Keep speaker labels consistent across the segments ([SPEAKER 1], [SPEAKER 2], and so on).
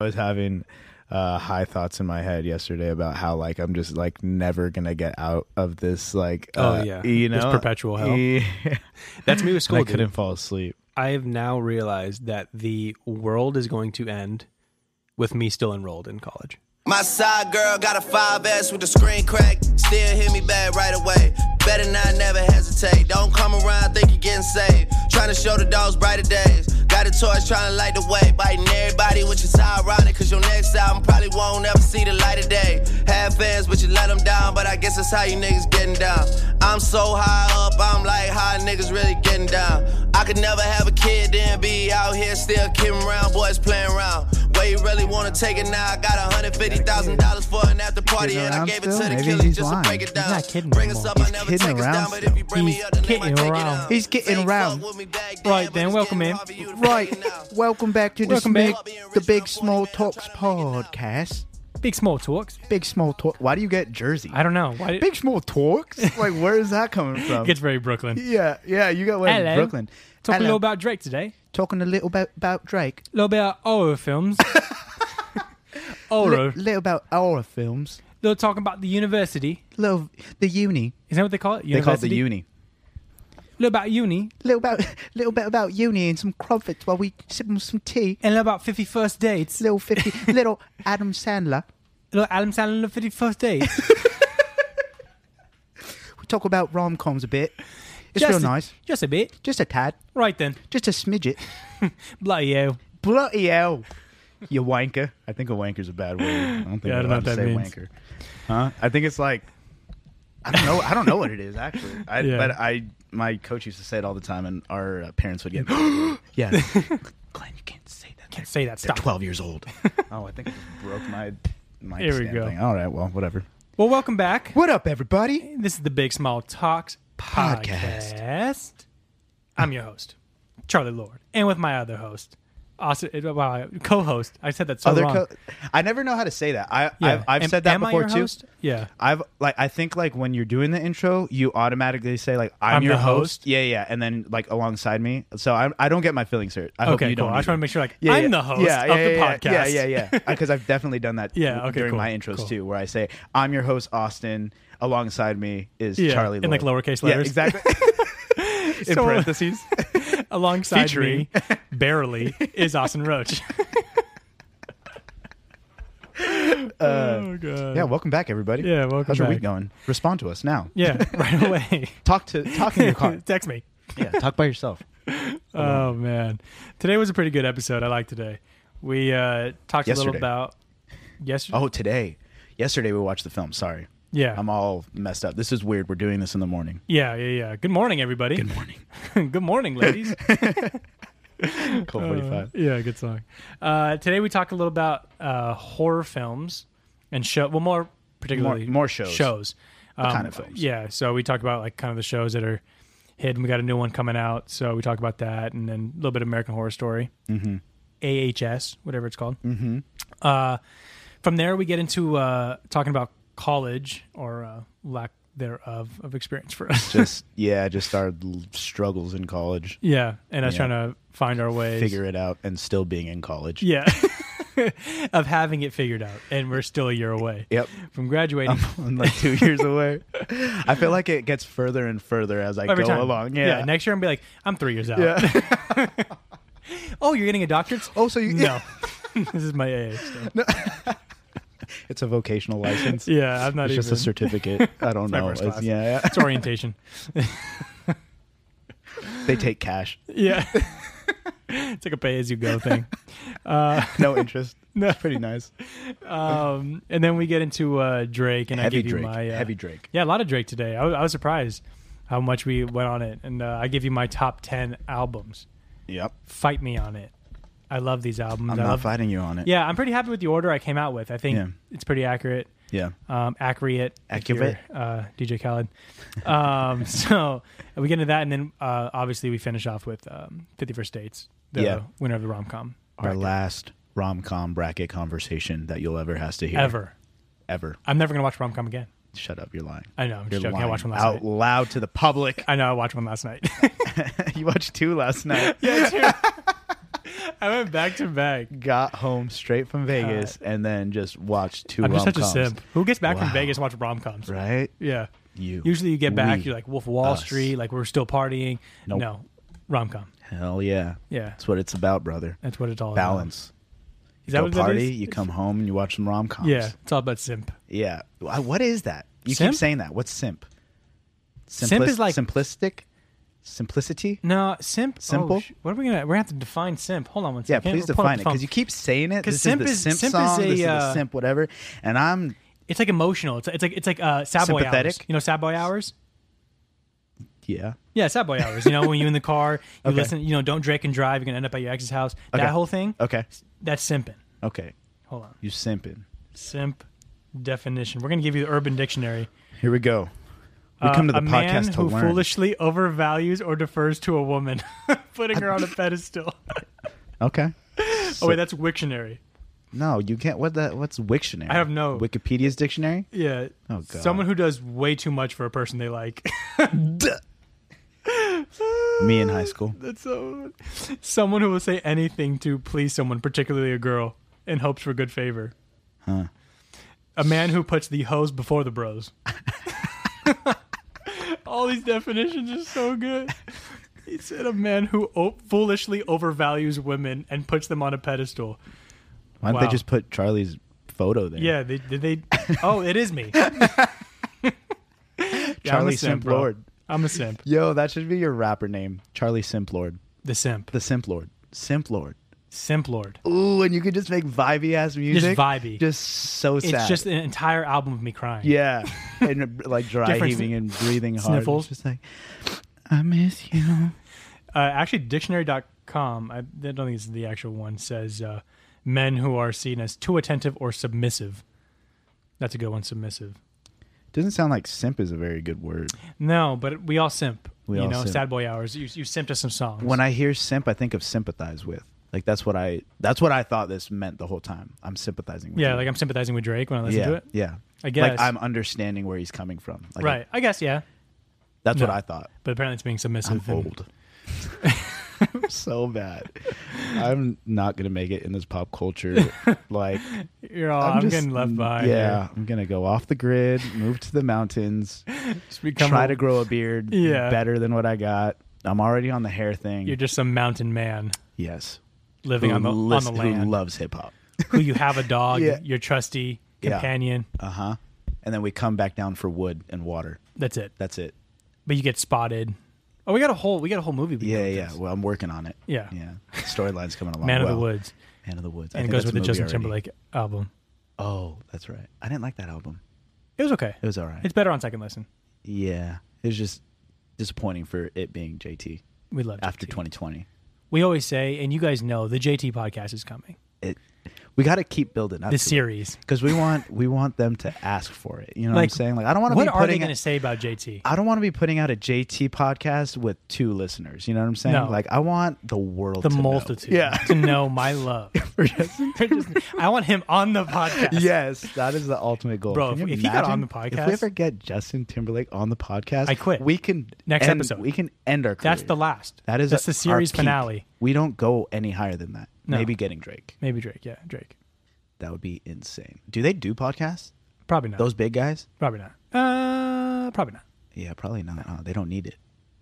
[SPEAKER 1] I was having uh, high thoughts in my head yesterday about how like I'm just like never gonna get out of this like
[SPEAKER 2] Oh,
[SPEAKER 1] uh,
[SPEAKER 2] yeah.
[SPEAKER 1] you know
[SPEAKER 2] This perpetual hell.
[SPEAKER 1] Yeah.
[SPEAKER 2] That's me with
[SPEAKER 1] And
[SPEAKER 2] school.
[SPEAKER 1] I
[SPEAKER 2] dude.
[SPEAKER 1] couldn't fall asleep.
[SPEAKER 2] I have now realized that the world is going to end with me still enrolled in college.
[SPEAKER 3] My side girl got a 5S with the screen crack. Still hit me back right away. Better not never hesitate. Don't come around, think you're getting saved. Trying to show the dogs brighter days. Got a torch trying to light the way. Biting everybody, which is ironic. Cause your next album probably won't ever see the light of day. Have fans, but you let them down. But I guess that's how you niggas getting down. I'm so high up, I'm like, how niggas really getting down. I could never have a kid, then be out here still kidding around. Boys playing around. Where you really wanna take it now? I got hundred fifty thousand dollars for an after party,
[SPEAKER 1] Kidding
[SPEAKER 3] and I
[SPEAKER 1] around
[SPEAKER 3] gave it
[SPEAKER 1] still?
[SPEAKER 3] to the
[SPEAKER 1] Maybe
[SPEAKER 3] killer
[SPEAKER 1] he's
[SPEAKER 3] just
[SPEAKER 1] lying.
[SPEAKER 3] to break it down.
[SPEAKER 4] not kidding
[SPEAKER 3] Bring
[SPEAKER 4] no
[SPEAKER 3] us
[SPEAKER 4] more.
[SPEAKER 3] up, I
[SPEAKER 1] He's
[SPEAKER 3] never
[SPEAKER 1] kidding
[SPEAKER 3] take us
[SPEAKER 1] around
[SPEAKER 3] down, but
[SPEAKER 1] still.
[SPEAKER 3] if you bring me
[SPEAKER 4] He's
[SPEAKER 3] up, the name I
[SPEAKER 4] kidding
[SPEAKER 3] take it
[SPEAKER 4] around.
[SPEAKER 3] down.
[SPEAKER 4] He's
[SPEAKER 1] getting
[SPEAKER 3] Same
[SPEAKER 1] around.
[SPEAKER 3] fuck with me back
[SPEAKER 4] Right,
[SPEAKER 3] but
[SPEAKER 4] then,
[SPEAKER 3] it's
[SPEAKER 4] welcome
[SPEAKER 3] getting
[SPEAKER 4] in.
[SPEAKER 3] harder for you to
[SPEAKER 4] Right.
[SPEAKER 3] fake it now.
[SPEAKER 4] Welcome back to
[SPEAKER 2] Welcome
[SPEAKER 4] big,
[SPEAKER 2] back.
[SPEAKER 4] the Big Small Talks podcast.
[SPEAKER 2] Big small talks.
[SPEAKER 4] Big Small Talk.
[SPEAKER 1] Why do you get Jersey?
[SPEAKER 2] I don't know. Why
[SPEAKER 1] Big small talks. like where is that coming from?
[SPEAKER 2] it gets very Brooklyn.
[SPEAKER 1] yeah, yeah. You got one
[SPEAKER 2] Hello.
[SPEAKER 1] in Brooklyn.
[SPEAKER 2] Talk a
[SPEAKER 4] Hello.
[SPEAKER 2] little about Drake today.
[SPEAKER 4] Talking a little bit about Drake.
[SPEAKER 2] A little bit about horror films.
[SPEAKER 4] A
[SPEAKER 2] horror.
[SPEAKER 4] little about our films.
[SPEAKER 2] They'll talk about the university.
[SPEAKER 4] Little the uni.
[SPEAKER 2] Is that what they call it?
[SPEAKER 1] They call it the
[SPEAKER 2] University?
[SPEAKER 1] uni.
[SPEAKER 2] little about uni
[SPEAKER 4] Little about little bit about uni and some crumpets while we sip on some tea.
[SPEAKER 2] and a little about 51st dates.
[SPEAKER 4] Little fifty. little Adam Sandler.
[SPEAKER 2] little Adam Sandler and the 51st dates.
[SPEAKER 4] We talk about rom coms a bit. It's
[SPEAKER 2] Just
[SPEAKER 4] real
[SPEAKER 2] a-
[SPEAKER 4] nice.
[SPEAKER 2] Just a bit.
[SPEAKER 4] Just a tad.
[SPEAKER 2] Right then.
[SPEAKER 4] Just a smidget.
[SPEAKER 2] Bloody hell.
[SPEAKER 4] Bloody hell.
[SPEAKER 1] You wanker. I think a wanker's a bad word. I don't think
[SPEAKER 2] Yeah, I
[SPEAKER 1] we're
[SPEAKER 2] don't know
[SPEAKER 1] allowed
[SPEAKER 2] what
[SPEAKER 1] to
[SPEAKER 2] that
[SPEAKER 1] say
[SPEAKER 2] means.
[SPEAKER 1] wanker. Huh? I think it's like I don't know. I don't know what it is actually. I,
[SPEAKER 2] Yeah.
[SPEAKER 1] But I, my coach used to say it all the time, and our uh, parents would get, yeah, Glenn, you can't say that.
[SPEAKER 2] Can't say that.
[SPEAKER 1] They're
[SPEAKER 2] Stop.
[SPEAKER 1] 12 years old. oh, I think I just broke my mic
[SPEAKER 2] Here we
[SPEAKER 1] stand
[SPEAKER 2] go.
[SPEAKER 1] thing. All right, well, whatever.
[SPEAKER 2] Well, welcome back.
[SPEAKER 4] What up, everybody?
[SPEAKER 2] This is the Big Small Talks podcast.
[SPEAKER 4] Podcast.
[SPEAKER 2] I'm your host, Charlie Lord, and with my other host, Austin, uh, wow, co-host. I said that so
[SPEAKER 1] Other
[SPEAKER 2] wrong.
[SPEAKER 1] co- I never know how to say that. I,
[SPEAKER 2] Yeah.
[SPEAKER 1] I've, I've
[SPEAKER 2] Am-
[SPEAKER 1] said that
[SPEAKER 2] am I
[SPEAKER 1] before
[SPEAKER 2] your
[SPEAKER 1] too.
[SPEAKER 2] host? Yeah.
[SPEAKER 1] I've like I think like when you're doing the intro, you automatically say like I'm,
[SPEAKER 2] I'm
[SPEAKER 1] your
[SPEAKER 2] the
[SPEAKER 1] host.
[SPEAKER 2] host?
[SPEAKER 1] Yeah, yeah, and then like alongside me. So I I don't get my feelings hurt. I hope
[SPEAKER 2] Okay,
[SPEAKER 1] you
[SPEAKER 2] cool.
[SPEAKER 1] don't.
[SPEAKER 2] I just
[SPEAKER 1] either.
[SPEAKER 2] want to make sure, like,
[SPEAKER 1] Yeah,
[SPEAKER 2] I'm
[SPEAKER 1] yeah.
[SPEAKER 2] the host
[SPEAKER 1] yeah, yeah,
[SPEAKER 2] of the
[SPEAKER 1] yeah,
[SPEAKER 2] podcast.
[SPEAKER 1] Yeah, yeah, yeah. Because I've definitely done that.
[SPEAKER 2] Yeah,
[SPEAKER 1] w-
[SPEAKER 2] okay,
[SPEAKER 1] during
[SPEAKER 2] cool,
[SPEAKER 1] my intros
[SPEAKER 2] cool.
[SPEAKER 1] too, where I say I'm your host Austin. Alongside me is
[SPEAKER 2] Yeah,
[SPEAKER 1] Charlie.
[SPEAKER 2] in, like,
[SPEAKER 1] Lord."
[SPEAKER 2] lowercase
[SPEAKER 1] Yeah,
[SPEAKER 2] letters.
[SPEAKER 1] exactly. in
[SPEAKER 2] So-
[SPEAKER 1] parentheses.
[SPEAKER 2] Alongside
[SPEAKER 1] Featuring.
[SPEAKER 2] me, barely, is Austin Roach. oh god.
[SPEAKER 1] Uh, yeah, welcome back, everybody.
[SPEAKER 2] Yeah, welcome
[SPEAKER 1] How's your week
[SPEAKER 2] back.
[SPEAKER 1] going? Respond to us now.
[SPEAKER 2] Yeah, right away.
[SPEAKER 1] Talk to talk in your car.
[SPEAKER 2] Text me.
[SPEAKER 1] yeah, talk by yourself. Uh-huh.
[SPEAKER 2] Oh man, today was a pretty good episode. I like today. We uh, talked a
[SPEAKER 1] Yesterday.
[SPEAKER 2] little about yesterday.
[SPEAKER 1] Oh, today. Yesterday we watched the film. Sorry.
[SPEAKER 2] yeah,
[SPEAKER 1] I'm all messed up. This is weird. We're doing this in the morning.
[SPEAKER 2] yeah, yeah, yeah. Good morning, everybody. Good
[SPEAKER 1] Morning.
[SPEAKER 2] morning, ladies.
[SPEAKER 1] Cold 45.
[SPEAKER 2] yeah, good song. Uh, today we talked a little about uh, horror films and show. Well, more particularly
[SPEAKER 1] more shows.
[SPEAKER 2] Shows. Um,
[SPEAKER 1] kind of films?
[SPEAKER 2] Yeah. So we talked about like kind of the shows that are hidden. We got a new one coming out, so we talked about that, and then a little bit of American Horror Story, mm-hmm. AHS, whatever it's called. Mm-hmm. Uh, from there, we get into uh, talking about college or uh, lack thereof of experience for us.
[SPEAKER 1] Just, yeah, just our l- struggles in college.
[SPEAKER 2] yeah, and us
[SPEAKER 1] Yeah.
[SPEAKER 2] trying to find our ways.
[SPEAKER 1] Figure it out and still being in college.
[SPEAKER 2] Yeah. of having it figured out. And we're still a year away
[SPEAKER 1] Yep.
[SPEAKER 2] from graduating.
[SPEAKER 1] I'm like two years away. I feel like it gets further and further as I
[SPEAKER 2] Every
[SPEAKER 1] go
[SPEAKER 2] time.
[SPEAKER 1] along. Yeah.
[SPEAKER 2] Next year, I'm be like, I'm three years out.
[SPEAKER 1] Yeah.
[SPEAKER 2] Oh, you're getting a doctorate?
[SPEAKER 1] Oh, so you-
[SPEAKER 2] No. this is my AA. stuff.
[SPEAKER 1] it's a vocational license.
[SPEAKER 2] Yeah, I'm not
[SPEAKER 1] It's
[SPEAKER 2] even.
[SPEAKER 1] just a certificate. I don't
[SPEAKER 2] my
[SPEAKER 1] know.
[SPEAKER 2] first
[SPEAKER 1] It's-
[SPEAKER 2] class.
[SPEAKER 1] yeah,
[SPEAKER 2] it's orientation.
[SPEAKER 1] yeah. They take cash.
[SPEAKER 2] Yeah. it's like a pay as you go thing.
[SPEAKER 1] No interest. no. It's pretty nice.
[SPEAKER 2] Um, and then we get into uh, Drake, and I
[SPEAKER 1] Heavy
[SPEAKER 2] give
[SPEAKER 1] Drake.
[SPEAKER 2] you my uh,
[SPEAKER 1] Heavy Drake.
[SPEAKER 2] Yeah, a lot of Drake today. I was- I was surprised how much we went on it, and uh, I give you my top ten albums.
[SPEAKER 1] Yep.
[SPEAKER 2] Fight me on it. I love these albums.
[SPEAKER 1] I'm
[SPEAKER 2] I
[SPEAKER 1] not
[SPEAKER 2] love
[SPEAKER 1] fighting you on it.
[SPEAKER 2] Yeah, I'm pretty happy with the order I came out with. I think
[SPEAKER 1] Yeah.
[SPEAKER 2] it's pretty accurate.
[SPEAKER 1] Yeah.
[SPEAKER 2] Um, accurate. if
[SPEAKER 1] Accurate.
[SPEAKER 2] you're, Uh, DJ Khaled. Um, so we get into that, and then uh, obviously we finish off with um, 51st Dates, the
[SPEAKER 1] Yeah.
[SPEAKER 2] winner of the rom com.
[SPEAKER 1] Our last rom com bracket conversation that you'll ever has to hear.
[SPEAKER 2] Ever.
[SPEAKER 1] Ever.
[SPEAKER 2] I'm never going to watch rom com again.
[SPEAKER 1] Shut up. You're lying.
[SPEAKER 2] I know. I'm
[SPEAKER 1] You're
[SPEAKER 2] just joking. I
[SPEAKER 1] lying
[SPEAKER 2] watched one last
[SPEAKER 1] out
[SPEAKER 2] night.
[SPEAKER 1] loud to the public.
[SPEAKER 2] I know. I watched one last night.
[SPEAKER 1] you watched two last night.
[SPEAKER 2] yeah, true. I went back to back.
[SPEAKER 1] Got home straight from Vegas and then just watched 2
[SPEAKER 2] I'm just such a
[SPEAKER 1] rom-coms.
[SPEAKER 2] simp. Who gets back
[SPEAKER 1] Wow.
[SPEAKER 2] from Vegas and watch rom coms?
[SPEAKER 1] right?
[SPEAKER 2] Yeah.
[SPEAKER 1] You.
[SPEAKER 2] Usually you get back,
[SPEAKER 1] We.
[SPEAKER 2] you're like Wolf of Wall
[SPEAKER 1] Us.
[SPEAKER 2] Street, like we're still partying.
[SPEAKER 1] Nope.
[SPEAKER 2] No, rom com.
[SPEAKER 1] Hell yeah.
[SPEAKER 2] Yeah.
[SPEAKER 1] That's what it's about, brother.
[SPEAKER 2] That's what it's all about.
[SPEAKER 1] Balance.
[SPEAKER 2] Is
[SPEAKER 1] Go
[SPEAKER 2] what that
[SPEAKER 1] party,
[SPEAKER 2] is?
[SPEAKER 1] you come home and you watch some rom coms.
[SPEAKER 2] Yeah, it's all about simp.
[SPEAKER 1] Yeah. Why- What is that? You
[SPEAKER 2] Simp?
[SPEAKER 1] keep saying that. What's simp?
[SPEAKER 2] Simp
[SPEAKER 1] Simplis-
[SPEAKER 2] is like-
[SPEAKER 1] simplistic? Simplicity?
[SPEAKER 2] No, simp. oh,
[SPEAKER 1] Simple?
[SPEAKER 2] sh- what are we gonna? We're gonna have to define simp. Hold on one
[SPEAKER 1] Yeah,
[SPEAKER 2] second.
[SPEAKER 1] please
[SPEAKER 2] We're pulling
[SPEAKER 1] define
[SPEAKER 2] up the
[SPEAKER 1] it
[SPEAKER 2] phone.
[SPEAKER 1] because you keep saying it.
[SPEAKER 2] 'Cause
[SPEAKER 1] This
[SPEAKER 2] simp
[SPEAKER 1] is the
[SPEAKER 2] is-
[SPEAKER 1] simp,
[SPEAKER 2] simp is
[SPEAKER 1] song.
[SPEAKER 2] a,
[SPEAKER 1] this is
[SPEAKER 2] uh,
[SPEAKER 1] the simp whatever. And I'm
[SPEAKER 2] It's like emotional. It's it's like it's like uh, sad boy hours.
[SPEAKER 1] Sympathetic?
[SPEAKER 2] You know, sad boy hours.
[SPEAKER 1] yeah.
[SPEAKER 2] Yeah, sad boy hours. You know, when you in the car, you
[SPEAKER 1] Okay.
[SPEAKER 2] listen. You know, don't drink and drive. You're gonna end up at your ex's house.
[SPEAKER 1] Okay.
[SPEAKER 2] That whole thing.
[SPEAKER 1] Okay.
[SPEAKER 2] That's simping.
[SPEAKER 1] Okay.
[SPEAKER 2] Hold on.
[SPEAKER 1] You simping.
[SPEAKER 2] Simp definition. We're gonna give you the Urban Dictionary.
[SPEAKER 1] Here we go. We come to the
[SPEAKER 2] Uh, a man
[SPEAKER 1] podcast to
[SPEAKER 2] who
[SPEAKER 1] learn.
[SPEAKER 2] foolishly overvalues or defers to a woman, putting her on a pedestal.
[SPEAKER 1] Okay.
[SPEAKER 2] oh wait, that's Wiktionary.
[SPEAKER 1] No, you can't. What the? What's Wiktionary?
[SPEAKER 2] I have no-
[SPEAKER 1] Wikipedia's dictionary.
[SPEAKER 2] Yeah.
[SPEAKER 1] Oh, God.
[SPEAKER 2] Someone who does way too much for a person they like.
[SPEAKER 1] Me in high school.
[SPEAKER 2] that's so. Someone who will say anything to please someone, particularly a girl, in hopes for good favor.
[SPEAKER 1] Huh.
[SPEAKER 2] A man who puts the hoes before the bros. All these definitions are so good. He said a man who o- foolishly overvalues women and puts them on a pedestal.
[SPEAKER 1] Why don't they
[SPEAKER 2] Wow.
[SPEAKER 1] just put Charlie's photo there?
[SPEAKER 2] Yeah, they did they. Oh, it is me. Yeah, I'm a
[SPEAKER 1] Charlie
[SPEAKER 2] simp,
[SPEAKER 1] Simp
[SPEAKER 2] bro.
[SPEAKER 1] Lord.
[SPEAKER 2] I'm a simp.
[SPEAKER 1] Yo, that should be your rapper name, Charlie Simp Lord.
[SPEAKER 2] The simp.
[SPEAKER 1] The Simp Lord. Simp Lord.
[SPEAKER 2] simp lord.
[SPEAKER 1] Ooh, and you could just make vibey ass music.
[SPEAKER 2] vibey.
[SPEAKER 1] Just so
[SPEAKER 2] It's
[SPEAKER 1] sad.
[SPEAKER 2] just an entire album of me crying.
[SPEAKER 1] yeah, and uh, like dry
[SPEAKER 2] Different
[SPEAKER 1] heaving and breathing hard.
[SPEAKER 2] sniffles.
[SPEAKER 1] It's just like I miss you.
[SPEAKER 2] Uh, actually, dictionary.com, I I don't think it's the actual one, says uh, men who are seen as too attentive or submissive. That's a good one, submissive.
[SPEAKER 1] Doesn't sound like simp is a very good word.
[SPEAKER 2] No, but we all simp.
[SPEAKER 1] We
[SPEAKER 2] you
[SPEAKER 1] all
[SPEAKER 2] know,
[SPEAKER 1] simp.
[SPEAKER 2] sad boy hours. You, you simp to some songs.
[SPEAKER 1] When I hear simp, I think of sympathize with. Like that's what I that's what I thought this meant the whole time. I'm sympathizing with.
[SPEAKER 2] yeah,
[SPEAKER 1] you.
[SPEAKER 2] like I'm sympathizing with Drake when I listen
[SPEAKER 1] yeah,
[SPEAKER 2] to it.
[SPEAKER 1] yeah.
[SPEAKER 2] I guess.
[SPEAKER 1] like I'm understanding where he's coming from. Like,
[SPEAKER 2] right. I guess, yeah.
[SPEAKER 1] That's
[SPEAKER 2] No.
[SPEAKER 1] what I thought.
[SPEAKER 2] But apparently it's being
[SPEAKER 1] I'm
[SPEAKER 2] submissive. and-
[SPEAKER 1] old. so bad. I'm not gonna make it in this pop culture. Like
[SPEAKER 2] You're all, I'm,
[SPEAKER 1] just-
[SPEAKER 2] getting left behind.
[SPEAKER 1] Yeah,
[SPEAKER 2] here.
[SPEAKER 1] I'm gonna go off the grid, move to the mountains,
[SPEAKER 2] Just become
[SPEAKER 1] try
[SPEAKER 2] a-
[SPEAKER 1] to grow a beard
[SPEAKER 2] Yeah.
[SPEAKER 1] better than what I got. I'm already on the hair thing.
[SPEAKER 2] You're just some mountain man
[SPEAKER 1] yes,
[SPEAKER 2] living on the, on
[SPEAKER 1] lis-
[SPEAKER 2] the
[SPEAKER 1] who
[SPEAKER 2] land.
[SPEAKER 1] loves hip hop.
[SPEAKER 2] who you have a dog,
[SPEAKER 1] Yeah.
[SPEAKER 2] your trusty
[SPEAKER 1] Yeah.
[SPEAKER 2] companion.
[SPEAKER 1] Uh huh. And then we come back down for wood and water.
[SPEAKER 2] That's it.
[SPEAKER 1] That's it.
[SPEAKER 2] But you get spotted. Oh, we got a whole we got a whole movie. we
[SPEAKER 1] Yeah,
[SPEAKER 2] did with
[SPEAKER 1] yeah.
[SPEAKER 2] this.
[SPEAKER 1] Well, I'm working on it.
[SPEAKER 2] Yeah.
[SPEAKER 1] yeah. Storyline's coming along.
[SPEAKER 2] Man of the
[SPEAKER 1] well.
[SPEAKER 2] Woods,
[SPEAKER 1] Man of the Woods. I
[SPEAKER 2] and it
[SPEAKER 1] think
[SPEAKER 2] goes
[SPEAKER 1] that's a
[SPEAKER 2] with the
[SPEAKER 1] movie
[SPEAKER 2] Justin
[SPEAKER 1] already.
[SPEAKER 2] Timberlake album.
[SPEAKER 1] Oh, that's right. I didn't like that album.
[SPEAKER 2] It was okay.
[SPEAKER 1] It was all right.
[SPEAKER 2] It's better on second listen.
[SPEAKER 1] yeah, it was just disappointing for it being JT
[SPEAKER 2] We love
[SPEAKER 1] after
[SPEAKER 2] JT.
[SPEAKER 1] 2020.
[SPEAKER 2] We always say, and you guys know, the JT podcast is coming.
[SPEAKER 1] It. We got to keep building up
[SPEAKER 2] The series.
[SPEAKER 1] because we want we want them to ask for it. You know what I'm
[SPEAKER 2] Like,
[SPEAKER 1] saying? Like I don't want to
[SPEAKER 2] What
[SPEAKER 1] be
[SPEAKER 2] are they
[SPEAKER 1] putting.
[SPEAKER 2] going to
[SPEAKER 1] I
[SPEAKER 2] say about JT?
[SPEAKER 1] I don't want to be putting out a JT podcast with two listeners. You know what I'm saying?
[SPEAKER 2] No.
[SPEAKER 1] Like I want the world,
[SPEAKER 2] The
[SPEAKER 1] to know.
[SPEAKER 2] multitude
[SPEAKER 1] Yeah.
[SPEAKER 2] to know my love. They're just- I want him on the podcast.
[SPEAKER 1] Yes, that is the ultimate goal.
[SPEAKER 2] Bro,
[SPEAKER 1] Can
[SPEAKER 2] if-
[SPEAKER 1] you
[SPEAKER 2] if he got
[SPEAKER 1] imagine?
[SPEAKER 2] on the
[SPEAKER 1] if
[SPEAKER 2] podcast-
[SPEAKER 1] we ever get Justin Timberlake on the podcast,
[SPEAKER 2] I quit.
[SPEAKER 1] We can
[SPEAKER 2] Next
[SPEAKER 1] end-
[SPEAKER 2] episode.
[SPEAKER 1] We can end our. Career.
[SPEAKER 2] That's the last.
[SPEAKER 1] That is
[SPEAKER 2] that's the
[SPEAKER 1] our
[SPEAKER 2] series
[SPEAKER 1] peak.
[SPEAKER 2] finale.
[SPEAKER 1] We don't go any higher than that.
[SPEAKER 2] No.
[SPEAKER 1] Maybe getting Drake.
[SPEAKER 2] Maybe Drake. Yeah, Drake.
[SPEAKER 1] That would be insane. Do they do podcasts?
[SPEAKER 2] Probably not.
[SPEAKER 1] Those big guys?
[SPEAKER 2] Probably not. Uh, probably not.
[SPEAKER 1] Yeah, probably not. huh? They don't need it.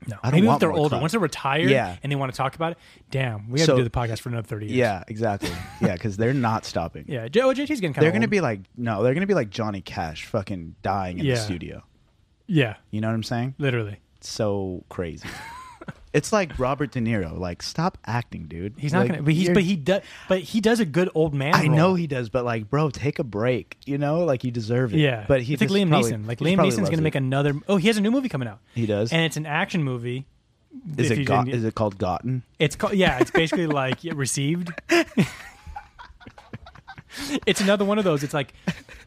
[SPEAKER 2] No,
[SPEAKER 1] I don't
[SPEAKER 2] maybe
[SPEAKER 1] want
[SPEAKER 2] if they're
[SPEAKER 1] more
[SPEAKER 2] older,
[SPEAKER 1] clout.
[SPEAKER 2] once they're retired,
[SPEAKER 1] Yeah.
[SPEAKER 2] and they want to talk about it. Damn, we have
[SPEAKER 1] So-
[SPEAKER 2] to do the podcast for another thirty years.
[SPEAKER 1] Yeah, exactly. yeah, because they're not stopping.
[SPEAKER 2] yeah. J- oh, JT's getting kind
[SPEAKER 1] They're
[SPEAKER 2] of.
[SPEAKER 1] gonna be like no, they're gonna be like Johnny Cash, fucking dying in
[SPEAKER 2] Yeah.
[SPEAKER 1] the studio.
[SPEAKER 2] yeah,
[SPEAKER 1] You know what I'm saying?
[SPEAKER 2] literally.
[SPEAKER 1] It's so crazy. it's like Robert De Niro. Like, stop acting, dude.
[SPEAKER 2] He's not
[SPEAKER 1] Like,
[SPEAKER 2] gonna, but he's
[SPEAKER 1] you're-
[SPEAKER 2] but he does, but he does a good old man.
[SPEAKER 1] I
[SPEAKER 2] role.
[SPEAKER 1] know he does, but like, bro, take a break. You know, like you deserve it.
[SPEAKER 2] Yeah,
[SPEAKER 1] but he
[SPEAKER 2] it's like
[SPEAKER 1] just
[SPEAKER 2] Liam
[SPEAKER 1] probably-
[SPEAKER 2] Neeson. Like
[SPEAKER 1] he
[SPEAKER 2] Liam
[SPEAKER 1] probably
[SPEAKER 2] Neeson's
[SPEAKER 1] loves it.
[SPEAKER 2] gonna make another. Oh, he has a new movie coming out.
[SPEAKER 1] He does?
[SPEAKER 2] and it's an action movie.
[SPEAKER 1] Is
[SPEAKER 2] if you
[SPEAKER 1] it got,
[SPEAKER 2] didn't-
[SPEAKER 1] is it called Gotten?
[SPEAKER 2] It's called yeah. It's basically like yeah, received. it's another one of those. It's like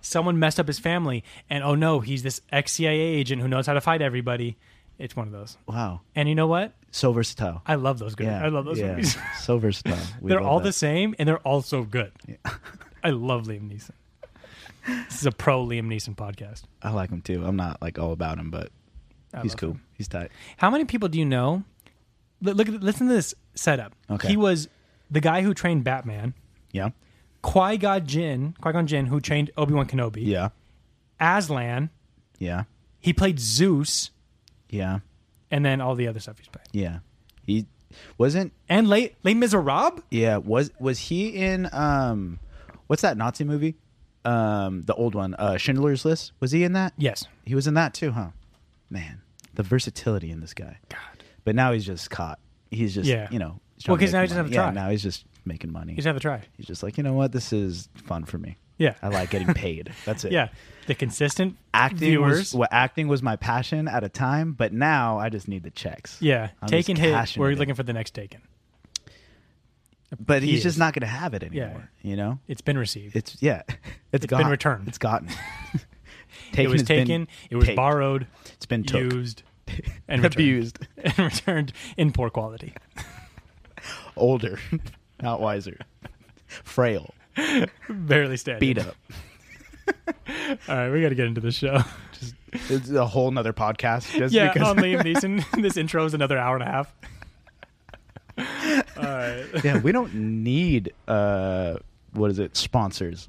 [SPEAKER 2] someone messed up his family, and oh no, he's this ex CIA agent who knows how to fight everybody. It's one of those.
[SPEAKER 1] Wow,
[SPEAKER 2] And you know what?
[SPEAKER 1] so versatile.
[SPEAKER 2] I love those good.
[SPEAKER 1] yeah,
[SPEAKER 2] I love those
[SPEAKER 1] yeah.
[SPEAKER 2] movies.
[SPEAKER 1] so versatile. We
[SPEAKER 2] they're
[SPEAKER 1] love
[SPEAKER 2] all
[SPEAKER 1] that.
[SPEAKER 2] the same, and they're all so good. I love Liam Neeson. This is a pro Liam Neeson podcast.
[SPEAKER 1] I like him too. I'm not like all about him, but
[SPEAKER 2] I
[SPEAKER 1] he's
[SPEAKER 2] love
[SPEAKER 1] cool.
[SPEAKER 2] him.
[SPEAKER 1] He's tight.
[SPEAKER 2] How many people do you know? L- Look, at listen to this setup.
[SPEAKER 1] Okay.
[SPEAKER 2] He was the guy who trained Batman,
[SPEAKER 1] Yeah.
[SPEAKER 2] Qui Gon Jinn, Qui Gon Jinn, who trained Obi Wan Kenobi,
[SPEAKER 1] Yeah.
[SPEAKER 2] Aslan.
[SPEAKER 1] Yeah.
[SPEAKER 2] He played Zeus,
[SPEAKER 1] Yeah.
[SPEAKER 2] and then all the other stuff he's played.
[SPEAKER 1] Yeah. He wasn't
[SPEAKER 2] And late, Les Miserables.
[SPEAKER 1] yeah, was was he in um what's that Nazi movie? Um the old one, uh Schindler's List. Was he in that?
[SPEAKER 2] Yes.
[SPEAKER 1] He was in that too, huh? Man, the versatility in this guy. God. But now he's just caught. He's just
[SPEAKER 2] Yeah.
[SPEAKER 1] you know, he's
[SPEAKER 2] Well,
[SPEAKER 1] trying
[SPEAKER 2] 'cause
[SPEAKER 1] to
[SPEAKER 2] now
[SPEAKER 1] make
[SPEAKER 2] he doesn't have
[SPEAKER 1] money.
[SPEAKER 2] to
[SPEAKER 1] yeah,
[SPEAKER 2] try.
[SPEAKER 1] Now he's just making money.
[SPEAKER 2] You should have a try.
[SPEAKER 1] He's just like, you know what? This is fun for me.
[SPEAKER 2] Yeah.
[SPEAKER 1] I like getting paid. That's it.
[SPEAKER 2] Yeah, the consistent
[SPEAKER 1] Acting
[SPEAKER 2] viewers.
[SPEAKER 1] was, well, acting was my passion at a time, but now I just need the checks.
[SPEAKER 2] yeah,
[SPEAKER 1] I'm just
[SPEAKER 2] Taken hit.
[SPEAKER 1] cashing
[SPEAKER 2] We're
[SPEAKER 1] it in.
[SPEAKER 2] looking for the next Taken.
[SPEAKER 1] but
[SPEAKER 2] he
[SPEAKER 1] he's
[SPEAKER 2] is.
[SPEAKER 1] just not going to have it anymore. You know,
[SPEAKER 2] It's been received.
[SPEAKER 1] it's yeah, it's
[SPEAKER 2] It's been
[SPEAKER 1] gone.
[SPEAKER 2] returned.
[SPEAKER 1] It's gotten.
[SPEAKER 2] It was
[SPEAKER 1] has been
[SPEAKER 2] taken. It was
[SPEAKER 1] taken.
[SPEAKER 2] borrowed.
[SPEAKER 1] It's been took.
[SPEAKER 2] used and returned.
[SPEAKER 1] abused,
[SPEAKER 2] and returned in poor quality.
[SPEAKER 1] older, not wiser, frail,
[SPEAKER 2] Barely standing.
[SPEAKER 1] beat up.
[SPEAKER 2] All right, we got to get into the show.
[SPEAKER 1] It's a whole nother podcast. Just
[SPEAKER 2] yeah,
[SPEAKER 1] because,
[SPEAKER 2] on Liam Neeson. this intro is another hour and a half. All right.
[SPEAKER 1] yeah, we don't need uh, what is it? Sponsors.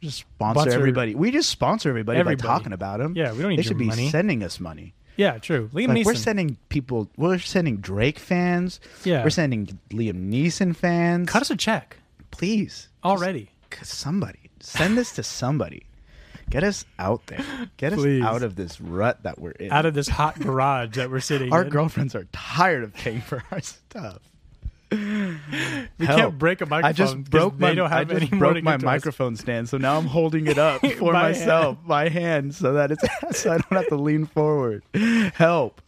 [SPEAKER 1] Just sponsor,
[SPEAKER 2] Sponsor-
[SPEAKER 1] everybody. We just sponsor everybody,
[SPEAKER 2] Everybody.
[SPEAKER 1] by talking about them.
[SPEAKER 2] Yeah, we don't need
[SPEAKER 1] They
[SPEAKER 2] your
[SPEAKER 1] should be
[SPEAKER 2] money.
[SPEAKER 1] sending us money.
[SPEAKER 2] Yeah, true. Liam
[SPEAKER 1] Like
[SPEAKER 2] Neeson.
[SPEAKER 1] we're sending people. We're sending Drake fans.
[SPEAKER 2] Yeah.
[SPEAKER 1] we're sending Liam Neeson fans.
[SPEAKER 2] Cut us a check
[SPEAKER 1] please.
[SPEAKER 2] already.
[SPEAKER 1] c- somebody send this to somebody get us out there get
[SPEAKER 2] Please.
[SPEAKER 1] us out of this rut that we're in
[SPEAKER 2] Out of this hot garage that we're sitting
[SPEAKER 1] our
[SPEAKER 2] in.
[SPEAKER 1] girlfriends are tired of paying for our stuff
[SPEAKER 2] we
[SPEAKER 1] Hell,
[SPEAKER 2] can't break a microphone.
[SPEAKER 1] I just
[SPEAKER 2] 'cause
[SPEAKER 1] broke my
[SPEAKER 2] they don't have
[SPEAKER 1] I just
[SPEAKER 2] any more to
[SPEAKER 1] broke
[SPEAKER 2] give
[SPEAKER 1] my
[SPEAKER 2] to us.
[SPEAKER 1] microphone stand, so now I'm holding it up for
[SPEAKER 2] By
[SPEAKER 1] myself by hand so that it's so I don't have to lean forward. Help,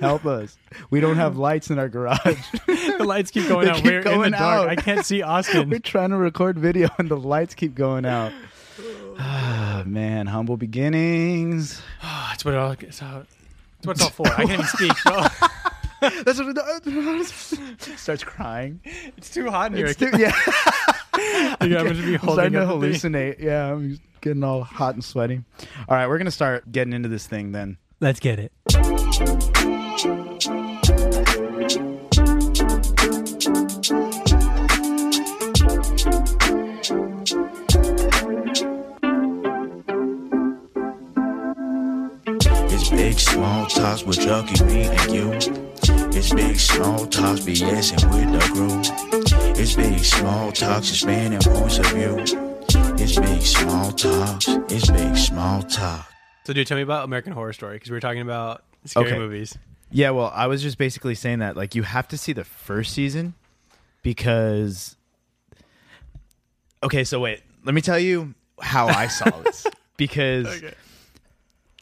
[SPEAKER 1] help us! We don't have lights in our garage.
[SPEAKER 2] the lights keep going
[SPEAKER 1] They
[SPEAKER 2] out.
[SPEAKER 1] keep
[SPEAKER 2] we're in
[SPEAKER 1] going
[SPEAKER 2] the dark.
[SPEAKER 1] out.
[SPEAKER 2] I can't see
[SPEAKER 1] We're
[SPEAKER 2] Austin.
[SPEAKER 1] trying to record video and the lights keep going out. Ah, man, humble beginnings.
[SPEAKER 2] oh, that's what it all, it's all, that's what it's all for. I can't even speak. bro.
[SPEAKER 1] That's what it starts crying.
[SPEAKER 2] it's too hot in here.
[SPEAKER 1] It's too- yeah,
[SPEAKER 2] Yeah, I'm gonna be
[SPEAKER 1] I'm starting
[SPEAKER 2] holding
[SPEAKER 1] to
[SPEAKER 2] up the thing.
[SPEAKER 1] hallucinate. Yeah, I'm getting all hot and sweaty. All right, we're gonna start getting into this thing then.
[SPEAKER 2] Let's get it.
[SPEAKER 5] It's big small talks with Chucky, me and you. It's big small talks, BSing with the group. It's big small talks, expanding points of view. It's big small talks. It's big small talk.
[SPEAKER 2] So, dude, tell me about American Horror Story because we were talking about scary
[SPEAKER 1] Okay.
[SPEAKER 2] movies.
[SPEAKER 1] Yeah, well, I was just basically saying that like you have to see the first season because Okay, so wait. Let me tell you how I saw this because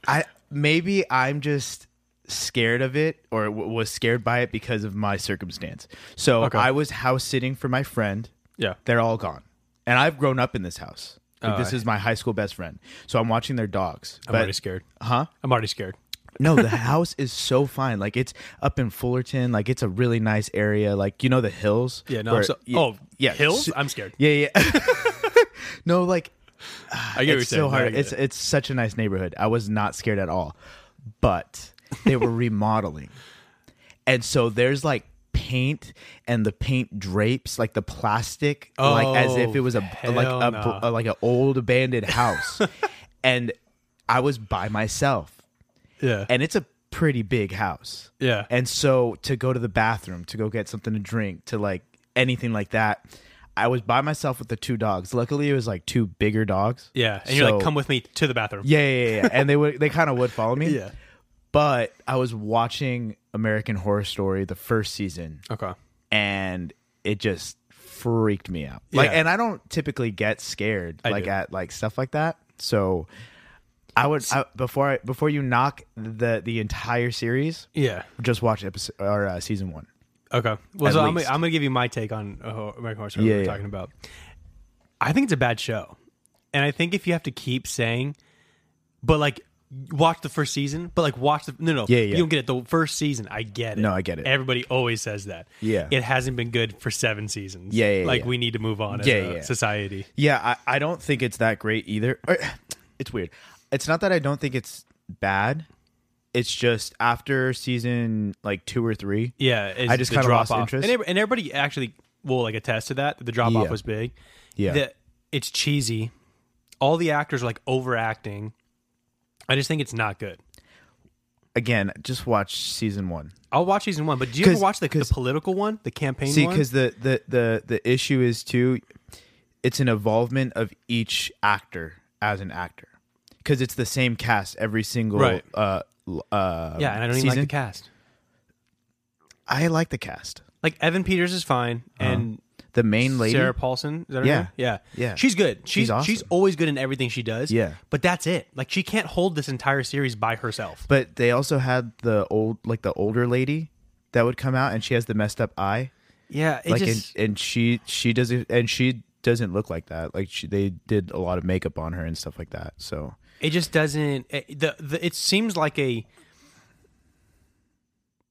[SPEAKER 1] I maybe I'm just scared of it or w- was scared by it because of my circumstance. So
[SPEAKER 2] Okay.
[SPEAKER 1] I was house sitting for my friend.
[SPEAKER 2] Yeah.
[SPEAKER 1] They're all gone. And I've grown up in this house. Like,
[SPEAKER 2] Oh,
[SPEAKER 1] this
[SPEAKER 2] I-
[SPEAKER 1] is my high school best friend. So I'm watching their dogs.
[SPEAKER 2] I'm
[SPEAKER 1] but-
[SPEAKER 2] already scared.
[SPEAKER 1] Huh?
[SPEAKER 2] I'm already scared.
[SPEAKER 1] No, the house is so fine. Like it's up in Fullerton. Like it's a really nice area. Like you know the hills.
[SPEAKER 2] Yeah, no, I'm so- oh, hills? I'm scared.
[SPEAKER 1] Yeah, yeah. no, like
[SPEAKER 2] I get what you're
[SPEAKER 1] it's
[SPEAKER 2] saying.
[SPEAKER 1] so
[SPEAKER 2] No, I
[SPEAKER 1] hard.
[SPEAKER 2] get
[SPEAKER 1] It's
[SPEAKER 2] it.
[SPEAKER 1] it's such a nice neighborhood. I was not scared at all, but they were remodeling, and so there's like paint and the paint drapes like the plastic like as if it was a
[SPEAKER 2] Oh,
[SPEAKER 1] like
[SPEAKER 2] hell
[SPEAKER 1] a,
[SPEAKER 2] no.
[SPEAKER 1] a- like an old abandoned house and i was by myself
[SPEAKER 2] yeah.
[SPEAKER 1] and it's a pretty big house.
[SPEAKER 2] Yeah.
[SPEAKER 1] And so to go to the bathroom, to go get something to drink, to like anything like that, I was by myself with the two dogs. Luckily, it was like two bigger dogs.
[SPEAKER 2] yeah. And you're like,
[SPEAKER 1] So-
[SPEAKER 2] come with me to the bathroom.
[SPEAKER 1] Yeah, yeah, yeah. yeah. and they would, they kind of would follow me.
[SPEAKER 2] Yeah.
[SPEAKER 1] But I was watching American Horror Story the first season,
[SPEAKER 2] Okay.
[SPEAKER 1] and it just freaked me out. Like,
[SPEAKER 2] Yeah.
[SPEAKER 1] and I don't typically get scared like
[SPEAKER 2] do.
[SPEAKER 1] at like stuff like that. So. I would I, before I, before you knock the the entire series
[SPEAKER 2] Yeah.
[SPEAKER 1] just watch episode or uh, season one.
[SPEAKER 2] Okay. Well,
[SPEAKER 1] At
[SPEAKER 2] so I'm,
[SPEAKER 1] least.
[SPEAKER 2] gonna- I'm going to give you my take on uh, Ho- American Horror Story
[SPEAKER 1] Yeah,
[SPEAKER 2] we we're
[SPEAKER 1] yeah.
[SPEAKER 2] talking about. I think it's a bad show. And I think if you have to keep saying, but like, watch the first season, but like, watch the. No, no.
[SPEAKER 1] Yeah, yeah.
[SPEAKER 2] You don't get it. The first season, I get it.
[SPEAKER 1] No, I get it.
[SPEAKER 2] Everybody always says that.
[SPEAKER 1] Yeah.
[SPEAKER 2] It hasn't been good for seven seasons.
[SPEAKER 1] Yeah, yeah,
[SPEAKER 2] Like,
[SPEAKER 1] yeah.
[SPEAKER 2] we need to move on as
[SPEAKER 1] Yeah,
[SPEAKER 2] a
[SPEAKER 1] yeah.
[SPEAKER 2] society.
[SPEAKER 1] Yeah, I, I don't think it's that great either. Or- It's weird. It's not that I don't think it's bad. It's just after season like two or three.
[SPEAKER 2] Yeah, it's
[SPEAKER 1] I just
[SPEAKER 2] the
[SPEAKER 1] kinda
[SPEAKER 2] drop
[SPEAKER 1] lost
[SPEAKER 2] off.
[SPEAKER 1] interest.
[SPEAKER 2] and, every- and everybody actually will like attest to that. that The drop off
[SPEAKER 1] Yeah.
[SPEAKER 2] was big.
[SPEAKER 1] Yeah.
[SPEAKER 2] that it's cheesy. All the actors are like overacting. I just think it's not good.
[SPEAKER 1] Again, just watch season one.
[SPEAKER 2] I'll watch season one, but do you ever
[SPEAKER 1] 'Cause-
[SPEAKER 2] watch the, the
[SPEAKER 1] 'cause-
[SPEAKER 2] political one, the campaign
[SPEAKER 1] See,
[SPEAKER 2] one?
[SPEAKER 1] because the, the the the issue is too, it's an involvement of each actor as an actor, because it's the same cast every single.
[SPEAKER 2] Right.
[SPEAKER 1] Uh, l- uh,
[SPEAKER 2] yeah, and I don't even like
[SPEAKER 1] season.
[SPEAKER 2] the cast.
[SPEAKER 1] I like the cast.
[SPEAKER 2] Like Evan Peters is fine, and
[SPEAKER 1] The main Uh-huh. lady.
[SPEAKER 2] Sarah Paulson. Is that her
[SPEAKER 1] Yeah.
[SPEAKER 2] name? yeah,
[SPEAKER 1] Yeah.
[SPEAKER 2] She's good. She's she's,
[SPEAKER 1] awesome.
[SPEAKER 2] always good in everything she does.
[SPEAKER 1] Yeah.
[SPEAKER 2] but that's it. Like she can't hold this entire series by herself.
[SPEAKER 1] But they also had the old, like the older lady that would come out, and she has the messed up eye.
[SPEAKER 2] Yeah, it
[SPEAKER 1] like
[SPEAKER 2] just
[SPEAKER 1] and, and she she doesn't and she doesn't look like that like she, they did a lot of makeup on her and stuff like that so
[SPEAKER 2] it just doesn't. It, the, the it seems like a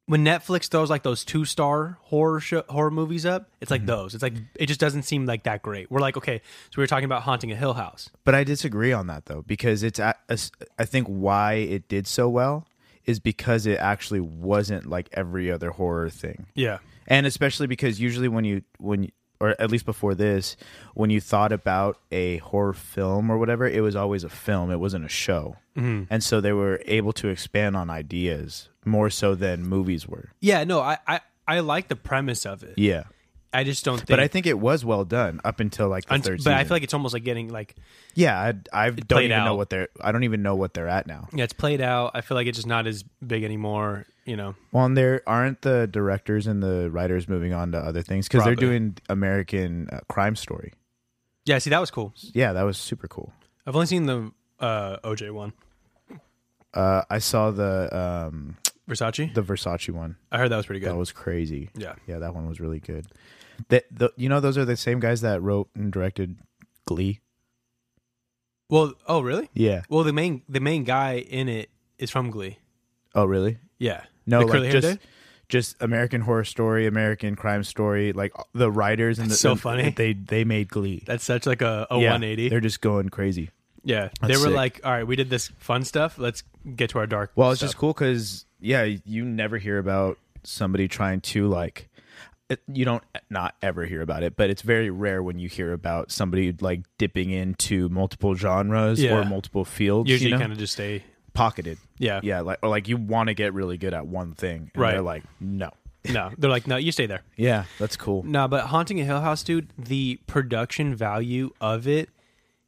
[SPEAKER 2] when Netflix throws like those two star horror show, horror movies up, it's
[SPEAKER 1] Mm-hmm.
[SPEAKER 2] like those. It's like it just doesn't seem like that great. We're like, okay, so we were talking about haunting a Hill House.
[SPEAKER 1] but i disagree on that though because it's a- a s- I think why it did so well is because it actually wasn't like every other horror thing
[SPEAKER 2] Yeah,
[SPEAKER 1] and especially because usually when you when you, or at least before this when you thought about a horror film or whatever it was always a film it wasn't a show
[SPEAKER 2] Mm-hmm.
[SPEAKER 1] and so they were able to expand on ideas more so than movies were
[SPEAKER 2] yeah. No, I I, I like the premise of it.
[SPEAKER 1] yeah
[SPEAKER 2] I just don't. think...
[SPEAKER 1] But I think it was well done up until like the
[SPEAKER 2] Unt-
[SPEAKER 1] third
[SPEAKER 2] but I
[SPEAKER 1] season.
[SPEAKER 2] feel like it's almost like getting like
[SPEAKER 1] yeah, I, I don't
[SPEAKER 2] played
[SPEAKER 1] even know
[SPEAKER 2] out.
[SPEAKER 1] what they're. I don't even know what they're at now.
[SPEAKER 2] yeah, it's played out. I feel like it's just not as big anymore. You know,
[SPEAKER 1] Well, and there aren't the directors and the writers moving on to other things because they're
[SPEAKER 2] Probably.
[SPEAKER 1] doing American uh, Crime Story.
[SPEAKER 2] yeah. See, that was cool.
[SPEAKER 1] Yeah, that was super cool.
[SPEAKER 2] I've only seen the uh, OJ one,
[SPEAKER 1] Uh, I saw the um,
[SPEAKER 2] Versace.
[SPEAKER 1] the Oh. Versace one.
[SPEAKER 2] I heard that was pretty good.
[SPEAKER 1] That was crazy.
[SPEAKER 2] Yeah.
[SPEAKER 1] yeah, that one was really good. That the, you know those are the same guys that wrote and directed Glee.
[SPEAKER 2] well, oh really?
[SPEAKER 1] Yeah.
[SPEAKER 2] Well, the main the main guy in it is from Glee.
[SPEAKER 1] Oh, really?
[SPEAKER 2] Yeah.
[SPEAKER 1] No,
[SPEAKER 2] the
[SPEAKER 1] like
[SPEAKER 2] curly-haired
[SPEAKER 1] just
[SPEAKER 2] dude?
[SPEAKER 1] just American Horror Story, American Crime Story, like the writers and
[SPEAKER 2] That's
[SPEAKER 1] the,
[SPEAKER 2] so
[SPEAKER 1] and
[SPEAKER 2] funny.
[SPEAKER 1] They they made Glee.
[SPEAKER 2] That's such like a, a
[SPEAKER 1] Yeah,
[SPEAKER 2] 180.
[SPEAKER 1] They're just going crazy.
[SPEAKER 2] yeah. They were
[SPEAKER 1] sick.
[SPEAKER 2] like, all right, we did this fun stuff. Let's get to our dark.
[SPEAKER 1] Well, it's
[SPEAKER 2] stuff."
[SPEAKER 1] just cool because yeah, you never hear about somebody trying to like. It, you don't e, not ever hear about it, but it's very rare when you hear about somebody like dipping into multiple genres
[SPEAKER 2] Yeah.
[SPEAKER 1] or multiple fields.
[SPEAKER 2] usually
[SPEAKER 1] you know?
[SPEAKER 2] kind of just stay.
[SPEAKER 1] pocketed.
[SPEAKER 2] Yeah.
[SPEAKER 1] yeah, like or like you want to get really good at one thing, and
[SPEAKER 2] Right.
[SPEAKER 1] They're like, no,
[SPEAKER 2] No, they're like, no, you stay there.
[SPEAKER 1] yeah, that's cool.
[SPEAKER 2] No, but Haunting a Hill House, dude, the production value of it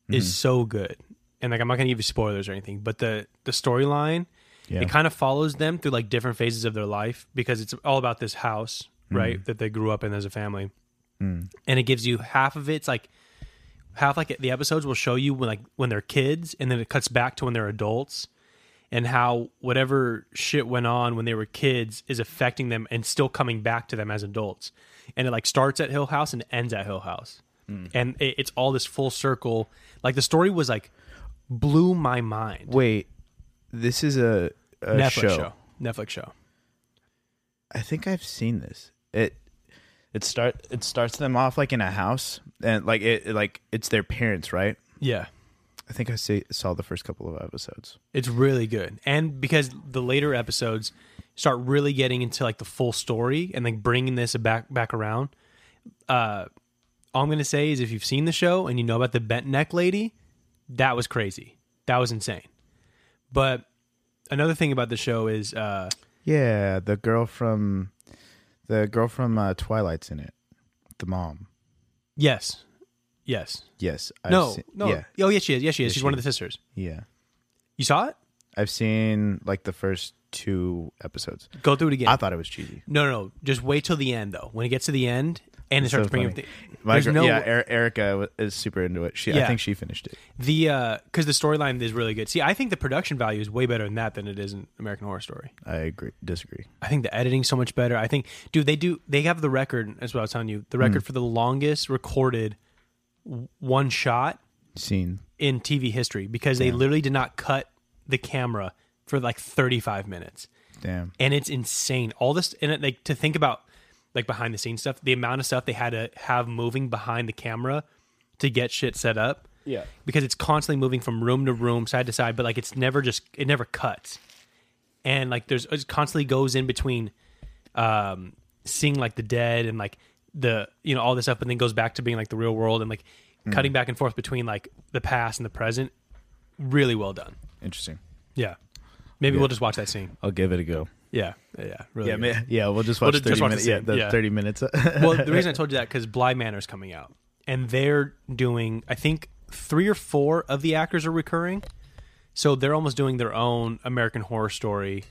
[SPEAKER 2] is so good. And like I'm not gonna give you spoilers or anything, but the the storyline
[SPEAKER 1] Yeah.
[SPEAKER 2] it kind of follows them through like different phases of their life because it's all about this house, right? That they grew up in as a family. And it gives you half of it's like half like the episodes will show you when like when they're kids and then it cuts back to when they're adults and how whatever shit went on when they were kids is affecting them and still coming back to them as adults. And it like starts at Hill House and ends at Hill House.
[SPEAKER 1] Mm.
[SPEAKER 2] And it, it's all this full circle. Like the story was like blew my mind.
[SPEAKER 1] Wait, this is a, a
[SPEAKER 2] Netflix
[SPEAKER 1] show.
[SPEAKER 2] Netflix show.
[SPEAKER 1] I think I've seen this. It it start it starts them off like in a house and like it it, like it's their parents, right?
[SPEAKER 2] Yeah.
[SPEAKER 1] I think I see, saw the first couple of episodes.
[SPEAKER 2] It's really good. And because the later episodes start really getting into like the full story and like bringing this back back around. Uh all I'm going to say is if you've seen the show and you know about the bent neck lady, that was crazy. That was insane. But another thing about the show is uh
[SPEAKER 1] Yeah, the girl from the girl from uh, Twilight's in it. The mom.
[SPEAKER 2] yes. Yes.
[SPEAKER 1] Yes. I've
[SPEAKER 2] no.
[SPEAKER 1] seen-
[SPEAKER 2] no.
[SPEAKER 1] Yeah.
[SPEAKER 2] Oh, yes she is. Yes she is. She's one of the sisters.
[SPEAKER 1] Yeah.
[SPEAKER 2] You saw it?
[SPEAKER 1] I've seen like the first two episodes.
[SPEAKER 2] Go through it again.
[SPEAKER 1] I thought it was cheesy.
[SPEAKER 2] no, no, no. Just wait till the end though. When it gets to the end and it
[SPEAKER 1] So
[SPEAKER 2] starts bringing
[SPEAKER 1] funny.
[SPEAKER 2] everything-
[SPEAKER 1] My
[SPEAKER 2] there's
[SPEAKER 1] girl,
[SPEAKER 2] no
[SPEAKER 1] yeah, er- Erica wa- is super into it. She, I
[SPEAKER 2] Yeah.
[SPEAKER 1] think she finished it.
[SPEAKER 2] The because the storyline is really good. See, I think the production value is way better in that than it is in American Horror Story.
[SPEAKER 1] I agree. Disagree.
[SPEAKER 2] I think the editing's so much better. I think, dude, they do they have the record. That's what I was telling you. The record for the longest recorded w- one shot
[SPEAKER 1] Scene.
[SPEAKER 2] in TV history because they literally did not cut the camera for like thirty five minutes,
[SPEAKER 1] Damn.
[SPEAKER 2] and it's insane. All this and it, like to think about like behind the scenes stuff, the amount of stuff they had to have moving behind the camera to get shit set up
[SPEAKER 1] Yeah.
[SPEAKER 2] because it's constantly moving from room to room, side to side, but like it's never just it never cuts. And like there's it constantly goes in between um seeing like the dead and like the you know all this stuff, but then goes back to being like the real world and like
[SPEAKER 1] Hmm.
[SPEAKER 2] cutting back and forth between like the past and the present. Really well done.
[SPEAKER 1] Interesting.
[SPEAKER 2] Yeah, maybe we'll just watch that scene.
[SPEAKER 1] I'll give it a go.
[SPEAKER 2] Yeah, yeah, really.
[SPEAKER 1] Yeah,
[SPEAKER 2] good.
[SPEAKER 1] ma- yeah. We'll just watch
[SPEAKER 2] just-
[SPEAKER 1] thirty
[SPEAKER 2] just watch
[SPEAKER 1] minutes.
[SPEAKER 2] the
[SPEAKER 1] Yeah,
[SPEAKER 2] scene.
[SPEAKER 1] the
[SPEAKER 2] Yeah.
[SPEAKER 1] thirty minutes.
[SPEAKER 2] well, the reason I told you that because Bly Manor's coming out, and they're doing I think three or four of the actors are recurring, so they're almost doing their own American Horror Story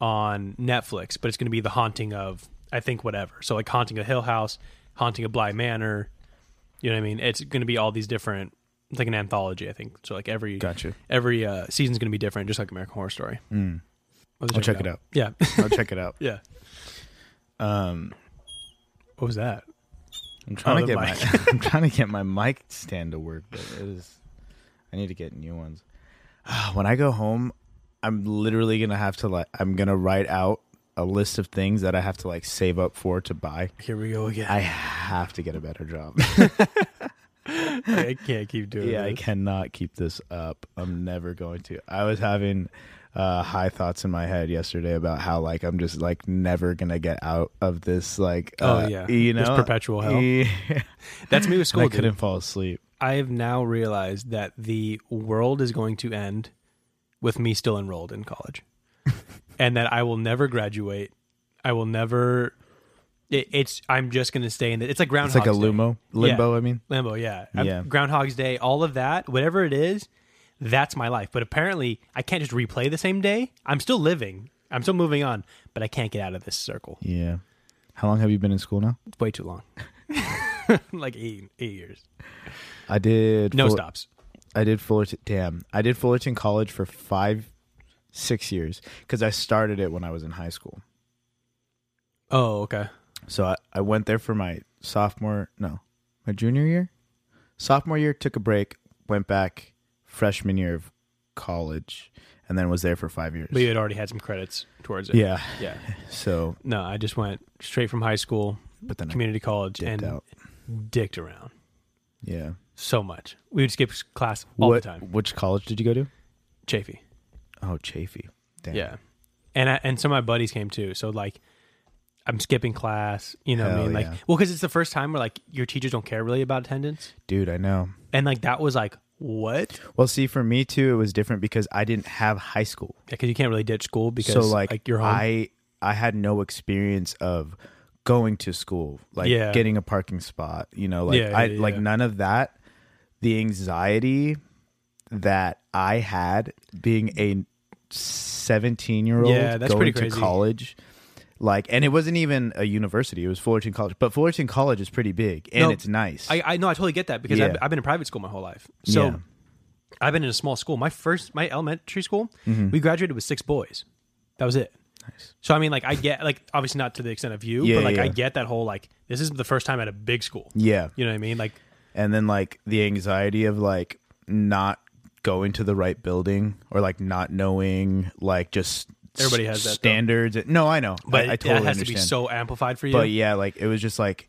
[SPEAKER 2] on Netflix, but it's going to be the haunting of I think whatever. So like haunting a Hill House, haunting a Bly Manor. You know what I mean? It's going to be all these different. It's like an anthology, I think. So like every
[SPEAKER 1] Gotcha. Hmm.
[SPEAKER 2] every uh, season's going to be different, just like American Horror Story. I'll,
[SPEAKER 1] I'll check it out.
[SPEAKER 2] Yeah,
[SPEAKER 1] I'll check it out.
[SPEAKER 2] yeah.
[SPEAKER 1] Um,
[SPEAKER 2] What was that?
[SPEAKER 1] I'm trying
[SPEAKER 2] Oh,
[SPEAKER 1] to get
[SPEAKER 2] the
[SPEAKER 1] my I'm trying to get my mic stand to work, but it is. I need to get new ones. When I go home, I'm literally gonna have to like I'm gonna write out a list of things that I have to like save up for to buy.
[SPEAKER 2] Here we go again.
[SPEAKER 1] I have to get a better job.
[SPEAKER 2] I can't keep doing
[SPEAKER 1] yeah, I
[SPEAKER 2] this.
[SPEAKER 1] cannot keep this up. I'm never going to. I was having uh, high thoughts in my head yesterday about how like I'm just like never gonna get out of this like
[SPEAKER 2] Oh,
[SPEAKER 1] uh,
[SPEAKER 2] yeah.
[SPEAKER 1] you know
[SPEAKER 2] This perpetual hell.
[SPEAKER 1] Yeah.
[SPEAKER 2] That's me with
[SPEAKER 1] I
[SPEAKER 2] school. dude.
[SPEAKER 1] couldn't fall asleep.
[SPEAKER 2] I have now realized that the world is going to end with me still enrolled in college, and that I will never graduate. I will never. It, it's. I'm just going to stay in. The, it's like
[SPEAKER 1] It's
[SPEAKER 2] Groundhog.
[SPEAKER 1] like a lumo limbo. I mean,
[SPEAKER 2] Limbo. Yeah. I'm-
[SPEAKER 1] Yeah.
[SPEAKER 2] Groundhog's Day. All of that. Whatever it is, that's my life. But apparently, I can't just replay the same day. I'm still living. I'm still moving on, but I can't get out of this circle.
[SPEAKER 1] yeah. How long have you been in school now?
[SPEAKER 2] It's way too long. like eight, eight years.
[SPEAKER 1] I did
[SPEAKER 2] No
[SPEAKER 1] Fuller-
[SPEAKER 2] stops.
[SPEAKER 1] I did Fullerton. Damn, I did Fullerton College for five, six years because I started it when I was in high school.
[SPEAKER 2] Oh, okay.
[SPEAKER 1] So I, I went there for my sophomore, no, my junior year. Sophomore year, took a break, went back freshman year of college, and then was there for five years.
[SPEAKER 2] But you had already had some credits towards it.
[SPEAKER 1] yeah.
[SPEAKER 2] Yeah.
[SPEAKER 1] So,
[SPEAKER 2] No, I just went straight from high school,
[SPEAKER 1] but then
[SPEAKER 2] community college,
[SPEAKER 1] I dipped
[SPEAKER 2] and
[SPEAKER 1] out.
[SPEAKER 2] dicked around
[SPEAKER 1] Yeah.
[SPEAKER 2] so much. We would skip class all
[SPEAKER 1] what,
[SPEAKER 2] the time.
[SPEAKER 1] Which college did you go to?
[SPEAKER 2] Chafee.
[SPEAKER 1] Oh, Chafee. Damn.
[SPEAKER 2] Yeah. And I, and some of my buddies came too. So like, I'm skipping class. You know, what I
[SPEAKER 1] Hell
[SPEAKER 2] mean, like,
[SPEAKER 1] yeah.
[SPEAKER 2] well, because it's the first time where like your teachers don't care really about attendance,
[SPEAKER 1] Dude, I know.
[SPEAKER 2] and like that was like what?
[SPEAKER 1] Well, see, for me too, it was different because I didn't have high school.
[SPEAKER 2] Because you can't really ditch school because
[SPEAKER 1] so like,
[SPEAKER 2] you're home.
[SPEAKER 1] I I had no experience of going to school, like
[SPEAKER 2] Yeah.
[SPEAKER 1] getting a parking spot, you know, like
[SPEAKER 2] Yeah, yeah,
[SPEAKER 1] I like
[SPEAKER 2] yeah.
[SPEAKER 1] none of that. The anxiety that I had being a 17 year old
[SPEAKER 2] Yeah, that's
[SPEAKER 1] going
[SPEAKER 2] pretty
[SPEAKER 1] to
[SPEAKER 2] crazy.
[SPEAKER 1] college like and it wasn't even a university it was fullerton college but fullerton college is pretty big and
[SPEAKER 2] No,
[SPEAKER 1] it's nice
[SPEAKER 2] I, I no, I totally get that because I've,
[SPEAKER 1] Yeah.
[SPEAKER 2] I've been in private school my whole life. So
[SPEAKER 1] Yeah.
[SPEAKER 2] I've been in a small school. My first, my elementary school,
[SPEAKER 1] Mm-hmm.
[SPEAKER 2] we graduated with six boys. That was it. Nice. So I mean, like I get, like obviously not to the extent of you,
[SPEAKER 1] Yeah,
[SPEAKER 2] but like
[SPEAKER 1] yeah,
[SPEAKER 2] I
[SPEAKER 1] yeah.
[SPEAKER 2] get that whole like this is the first time at a big school.
[SPEAKER 1] yeah
[SPEAKER 2] You know what I mean? Like
[SPEAKER 1] and then like the anxiety of like not going to the right building or like not knowing like just
[SPEAKER 2] Everybody
[SPEAKER 1] s-
[SPEAKER 2] has that, though.
[SPEAKER 1] standards. No, I know,
[SPEAKER 2] but
[SPEAKER 1] but I,
[SPEAKER 2] it-
[SPEAKER 1] totally
[SPEAKER 2] that has to
[SPEAKER 1] understand.
[SPEAKER 2] be so amplified for you.
[SPEAKER 1] But yeah, like it was just like,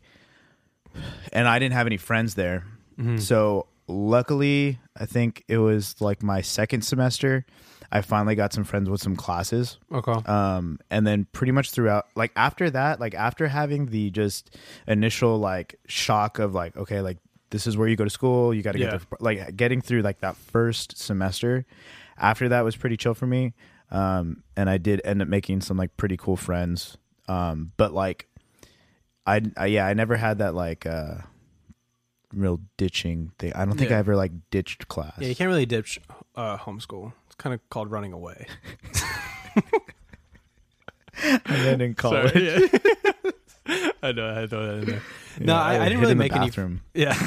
[SPEAKER 1] and I didn't have any friends there,
[SPEAKER 2] Mm-hmm.
[SPEAKER 1] so luckily I think it was like my second semester. I finally got some friends with some classes
[SPEAKER 2] Okay.
[SPEAKER 1] um and then pretty much throughout like after that like after having the just initial like shock of like okay like this is where you go to school you got to
[SPEAKER 2] Yeah.
[SPEAKER 1] get the, like getting through like that first semester after that was pretty chill for me um and i did end up making some like pretty cool friends um but like i, I yeah i never had that like uh real ditching thing i don't think
[SPEAKER 2] Yeah.
[SPEAKER 1] i ever like ditched class
[SPEAKER 2] yeah, you can't really ditch uh, homeschool. It's kind of called running away.
[SPEAKER 1] and then in college
[SPEAKER 2] I know. I had to throw that in there. no,
[SPEAKER 1] I
[SPEAKER 2] I, I,
[SPEAKER 1] would hid
[SPEAKER 2] didn't really
[SPEAKER 1] in the
[SPEAKER 2] make any
[SPEAKER 1] bathroom.
[SPEAKER 2] Yeah.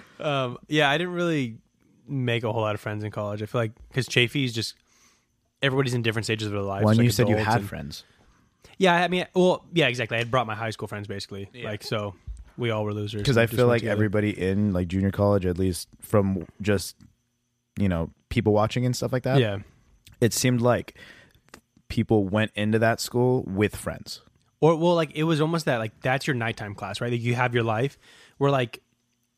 [SPEAKER 2] um, yeah, I didn't really make a whole lot of friends in college. I feel like because Chafee's just everybody's in different stages of their life.
[SPEAKER 1] when
[SPEAKER 2] like
[SPEAKER 1] you said you
[SPEAKER 2] adults
[SPEAKER 1] had
[SPEAKER 2] and-
[SPEAKER 1] friends
[SPEAKER 2] Yeah, I mean, well, yeah, exactly. I had brought my high school friends basically, like so we all were losers
[SPEAKER 1] because
[SPEAKER 2] We
[SPEAKER 1] I
[SPEAKER 2] just
[SPEAKER 1] feel
[SPEAKER 2] went
[SPEAKER 1] like
[SPEAKER 2] together.
[SPEAKER 1] everybody in like junior college, at least from just you know people watching and stuff like that,
[SPEAKER 2] yeah,
[SPEAKER 1] it seemed like people went into that school with friends.
[SPEAKER 2] or well, like it was almost that like that's your nighttime class, right? Like you have your life where like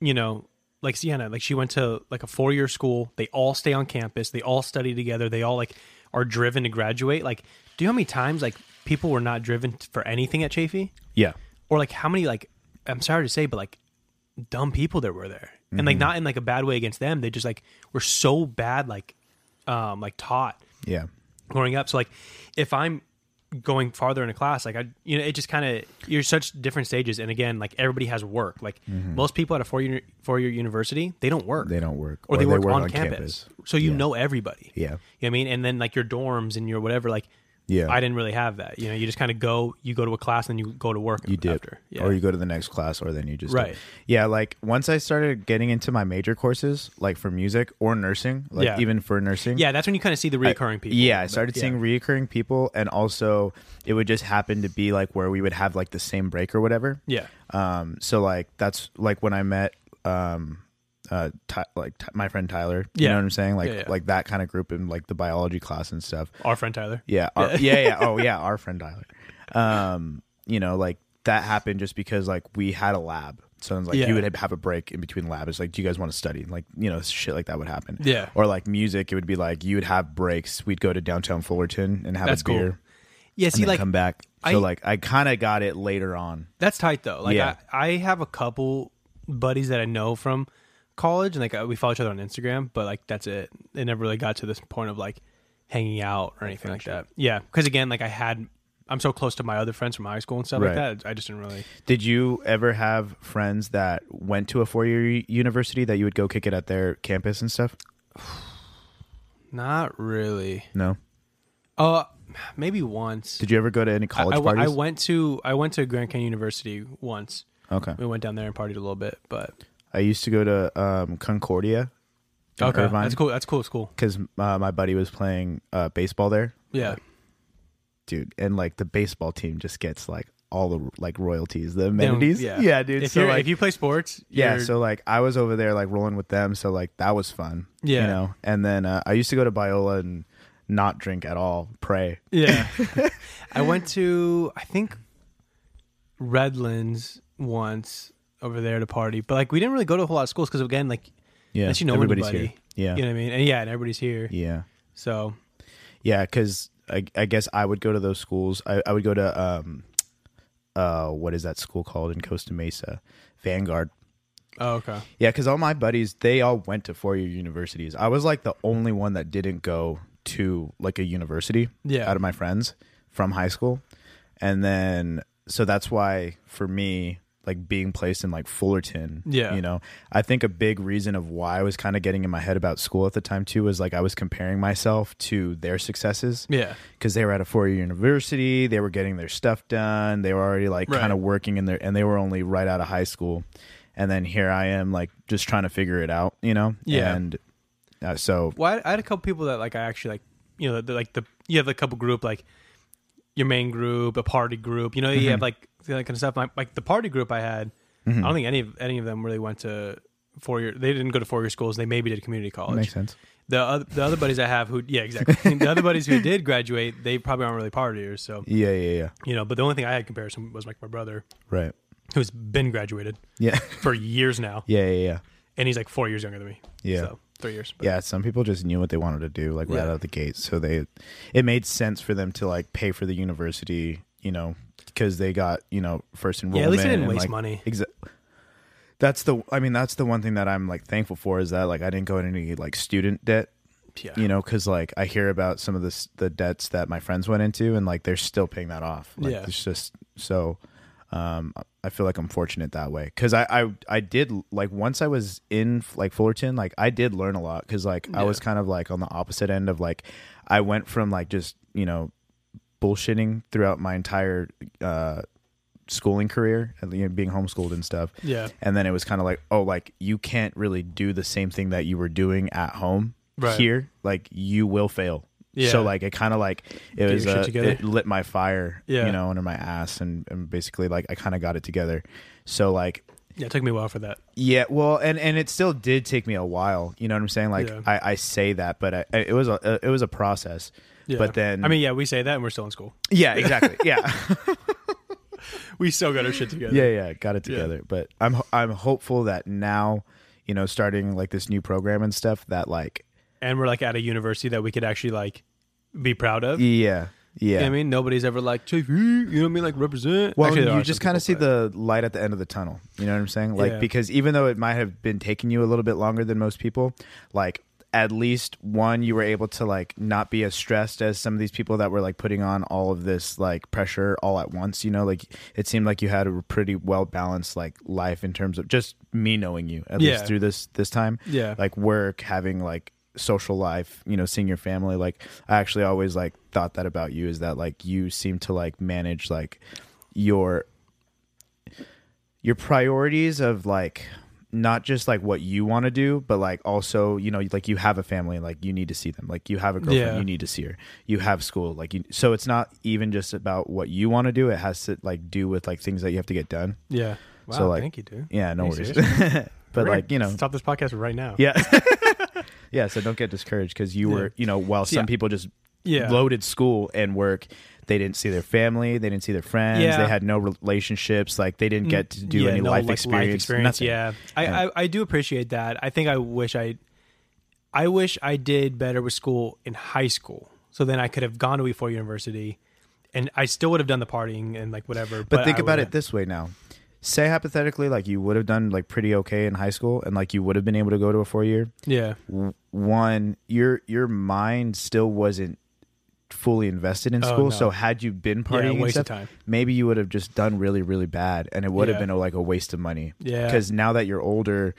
[SPEAKER 2] you know. Like Sienna, like she went to like a four year school. They all stay on campus. They all study together. They all like are driven to graduate. Like, do you know how many times like people were not driven t- for anything at Chafee?
[SPEAKER 1] Yeah,
[SPEAKER 2] or like how many like I'm sorry to say, but like dumb people there were there, and like not in like a bad way against them. They just like were so bad, like um like taught
[SPEAKER 1] Yeah.
[SPEAKER 2] growing up. So like if I'm going farther in a class, like I you know, it just kind of you're such different stages. And again, like everybody has work. Like most people at a four year four year university, they don't work.
[SPEAKER 1] Mm-hmm. They don't work.
[SPEAKER 2] or, they, work, on, campus. So you
[SPEAKER 1] Yeah.
[SPEAKER 2] know everybody.
[SPEAKER 1] Yeah.
[SPEAKER 2] You know what I mean? And then like your dorms and your whatever, like
[SPEAKER 1] Yeah.
[SPEAKER 2] I didn't really have that. You know, you just kind of go, you go to a class and you go to work
[SPEAKER 1] You did.
[SPEAKER 2] after. Yeah.
[SPEAKER 1] Or you go to the next class or then you just
[SPEAKER 2] Right.
[SPEAKER 1] Yeah, like once I started getting into my major courses, like for music or nursing, like
[SPEAKER 2] Yeah.
[SPEAKER 1] even for nursing.
[SPEAKER 2] yeah, that's when you kind of see the reoccurring people.
[SPEAKER 1] Yeah, I
[SPEAKER 2] But,
[SPEAKER 1] started seeing
[SPEAKER 2] yeah.
[SPEAKER 1] reoccurring people, and also it would just happen to be like where we would have like the same break or whatever.
[SPEAKER 2] Yeah.
[SPEAKER 1] Um. So like that's like when I met um, uh, Ty- like Ty- my friend Tyler. You
[SPEAKER 2] Yeah.
[SPEAKER 1] know what I'm saying? Like
[SPEAKER 2] Yeah, yeah.
[SPEAKER 1] like that kind of group in like the biology class and stuff.
[SPEAKER 2] Our friend Tyler.
[SPEAKER 1] Yeah. Our, yeah. Yeah. Oh yeah. Our friend Tyler. Um. You know, like that happened just because like we had a lab. So it's like
[SPEAKER 2] Yeah.
[SPEAKER 1] you would have a break in between lab. It's like, do you guys want to study? Like, you know, shit like that would happen.
[SPEAKER 2] Yeah.
[SPEAKER 1] Or like music, it would be like you would have breaks. We'd go to downtown Fullerton and have
[SPEAKER 2] That's
[SPEAKER 1] a
[SPEAKER 2] cool.
[SPEAKER 1] beer
[SPEAKER 2] Yeah,
[SPEAKER 1] and
[SPEAKER 2] see
[SPEAKER 1] then
[SPEAKER 2] like
[SPEAKER 1] come back. So
[SPEAKER 2] I-
[SPEAKER 1] like I kind of got it later on.
[SPEAKER 2] That's tight though. Like
[SPEAKER 1] Yeah.
[SPEAKER 2] I, I have a couple buddies that I know from college, and like uh, we follow each other on Instagram, but like that's it. It never really got to this point of like hanging out or anything like that. Yeah, because again, like I had, I'm so close to my other friends from high school and stuff
[SPEAKER 1] Right.
[SPEAKER 2] like that. I just didn't really.
[SPEAKER 1] Did you ever have friends that went to a four year university that you would go kick it at their campus and stuff?
[SPEAKER 2] Not really.
[SPEAKER 1] No.
[SPEAKER 2] Uh, maybe once.
[SPEAKER 1] Did you ever go to any college
[SPEAKER 2] I, I,
[SPEAKER 1] parties?
[SPEAKER 2] I went to I went to Grand Canyon University once.
[SPEAKER 1] okay.
[SPEAKER 2] We went down there and partied a little bit, but
[SPEAKER 1] I used to go to um, Concordia. in
[SPEAKER 2] okay,
[SPEAKER 1] Irvine.
[SPEAKER 2] that's cool. That's cool. It's cool.
[SPEAKER 1] because uh, my buddy was playing uh, baseball there,
[SPEAKER 2] Yeah.
[SPEAKER 1] dude, and like the baseball team just gets like all the like royalties, the
[SPEAKER 2] Then-
[SPEAKER 1] amenities. Yeah, dude.
[SPEAKER 2] If,
[SPEAKER 1] so
[SPEAKER 2] you're-
[SPEAKER 1] like,
[SPEAKER 2] if you play sports,
[SPEAKER 1] yeah,
[SPEAKER 2] you're-
[SPEAKER 1] so like I was over there like rolling with them, so like that was fun.
[SPEAKER 2] Yeah.
[SPEAKER 1] you know. And then uh, I used to go to Biola and not drink at all, pray.
[SPEAKER 2] Yeah. I went to I think Redlands once over there to party, but like we didn't really go to a whole lot of schools because again, like
[SPEAKER 1] Yeah,
[SPEAKER 2] unless you know
[SPEAKER 1] everybody's
[SPEAKER 2] anybody,
[SPEAKER 1] here. Yeah,
[SPEAKER 2] you know what I mean. And yeah, and everybody's here.
[SPEAKER 1] yeah,
[SPEAKER 2] So
[SPEAKER 1] yeah. Because I, I guess I would go to those schools. I, I would go to um, uh, what is that school called in Costa Mesa? Vanguard.
[SPEAKER 2] oh, okay,
[SPEAKER 1] Yeah, because all my buddies, they all went to four year universities. I was like the only one that didn't go to like a university
[SPEAKER 2] Yeah.
[SPEAKER 1] out of my friends from high school. And then, so that's why for me, like being placed in like Fullerton,
[SPEAKER 2] Yeah.
[SPEAKER 1] you know, I think a big reason of why I was kind of getting in my head about school at the time too was like I was comparing myself to their successes
[SPEAKER 2] yeah,
[SPEAKER 1] because they were at a four year university. They were getting their stuff done. They were already like
[SPEAKER 2] Right.
[SPEAKER 1] kind of working in their, and they were only right out of high school. And then here I am, like just trying to figure it out, you know?
[SPEAKER 2] Yeah.
[SPEAKER 1] And uh, so,
[SPEAKER 2] Well, I, I had a couple people that like I actually like. You know, the, like the you have a couple group like your main group, a party group. You know, you
[SPEAKER 1] Mm-hmm.
[SPEAKER 2] have like the that kind of stuff. My, like the party group I had, I don't think any of any of them really went to four year. They didn't go to four year schools. They maybe did community college.
[SPEAKER 1] makes sense.
[SPEAKER 2] The other, the other buddies I have who yeah exactly the other buddies who did graduate they probably aren't really partiers so
[SPEAKER 1] Yeah, yeah, yeah.
[SPEAKER 2] you know but the only thing I had comparison was like my brother
[SPEAKER 1] Right.
[SPEAKER 2] who's been graduated
[SPEAKER 1] Yeah.
[SPEAKER 2] for years now
[SPEAKER 1] yeah, yeah, yeah.
[SPEAKER 2] and he's like four years younger than me
[SPEAKER 1] Yeah.
[SPEAKER 2] so three years but-
[SPEAKER 1] Yeah, some people just knew what they wanted to do, like right
[SPEAKER 2] Yeah.
[SPEAKER 1] out of the gate. So they, it made sense for them to like pay for the university, you know, because they got you know first enrollment.
[SPEAKER 2] at least they didn't
[SPEAKER 1] and,
[SPEAKER 2] waste
[SPEAKER 1] like,
[SPEAKER 2] money.
[SPEAKER 1] Exa- that's the. I mean, that's the one thing that I'm like thankful for is that like I didn't go into any like student debt.
[SPEAKER 2] Yeah.
[SPEAKER 1] You know, because like I hear about some of the s- the debts that my friends went into, and like they're still paying that off. Like,
[SPEAKER 2] Yeah.
[SPEAKER 1] it's just so. Um, I feel like I'm fortunate that way because I, I I did like once I was in like Fullerton, like I did learn a lot because like I was kind of like on the opposite end of like I went from like just you know bullshitting throughout my entire uh schooling career and you know, being homeschooled and stuff.
[SPEAKER 2] Yeah.
[SPEAKER 1] And then it was kind of like, oh, like you can't really do the same thing that you were doing at home
[SPEAKER 2] Right.
[SPEAKER 1] here. Like you will fail.
[SPEAKER 2] Yeah.
[SPEAKER 1] So like it kind of like it was
[SPEAKER 2] your shit
[SPEAKER 1] uh,
[SPEAKER 2] together.
[SPEAKER 1] it lit my fire,
[SPEAKER 2] Yeah.
[SPEAKER 1] you know, under my ass, and, and basically like I kind of got it together. So like
[SPEAKER 2] yeah it took me a while for that
[SPEAKER 1] yeah, well, and and it still did take me a while. You know what I'm saying? Like
[SPEAKER 2] Yeah.
[SPEAKER 1] I, I say that, but I, it was a uh, it was a process.
[SPEAKER 2] yeah.
[SPEAKER 1] But then
[SPEAKER 2] I mean yeah we say that and we're still in school
[SPEAKER 1] yeah, exactly, yeah.
[SPEAKER 2] we still got our shit together
[SPEAKER 1] yeah yeah got it together but i'm ho- i'm hopeful that now you know starting like this new program and stuff that like
[SPEAKER 2] and we're like at a university that we could actually like be proud of
[SPEAKER 1] yeah Yeah.
[SPEAKER 2] You know what I mean, nobody's ever like, "Chief, you know what I mean? Like, represent.
[SPEAKER 1] Well,
[SPEAKER 2] Actually, there
[SPEAKER 1] you
[SPEAKER 2] are
[SPEAKER 1] just
[SPEAKER 2] some
[SPEAKER 1] kind of
[SPEAKER 2] people
[SPEAKER 1] see
[SPEAKER 2] that-
[SPEAKER 1] the light at the end of the tunnel. You know what I'm saying? Like
[SPEAKER 2] Yeah.
[SPEAKER 1] because even though it might have been taking you a little bit longer than most people, like at least one you were able to like not be as stressed as some of these people that were like putting on all of this like pressure all at once, you know? Like it seemed like you had a pretty well balanced like life in terms of just me knowing you at
[SPEAKER 2] Yeah.
[SPEAKER 1] least through this this time.
[SPEAKER 2] Yeah.
[SPEAKER 1] Like work, having like social life, you know, seeing your family. Like I actually always like thought that about you is that like you seem to like manage like your your priorities of like not just like what you want to do, but like also, you know, like you have a family, like you need to see them. Like you have a girlfriend,
[SPEAKER 2] Yeah.
[SPEAKER 1] you need to see her. You have school, like you so it's not even just about what you want to do. It has to like do with like things that you have to get done.
[SPEAKER 2] Yeah. Wow.
[SPEAKER 1] So, like-
[SPEAKER 2] thank you, dude.
[SPEAKER 1] Yeah, no
[SPEAKER 2] Are you
[SPEAKER 1] worries.
[SPEAKER 2] serious?
[SPEAKER 1] but
[SPEAKER 2] We're
[SPEAKER 1] like, you
[SPEAKER 2] gonna
[SPEAKER 1] know,
[SPEAKER 2] stop this podcast right now.
[SPEAKER 1] yeah. yeah, so don't get discouraged because you were, you know, while some
[SPEAKER 2] I-
[SPEAKER 1] people just
[SPEAKER 2] Yeah.
[SPEAKER 1] loaded school and work, they didn't see their family, they didn't see their friends,
[SPEAKER 2] Yeah. Mm,
[SPEAKER 1] they had no relationships, like they didn't get to do
[SPEAKER 2] Yeah,
[SPEAKER 1] any
[SPEAKER 2] no,
[SPEAKER 1] life,
[SPEAKER 2] like,
[SPEAKER 1] experience, nothing.
[SPEAKER 2] Yeah, I,
[SPEAKER 1] Yeah.
[SPEAKER 2] I I do appreciate that. I think I wish I, I wish I did better with school in high school. So then I could have gone to E four university, and I still would have done the partying and like whatever.
[SPEAKER 1] But, think
[SPEAKER 2] I
[SPEAKER 1] about
[SPEAKER 2] would've-
[SPEAKER 1] it this way now. Say hypothetically, like you would have done like pretty okay in high school, and like you would have been able to go to a four year.
[SPEAKER 2] Yeah,
[SPEAKER 1] w- one your your mind still wasn't fully invested in
[SPEAKER 2] Oh,
[SPEAKER 1] school
[SPEAKER 2] no.
[SPEAKER 1] so had you been partying and
[SPEAKER 2] waste of
[SPEAKER 1] stuff,
[SPEAKER 2] time.
[SPEAKER 1] maybe you would have just done really really bad and it would
[SPEAKER 2] Yeah.
[SPEAKER 1] have been a, like a waste of money
[SPEAKER 2] Yeah.
[SPEAKER 1] because now that you're older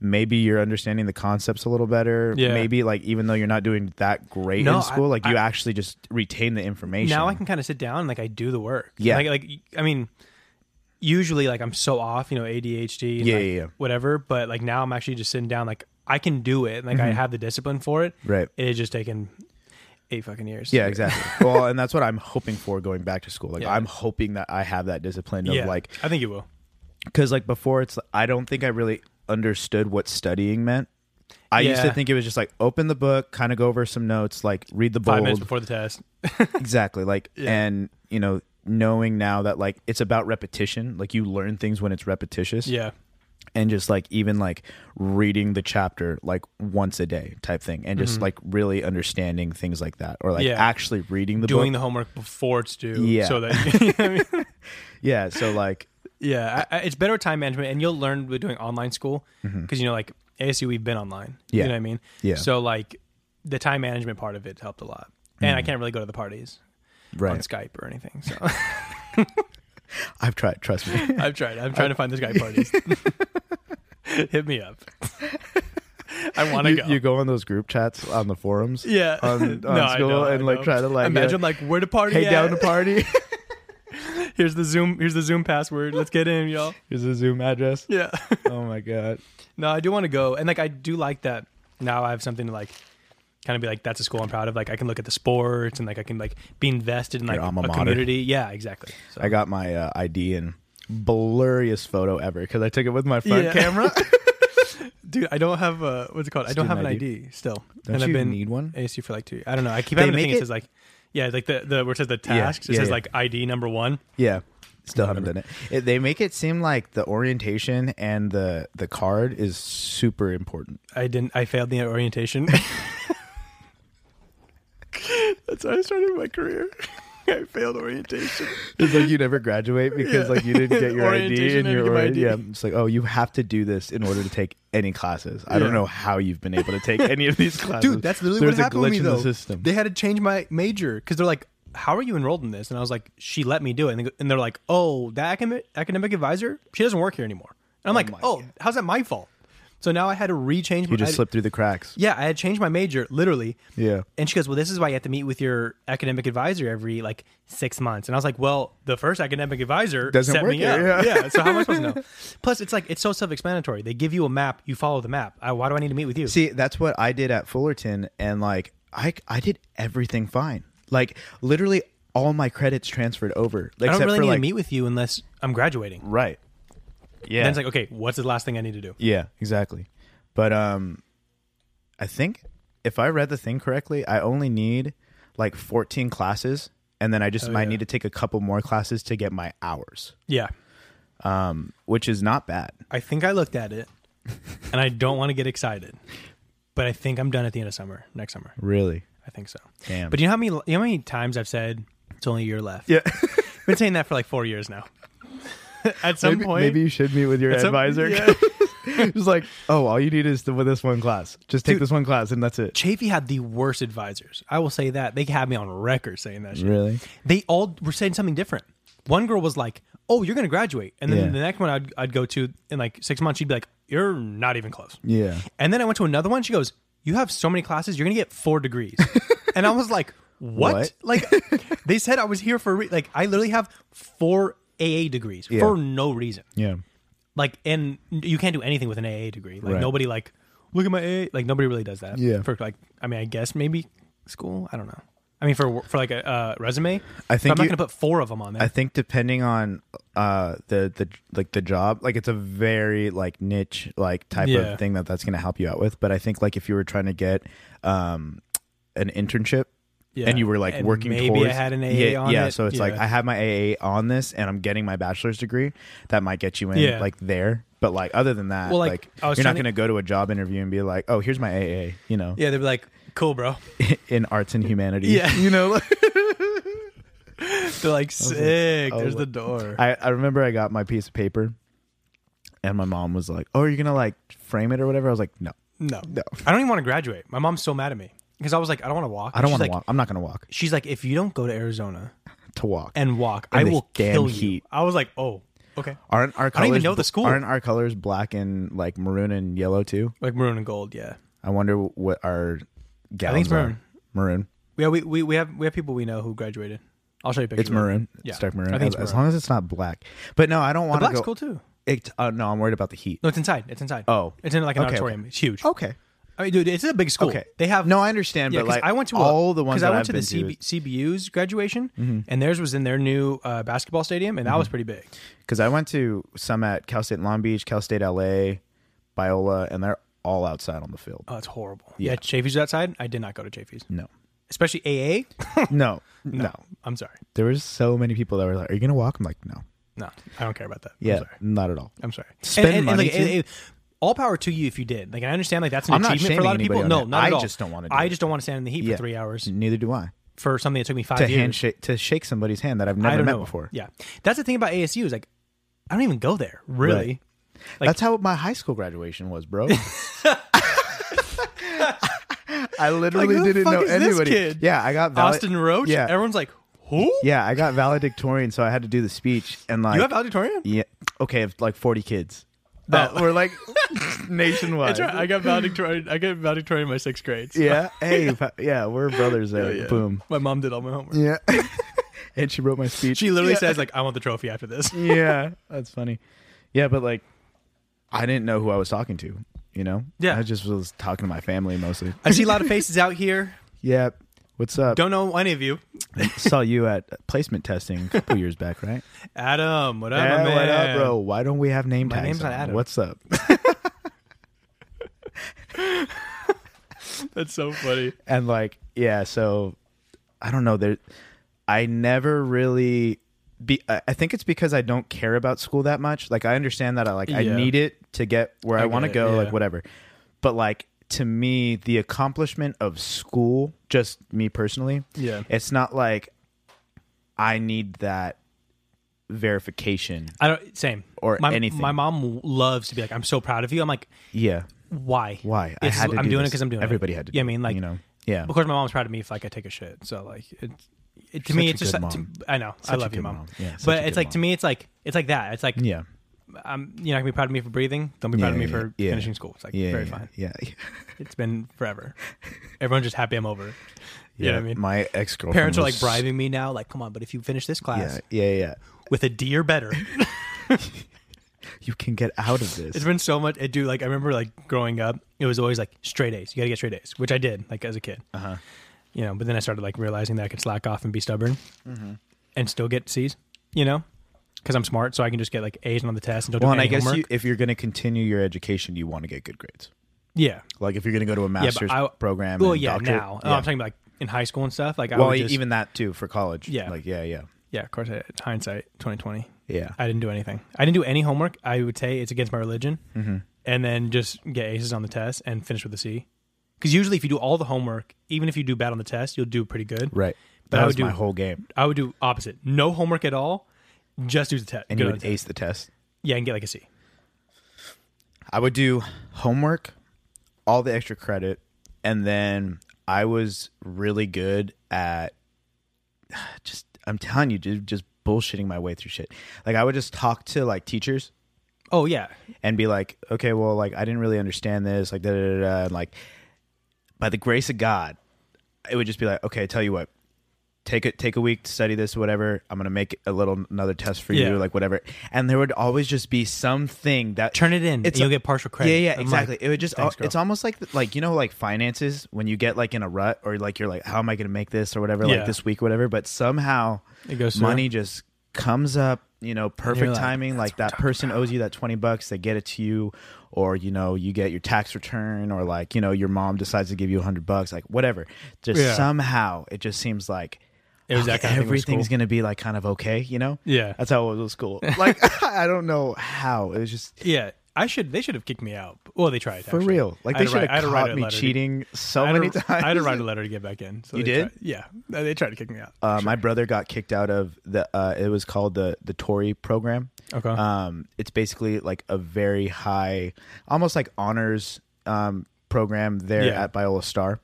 [SPEAKER 1] maybe you're understanding the concepts a little better
[SPEAKER 2] Yeah.
[SPEAKER 1] maybe like even though you're not doing that great
[SPEAKER 2] No,
[SPEAKER 1] in school
[SPEAKER 2] I-
[SPEAKER 1] like you
[SPEAKER 2] I-
[SPEAKER 1] actually just retain the information
[SPEAKER 2] now I can kind of sit down and like I do the work.
[SPEAKER 1] Yeah.
[SPEAKER 2] like like I mean, usually like I'm so off, you know, ADHD. And
[SPEAKER 1] Yeah,
[SPEAKER 2] like,
[SPEAKER 1] yeah, yeah.
[SPEAKER 2] whatever. But like now I'm actually just sitting down, like I can do it, and, like I have the discipline for it.
[SPEAKER 1] Mm-hmm. Right.
[SPEAKER 2] It had just taken eight fucking years.
[SPEAKER 1] Yeah, exactly. well, and that's what I'm hoping for going back to school. Like
[SPEAKER 2] Yeah.
[SPEAKER 1] I'm hoping that I have that discipline of
[SPEAKER 2] Yeah,
[SPEAKER 1] like
[SPEAKER 2] I think you will.
[SPEAKER 1] because like before it's i don't think i really understood what studying meant i used to
[SPEAKER 2] Yeah.
[SPEAKER 1] think it was just like open the book kind of go over some notes like read the
[SPEAKER 2] Five
[SPEAKER 1] bold
[SPEAKER 2] minutes before the test.
[SPEAKER 1] exactly like and you know knowing now that like it's about repetition like you learn things when it's repetitious
[SPEAKER 2] Yeah.
[SPEAKER 1] and just like even like reading the chapter like once a day type thing and just like really understanding things like that or like
[SPEAKER 2] Mm-hmm. Yeah.
[SPEAKER 1] actually reading the
[SPEAKER 2] Doing
[SPEAKER 1] book
[SPEAKER 2] the homework before it's due.
[SPEAKER 1] Yeah.
[SPEAKER 2] So that, you know what I mean?
[SPEAKER 1] yeah so like
[SPEAKER 2] yeah, I, I- it's better time management. And you'll learn with doing online school because, you know, like ASU, we've been online.
[SPEAKER 1] Mm-hmm. Yeah.
[SPEAKER 2] You know what I mean?
[SPEAKER 1] Yeah.
[SPEAKER 2] So, like, the time management part of it helped a lot. And I
[SPEAKER 1] Mm.
[SPEAKER 2] can't really go to the parties on
[SPEAKER 1] right
[SPEAKER 2] Skype or anything. So
[SPEAKER 1] i've tried trust me
[SPEAKER 2] I've tried. I'm trying to find the Skype parties. Hit me up. I want to
[SPEAKER 1] you,
[SPEAKER 2] go.
[SPEAKER 1] you go on those group chats on the forums
[SPEAKER 2] yeah.
[SPEAKER 1] on- on
[SPEAKER 2] I
[SPEAKER 1] school
[SPEAKER 2] I
[SPEAKER 1] and, like, try to, like,
[SPEAKER 2] imagine like where to party.
[SPEAKER 1] hey
[SPEAKER 2] at.
[SPEAKER 1] down to party
[SPEAKER 2] Here's the Zoom. Here's the Zoom password. Let's get in, y'all.
[SPEAKER 1] Here's a Zoom address.
[SPEAKER 2] Yeah.
[SPEAKER 1] Oh my god.
[SPEAKER 2] no, I do want to go, and like I do like that. Now I have something to like, kind of be like, that's a school I'm proud of. Like I can look at the sports, and like I can like be invested in like
[SPEAKER 1] alma
[SPEAKER 2] a
[SPEAKER 1] mater.
[SPEAKER 2] community. Yeah, exactly. So,
[SPEAKER 1] I got my uh, ID in blurriest photo ever because I took it with my front
[SPEAKER 2] Yeah.
[SPEAKER 1] camera.
[SPEAKER 2] dude, I don't have uh, what's it called? I don't
[SPEAKER 1] Student
[SPEAKER 2] have an
[SPEAKER 1] ID.
[SPEAKER 2] ID, still,
[SPEAKER 1] Don't
[SPEAKER 2] and I've
[SPEAKER 1] you
[SPEAKER 2] been
[SPEAKER 1] need one?
[SPEAKER 2] ASU for like two. I don't know. I keep
[SPEAKER 1] They
[SPEAKER 2] having a
[SPEAKER 1] make
[SPEAKER 2] thing that
[SPEAKER 1] it-
[SPEAKER 2] says like, yeah, like the the where it says the tasks. it
[SPEAKER 1] yeah,
[SPEAKER 2] says
[SPEAKER 1] yeah.
[SPEAKER 2] like ID number one.
[SPEAKER 1] yeah. Still haven't done it. it. They make it seem like the orientation and the the card is super important.
[SPEAKER 2] I didn't. I failed the orientation. That's how I started my career. I failed orientation.
[SPEAKER 1] It's like you never graduate because like you didn't get your ID
[SPEAKER 2] Orientation,
[SPEAKER 1] and
[SPEAKER 2] I
[SPEAKER 1] your
[SPEAKER 2] didn't get my
[SPEAKER 1] ori-
[SPEAKER 2] ID.
[SPEAKER 1] yeah. It's like oh, you have to do this in order to take any classes. I don't
[SPEAKER 2] Yeah.
[SPEAKER 1] know how you've been able to take any of these classes,
[SPEAKER 2] Dude, that's literally
[SPEAKER 1] There's
[SPEAKER 2] what happened
[SPEAKER 1] a glitch
[SPEAKER 2] to me
[SPEAKER 1] in
[SPEAKER 2] though.
[SPEAKER 1] the system.
[SPEAKER 2] They had to change my major because they're like, "How are you enrolled in this?" And I was like, "She let me do it." And they go- And they're like, "Oh, that academic academic advisor, she doesn't work here anymore." And I'm like, "Oh, how's that my fault?" So now I had to rechange.
[SPEAKER 1] you
[SPEAKER 2] my,
[SPEAKER 1] just
[SPEAKER 2] I-
[SPEAKER 1] slipped through the cracks.
[SPEAKER 2] Yeah, I had changed my major literally.
[SPEAKER 1] Yeah.
[SPEAKER 2] And she goes, "Well, this is why you have to meet with your academic advisor every like six months." And I was like, "Well, the first academic advisor
[SPEAKER 1] Doesn't
[SPEAKER 2] set
[SPEAKER 1] work
[SPEAKER 2] me
[SPEAKER 1] here,
[SPEAKER 2] up.
[SPEAKER 1] yeah.
[SPEAKER 2] Yeah. So how am I supposed to know? Plus, it's like it's so self-explanatory. They give you a map, you follow the map. I, why do I need to meet with you?
[SPEAKER 1] See, that's what I did at Fullerton, and like I I did everything fine. Like literally all my credits transferred over.
[SPEAKER 2] I
[SPEAKER 1] except
[SPEAKER 2] don't really
[SPEAKER 1] for
[SPEAKER 2] need
[SPEAKER 1] like
[SPEAKER 2] to meet with you unless I'm graduating. And
[SPEAKER 1] right. Yeah.
[SPEAKER 2] Then it's like, okay, what's the last thing I need to do?
[SPEAKER 1] yeah, exactly. But um, I think if I read the thing correctly, I only need like 14 classes, and then I just might
[SPEAKER 2] yeah.
[SPEAKER 1] need to take a couple more classes to get my hours,
[SPEAKER 2] Yeah.
[SPEAKER 1] which is not bad.
[SPEAKER 2] I think I looked at it and I don't want to get excited, but I think I'm done at the end of summer, next summer.
[SPEAKER 1] Really.
[SPEAKER 2] I think so.
[SPEAKER 1] Damn.
[SPEAKER 2] But you know how many you know how many times I've said It's only a year left.
[SPEAKER 1] Yeah.
[SPEAKER 2] Been saying that for like four years now. At some
[SPEAKER 1] maybe,
[SPEAKER 2] point,
[SPEAKER 1] maybe you should meet with your
[SPEAKER 2] At some-
[SPEAKER 1] advisor.
[SPEAKER 2] yeah.
[SPEAKER 1] Just like, oh, all you need is the, with this one class. Just take
[SPEAKER 2] Dude.
[SPEAKER 1] this one class and that's it.
[SPEAKER 2] Chafee had the worst advisors. I will say that. They had me on record saying that shit.
[SPEAKER 1] Really?
[SPEAKER 2] They all were saying something different. One girl was like, Oh, you're gonna graduate. And then
[SPEAKER 1] Yeah.
[SPEAKER 2] the next one I'd, I'd go to in like six months, she'd be like, You're not even close.
[SPEAKER 1] Yeah.
[SPEAKER 2] And then I went to another one, she goes, You have so many classes, you're gonna get four degrees. and I was like, What?
[SPEAKER 1] What?
[SPEAKER 2] Like they said I was here for a re- like I literally have four AA degrees
[SPEAKER 1] Yeah.
[SPEAKER 2] for no reason
[SPEAKER 1] Yeah.
[SPEAKER 2] like and you can't do anything with an AA degree. Like
[SPEAKER 1] Right.
[SPEAKER 2] nobody like look at my AA. Like nobody really does that.
[SPEAKER 1] Yeah.
[SPEAKER 2] For like, I mean, I guess maybe school. I don't know. I mean, for for like a uh, resume,
[SPEAKER 1] I
[SPEAKER 2] but
[SPEAKER 1] think
[SPEAKER 2] I'm not
[SPEAKER 1] you-
[SPEAKER 2] gonna put four of them on there.
[SPEAKER 1] I think depending on uh the the like the job, like it's a very like niche like type
[SPEAKER 2] Yeah.
[SPEAKER 1] of thing that that's going to help you out with, but I think like if you were trying to get um an internship
[SPEAKER 2] Yeah.
[SPEAKER 1] And you were like
[SPEAKER 2] And
[SPEAKER 1] working
[SPEAKER 2] maybe I
[SPEAKER 1] towards.
[SPEAKER 2] had an AA
[SPEAKER 1] yeah,
[SPEAKER 2] on
[SPEAKER 1] yeah.
[SPEAKER 2] it.
[SPEAKER 1] So it's like
[SPEAKER 2] Yeah.
[SPEAKER 1] I have my AA on this, and I'm getting my bachelor's degree. That might get you in,
[SPEAKER 2] Yeah.
[SPEAKER 1] like there. But like other than that,
[SPEAKER 2] Well, like,
[SPEAKER 1] like,
[SPEAKER 2] I was
[SPEAKER 1] you're not
[SPEAKER 2] trying to-
[SPEAKER 1] going to go to a job interview and be like, "Oh, here's my AA," you know,
[SPEAKER 2] yeah, they'd be like, "Cool, bro."
[SPEAKER 1] in arts and humanities.
[SPEAKER 2] Yeah.
[SPEAKER 1] you know. like-
[SPEAKER 2] They're like, "Sick."
[SPEAKER 1] oh,
[SPEAKER 2] There's the
[SPEAKER 1] what-
[SPEAKER 2] door.
[SPEAKER 1] I, I remember I got my piece of paper and my mom was like, Oh, are you gonna like frame it or whatever? I was like, No.
[SPEAKER 2] no, no. I don't even want to graduate. My mom's so mad at me because I was like, "I don't want to walk."
[SPEAKER 1] I don't
[SPEAKER 2] She's
[SPEAKER 1] wanna
[SPEAKER 2] like-
[SPEAKER 1] walk. I'm not gonna walk.
[SPEAKER 2] She's like, "If you don't go to Arizona
[SPEAKER 1] To walk.
[SPEAKER 2] and walk,
[SPEAKER 1] In
[SPEAKER 2] I
[SPEAKER 1] the
[SPEAKER 2] will
[SPEAKER 1] damn
[SPEAKER 2] kill you."
[SPEAKER 1] heat.
[SPEAKER 2] I was like, "Oh, okay."
[SPEAKER 1] aren't our
[SPEAKER 2] I don't
[SPEAKER 1] colors
[SPEAKER 2] even know the school.
[SPEAKER 1] Aren't our colors black and like maroon and yellow too?
[SPEAKER 2] Like maroon and gold, yeah.
[SPEAKER 1] I wonder what our gals
[SPEAKER 2] it's
[SPEAKER 1] are.
[SPEAKER 2] maroon.
[SPEAKER 1] Maroon.
[SPEAKER 2] Yeah, we, we, we have we have people we know who graduated. I'll show you pictures.
[SPEAKER 1] It's maroon.
[SPEAKER 2] Yeah.
[SPEAKER 1] It's dark maroon.
[SPEAKER 2] I
[SPEAKER 1] as,
[SPEAKER 2] think it's
[SPEAKER 1] as
[SPEAKER 2] maroon.
[SPEAKER 1] long as it's not black. But no, I don't want to
[SPEAKER 2] Black's
[SPEAKER 1] go.
[SPEAKER 2] cool too.
[SPEAKER 1] It, uh, no, I'm worried about the heat.
[SPEAKER 2] No, it's inside. It's inside.
[SPEAKER 1] Oh.
[SPEAKER 2] it's in like an
[SPEAKER 1] Okay, okay.
[SPEAKER 2] auditorium. It's huge.
[SPEAKER 1] Okay.
[SPEAKER 2] I mean, dude, it's a big school.
[SPEAKER 1] Okay.
[SPEAKER 2] they have
[SPEAKER 1] No, I understand,
[SPEAKER 2] Yeah,
[SPEAKER 1] but
[SPEAKER 2] 'cause
[SPEAKER 1] like
[SPEAKER 2] I went to a-
[SPEAKER 1] all the ones
[SPEAKER 2] 'cause
[SPEAKER 1] that
[SPEAKER 2] I went
[SPEAKER 1] I've
[SPEAKER 2] to
[SPEAKER 1] been
[SPEAKER 2] the CB,
[SPEAKER 1] to- Mm-hmm.
[SPEAKER 2] CBU's graduation, and theirs was in their new uh, basketball stadium, and that was pretty big.
[SPEAKER 1] Because I went to some at Cal State Long Beach, Cal State LA, Biola, and they're all outside on the field.
[SPEAKER 2] Oh, it's horrible. Yeah, yeah Chafee's was outside. I did not go to Chafee's,
[SPEAKER 1] No.
[SPEAKER 2] especially AA.
[SPEAKER 1] No, no.
[SPEAKER 2] I'm sorry.
[SPEAKER 1] There was so many people that were like, "Are you gonna walk?" I'm like, "No,
[SPEAKER 2] No, I don't care about that.
[SPEAKER 1] yeah,
[SPEAKER 2] I'm sorry.
[SPEAKER 1] not at all."
[SPEAKER 2] I'm sorry. And-
[SPEAKER 1] Spend
[SPEAKER 2] and, and,
[SPEAKER 1] money
[SPEAKER 2] like,
[SPEAKER 1] too?
[SPEAKER 2] it- it- all power to you if you did. Like I understand, like that's an
[SPEAKER 1] I'm not
[SPEAKER 2] achievement for a lot of
[SPEAKER 1] shaming
[SPEAKER 2] people.
[SPEAKER 1] anybody on
[SPEAKER 2] No,
[SPEAKER 1] that.
[SPEAKER 2] not at
[SPEAKER 1] I
[SPEAKER 2] all.
[SPEAKER 1] just don't wanna do
[SPEAKER 2] I
[SPEAKER 1] it.
[SPEAKER 2] just don't want to stand in the heat
[SPEAKER 1] Yeah.
[SPEAKER 2] for three hours
[SPEAKER 1] Neither do I.
[SPEAKER 2] for something that took me five
[SPEAKER 1] To
[SPEAKER 2] years.
[SPEAKER 1] handshake, to shake somebody's hand that I've
[SPEAKER 2] I
[SPEAKER 1] never
[SPEAKER 2] don't
[SPEAKER 1] met
[SPEAKER 2] know.
[SPEAKER 1] before.
[SPEAKER 2] Yeah, that's the thing about ASU is like I don't even go there really. Like-
[SPEAKER 1] That's how my high school graduation was, bro. I literally
[SPEAKER 2] Like, who the
[SPEAKER 1] didn't
[SPEAKER 2] fuck
[SPEAKER 1] know
[SPEAKER 2] is this
[SPEAKER 1] anybody.
[SPEAKER 2] kid?
[SPEAKER 1] Yeah, I got vali-
[SPEAKER 2] Austin Roach.
[SPEAKER 1] Yeah,
[SPEAKER 2] everyone's like, who?
[SPEAKER 1] yeah, I got valedictorian, so I had to do the speech and like
[SPEAKER 2] you have valedictorian.
[SPEAKER 1] yeah, okay, of like 40 kids that
[SPEAKER 2] Oh.
[SPEAKER 1] were like nationwide.
[SPEAKER 2] That's right. I got valedictorian. I got valedictorian in my sixth grade. so-
[SPEAKER 1] Yeah. Hey, pa- yeah, we're brothers there.
[SPEAKER 2] Yeah.
[SPEAKER 1] Boom.
[SPEAKER 2] My mom did all my homework.
[SPEAKER 1] Yeah. and she wrote my speech.
[SPEAKER 2] She literally says like, I want the trophy after this.
[SPEAKER 1] yeah, that's funny. Yeah, but like, I didn't know who I was talking to. You know.
[SPEAKER 2] Yeah.
[SPEAKER 1] I just was talking to my family mostly.
[SPEAKER 2] I see a lot of faces out here.
[SPEAKER 1] yeah. What's up?
[SPEAKER 2] Don't know any of you.
[SPEAKER 1] Saw you at placement testing a couple years back, right?
[SPEAKER 2] Adam, what up, my
[SPEAKER 1] Yeah, what
[SPEAKER 2] man?
[SPEAKER 1] up, bro? Why don't we have name
[SPEAKER 2] My
[SPEAKER 1] tags?
[SPEAKER 2] name's not
[SPEAKER 1] on?
[SPEAKER 2] Adam.
[SPEAKER 1] What's up?
[SPEAKER 2] That's so funny.
[SPEAKER 1] and like yeah so i don't know there i never really be i I think it's because i don't care about school that much like i understand that i like i
[SPEAKER 2] Yeah.
[SPEAKER 1] need it to get where i,
[SPEAKER 2] get
[SPEAKER 1] want to
[SPEAKER 2] it,
[SPEAKER 1] go
[SPEAKER 2] yeah.
[SPEAKER 1] like whatever but like to me the accomplishment of school just me personally
[SPEAKER 2] Yeah.
[SPEAKER 1] it's not like i need that verification
[SPEAKER 2] I don't same
[SPEAKER 1] Or
[SPEAKER 2] my,
[SPEAKER 1] anything.
[SPEAKER 2] My mom loves to be like, I'm so proud of you. I'm like,
[SPEAKER 1] yeah
[SPEAKER 2] why?
[SPEAKER 1] why
[SPEAKER 2] This is-
[SPEAKER 1] to
[SPEAKER 2] I'm
[SPEAKER 1] do
[SPEAKER 2] doing it
[SPEAKER 1] this.
[SPEAKER 2] because I'm doing
[SPEAKER 1] everybody
[SPEAKER 2] it.
[SPEAKER 1] had to do
[SPEAKER 2] Yeah, I
[SPEAKER 1] it,
[SPEAKER 2] mean, like,
[SPEAKER 1] you know yeah
[SPEAKER 2] of course, my mom's proud of me if like I take a shit. So like, it, it, to me,
[SPEAKER 1] Such a
[SPEAKER 2] it's just
[SPEAKER 1] good
[SPEAKER 2] like- to-
[SPEAKER 1] mom.
[SPEAKER 2] I know I
[SPEAKER 1] a
[SPEAKER 2] love you,
[SPEAKER 1] good
[SPEAKER 2] mom.
[SPEAKER 1] mom. Yeah, such a
[SPEAKER 2] but
[SPEAKER 1] good
[SPEAKER 2] it's like to
[SPEAKER 1] mom.
[SPEAKER 2] me, it's like it's like that. It's like
[SPEAKER 1] yeah
[SPEAKER 2] I'm you're not gonna be proud of me for breathing. Don't be
[SPEAKER 1] Yeah,
[SPEAKER 2] proud of me
[SPEAKER 1] yeah,
[SPEAKER 2] for
[SPEAKER 1] yeah.
[SPEAKER 2] finishing school. It's like
[SPEAKER 1] yeah
[SPEAKER 2] very
[SPEAKER 1] yeah,
[SPEAKER 2] fine.
[SPEAKER 1] yeah
[SPEAKER 2] It's been forever. Everyone's just happy I'm over. it. You know what I mean?
[SPEAKER 1] My ex girlfriend.
[SPEAKER 2] Parents are like bribing me now. Like, come on, but if you finish this class
[SPEAKER 1] Yeah, yeah, yeah.
[SPEAKER 2] with a D or better,
[SPEAKER 1] You can get out of this.
[SPEAKER 2] It's been so much. I do like I remember like growing up, it was always like straight A's. You gotta get straight A's, which I did like as a kid. Uh
[SPEAKER 1] Uh-huh.
[SPEAKER 2] huh. You know, but then I started like realizing that I could slack off and be stubborn,
[SPEAKER 1] Mm-hmm.
[SPEAKER 2] and still get C's. You know, because I'm smart, so I can just get like A's on the test and don't
[SPEAKER 1] well, and
[SPEAKER 2] do any
[SPEAKER 1] I guess
[SPEAKER 2] homework.
[SPEAKER 1] you, if you're going to continue your education, you want to get good grades.
[SPEAKER 2] yeah,
[SPEAKER 1] Like if you're going to go to a
[SPEAKER 2] yeah,
[SPEAKER 1] master's
[SPEAKER 2] but I,
[SPEAKER 1] program.
[SPEAKER 2] Well,
[SPEAKER 1] and
[SPEAKER 2] yeah,
[SPEAKER 1] doctorate-
[SPEAKER 2] now Oh,
[SPEAKER 1] yeah.
[SPEAKER 2] I'm talking about like in high school and stuff. Like, I
[SPEAKER 1] well,
[SPEAKER 2] would just,
[SPEAKER 1] even that too for college.
[SPEAKER 2] Yeah.
[SPEAKER 1] like yeah, yeah,
[SPEAKER 2] yeah, of course, I, hindsight 2020.
[SPEAKER 1] yeah.
[SPEAKER 2] I didn't do anything. I didn't do any homework.
[SPEAKER 1] Mm-hmm.
[SPEAKER 2] I would say it's against my religion, and then just get aces on the test and finish with a C. Because usually, if you do all the homework, even if you do bad on the test, you'll do pretty good.
[SPEAKER 1] Right.
[SPEAKER 2] But
[SPEAKER 1] that
[SPEAKER 2] I
[SPEAKER 1] was
[SPEAKER 2] would do
[SPEAKER 1] my whole game.
[SPEAKER 2] I would do opposite. No homework at all. Just do the test.
[SPEAKER 1] And you would ace the test.
[SPEAKER 2] yeah, and get like a C.
[SPEAKER 1] I would do homework, all the extra credit, and then I was really good at just I'm telling you, dude, just bullshitting my way through shit. Like I would just talk to like teachers
[SPEAKER 2] Oh yeah,
[SPEAKER 1] and be like, okay, well, like I didn't really understand this, like da da da, da. and like by the grace of God, it would just be like, okay, tell you what, take it, take a week to study this, whatever. I'm gonna make a little another test for
[SPEAKER 2] Yeah.
[SPEAKER 1] you, like whatever. And there would always just be something that
[SPEAKER 2] Turn it in, and you'll get partial credit.
[SPEAKER 1] Yeah, yeah,
[SPEAKER 2] I'm
[SPEAKER 1] exactly.
[SPEAKER 2] like,
[SPEAKER 1] it would just
[SPEAKER 2] "Thanks, girl."
[SPEAKER 1] it's almost like like you know like finances when you get like in a rut or like you're like, how am I gonna make this or whatever
[SPEAKER 2] Yeah.
[SPEAKER 1] like this week, whatever. But somehow
[SPEAKER 2] It goes through.
[SPEAKER 1] money just comes up you know perfect
[SPEAKER 2] like,
[SPEAKER 1] timing like that person owes you that 20 bucks they get it to you or you know you get your tax return or like you know your mom decides to give you 100 bucks like whatever just
[SPEAKER 2] Yeah.
[SPEAKER 1] somehow it just seems like
[SPEAKER 2] It was that
[SPEAKER 1] okay,
[SPEAKER 2] kind of thing with
[SPEAKER 1] everything's
[SPEAKER 2] school.
[SPEAKER 1] gonna be like kind of okay you know
[SPEAKER 2] Yeah.
[SPEAKER 1] that's how it was with school like i don't know how it was just
[SPEAKER 2] yeah. I should. They should have kicked me out. Well, they tried
[SPEAKER 1] for
[SPEAKER 2] actually.
[SPEAKER 1] real like
[SPEAKER 2] I
[SPEAKER 1] they
[SPEAKER 2] had to
[SPEAKER 1] should
[SPEAKER 2] write- I had
[SPEAKER 1] have
[SPEAKER 2] to write
[SPEAKER 1] caught
[SPEAKER 2] a
[SPEAKER 1] me
[SPEAKER 2] letter to-
[SPEAKER 1] cheating so
[SPEAKER 2] I had,
[SPEAKER 1] many
[SPEAKER 2] to,
[SPEAKER 1] times
[SPEAKER 2] I had to write a letter to get back in. So
[SPEAKER 1] You
[SPEAKER 2] they
[SPEAKER 1] did?
[SPEAKER 2] tried- yeah, they tried to kick me out.
[SPEAKER 1] uh, my brother got kicked out of the uh, it was called the the Tory program.
[SPEAKER 2] Okay.
[SPEAKER 1] Um, it's basically like a very high, almost like honors um, program there
[SPEAKER 2] Yeah.
[SPEAKER 1] at Biola Star.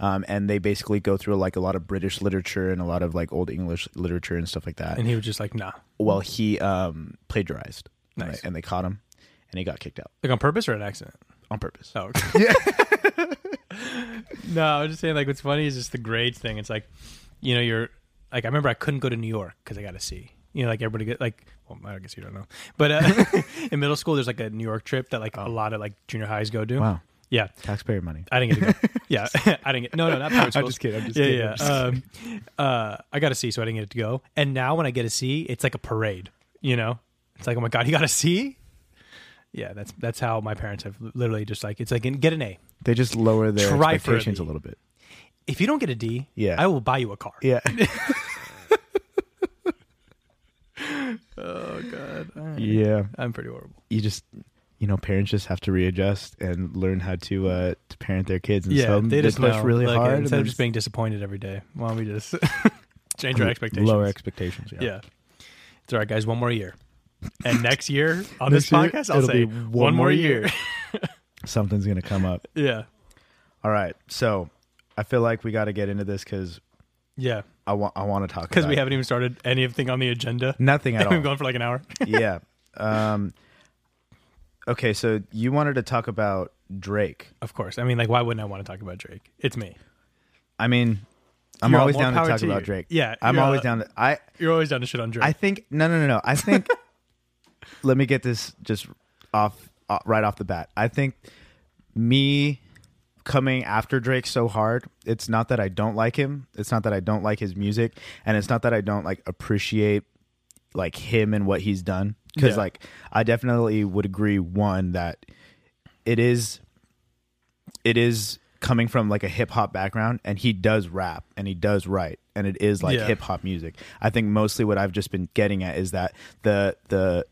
[SPEAKER 1] Um, and they basically go through like a lot of British literature and a lot of like old English literature and stuff like that.
[SPEAKER 2] and he was just like, "Nah,
[SPEAKER 1] well, he um, plagiarized,
[SPEAKER 2] Nice.
[SPEAKER 1] right? and they caught him, and he got kicked out
[SPEAKER 2] like on purpose or an accident."
[SPEAKER 1] on purpose.
[SPEAKER 2] Oh, okay. no, I was just saying, like, what's funny is just the grades thing. It's like, you know, you're like, I remember I couldn't go to New York because I got a C. You know, like everybody get like, well, I guess you don't know, but uh, in middle school, there's like a New York trip that like a lot of like junior highs go do.
[SPEAKER 1] Wow,
[SPEAKER 2] Yeah,
[SPEAKER 1] taxpayer money.
[SPEAKER 2] I didn't get to go. yeah, I didn't get. No, no, not private schools.
[SPEAKER 1] I'm just kidding, I'm just
[SPEAKER 2] yeah,
[SPEAKER 1] kidding,
[SPEAKER 2] yeah.
[SPEAKER 1] I'm just
[SPEAKER 2] um, uh, I got a C, so I didn't get to go. And now when I get a C, it's like a parade. You know, it's like, oh my god, he got a C. Yeah, that's that's how my parents have literally just like it's like get an A.
[SPEAKER 1] They just lower their
[SPEAKER 2] Try for a
[SPEAKER 1] expectations
[SPEAKER 2] B.
[SPEAKER 1] a little bit.
[SPEAKER 2] If you don't get a D,
[SPEAKER 1] Yeah.
[SPEAKER 2] I will buy you a car.
[SPEAKER 1] Yeah. oh Oh God. Yeah,
[SPEAKER 2] I'm pretty horrible.
[SPEAKER 1] you just you know parents just have to readjust and learn how to uh to parent their kids and
[SPEAKER 2] Yeah,
[SPEAKER 1] so
[SPEAKER 2] they just
[SPEAKER 1] push
[SPEAKER 2] know,
[SPEAKER 1] really
[SPEAKER 2] like,
[SPEAKER 1] hard
[SPEAKER 2] instead
[SPEAKER 1] and
[SPEAKER 2] of
[SPEAKER 1] then
[SPEAKER 2] just being disappointed every day. Why don't we just change our expectations?
[SPEAKER 1] lower expectations. Yeah.
[SPEAKER 2] Yeah. It's all right, guys. One more year. And next year on
[SPEAKER 1] Next
[SPEAKER 2] this
[SPEAKER 1] year,
[SPEAKER 2] podcast, I'll
[SPEAKER 1] it'll be
[SPEAKER 2] say one, more year.
[SPEAKER 1] Something's gonna come up.
[SPEAKER 2] yeah.
[SPEAKER 1] All right, so I feel like we got to get into this because
[SPEAKER 2] Yeah.
[SPEAKER 1] I want I want to talk
[SPEAKER 2] Because
[SPEAKER 1] about
[SPEAKER 2] we
[SPEAKER 1] it.
[SPEAKER 2] haven't even started anything on the agenda.
[SPEAKER 1] nothing at
[SPEAKER 2] And we've
[SPEAKER 1] all.
[SPEAKER 2] gone for like an hour.
[SPEAKER 1] yeah. Um. Okay, so you wanted to talk about Drake.
[SPEAKER 2] of course. I mean, like, why wouldn't I want to talk about Drake? It's me.
[SPEAKER 1] I mean, I'm
[SPEAKER 2] You're all-
[SPEAKER 1] always
[SPEAKER 2] more
[SPEAKER 1] down to
[SPEAKER 2] power
[SPEAKER 1] talk
[SPEAKER 2] to
[SPEAKER 1] about
[SPEAKER 2] you.
[SPEAKER 1] Drake.
[SPEAKER 2] Yeah,
[SPEAKER 1] I'm
[SPEAKER 2] you're
[SPEAKER 1] always
[SPEAKER 2] all-
[SPEAKER 1] down to. I
[SPEAKER 2] You're always down to shit on Drake.
[SPEAKER 1] I think no, no, no, no. I think. let me get this just off uh, right off the bat. I think me coming after Drake so hard. It's not that I don't like him. It's not that I don't like his music, and it's not that I don't like appreciate like him and what he's done. Because
[SPEAKER 2] Yeah.
[SPEAKER 1] like I definitely would agree one that it is it is coming from like a hip hop background and he does rap and he does write and it is like
[SPEAKER 2] Yeah.
[SPEAKER 1] hip hop music. I think mostly what I've just been getting at is that the the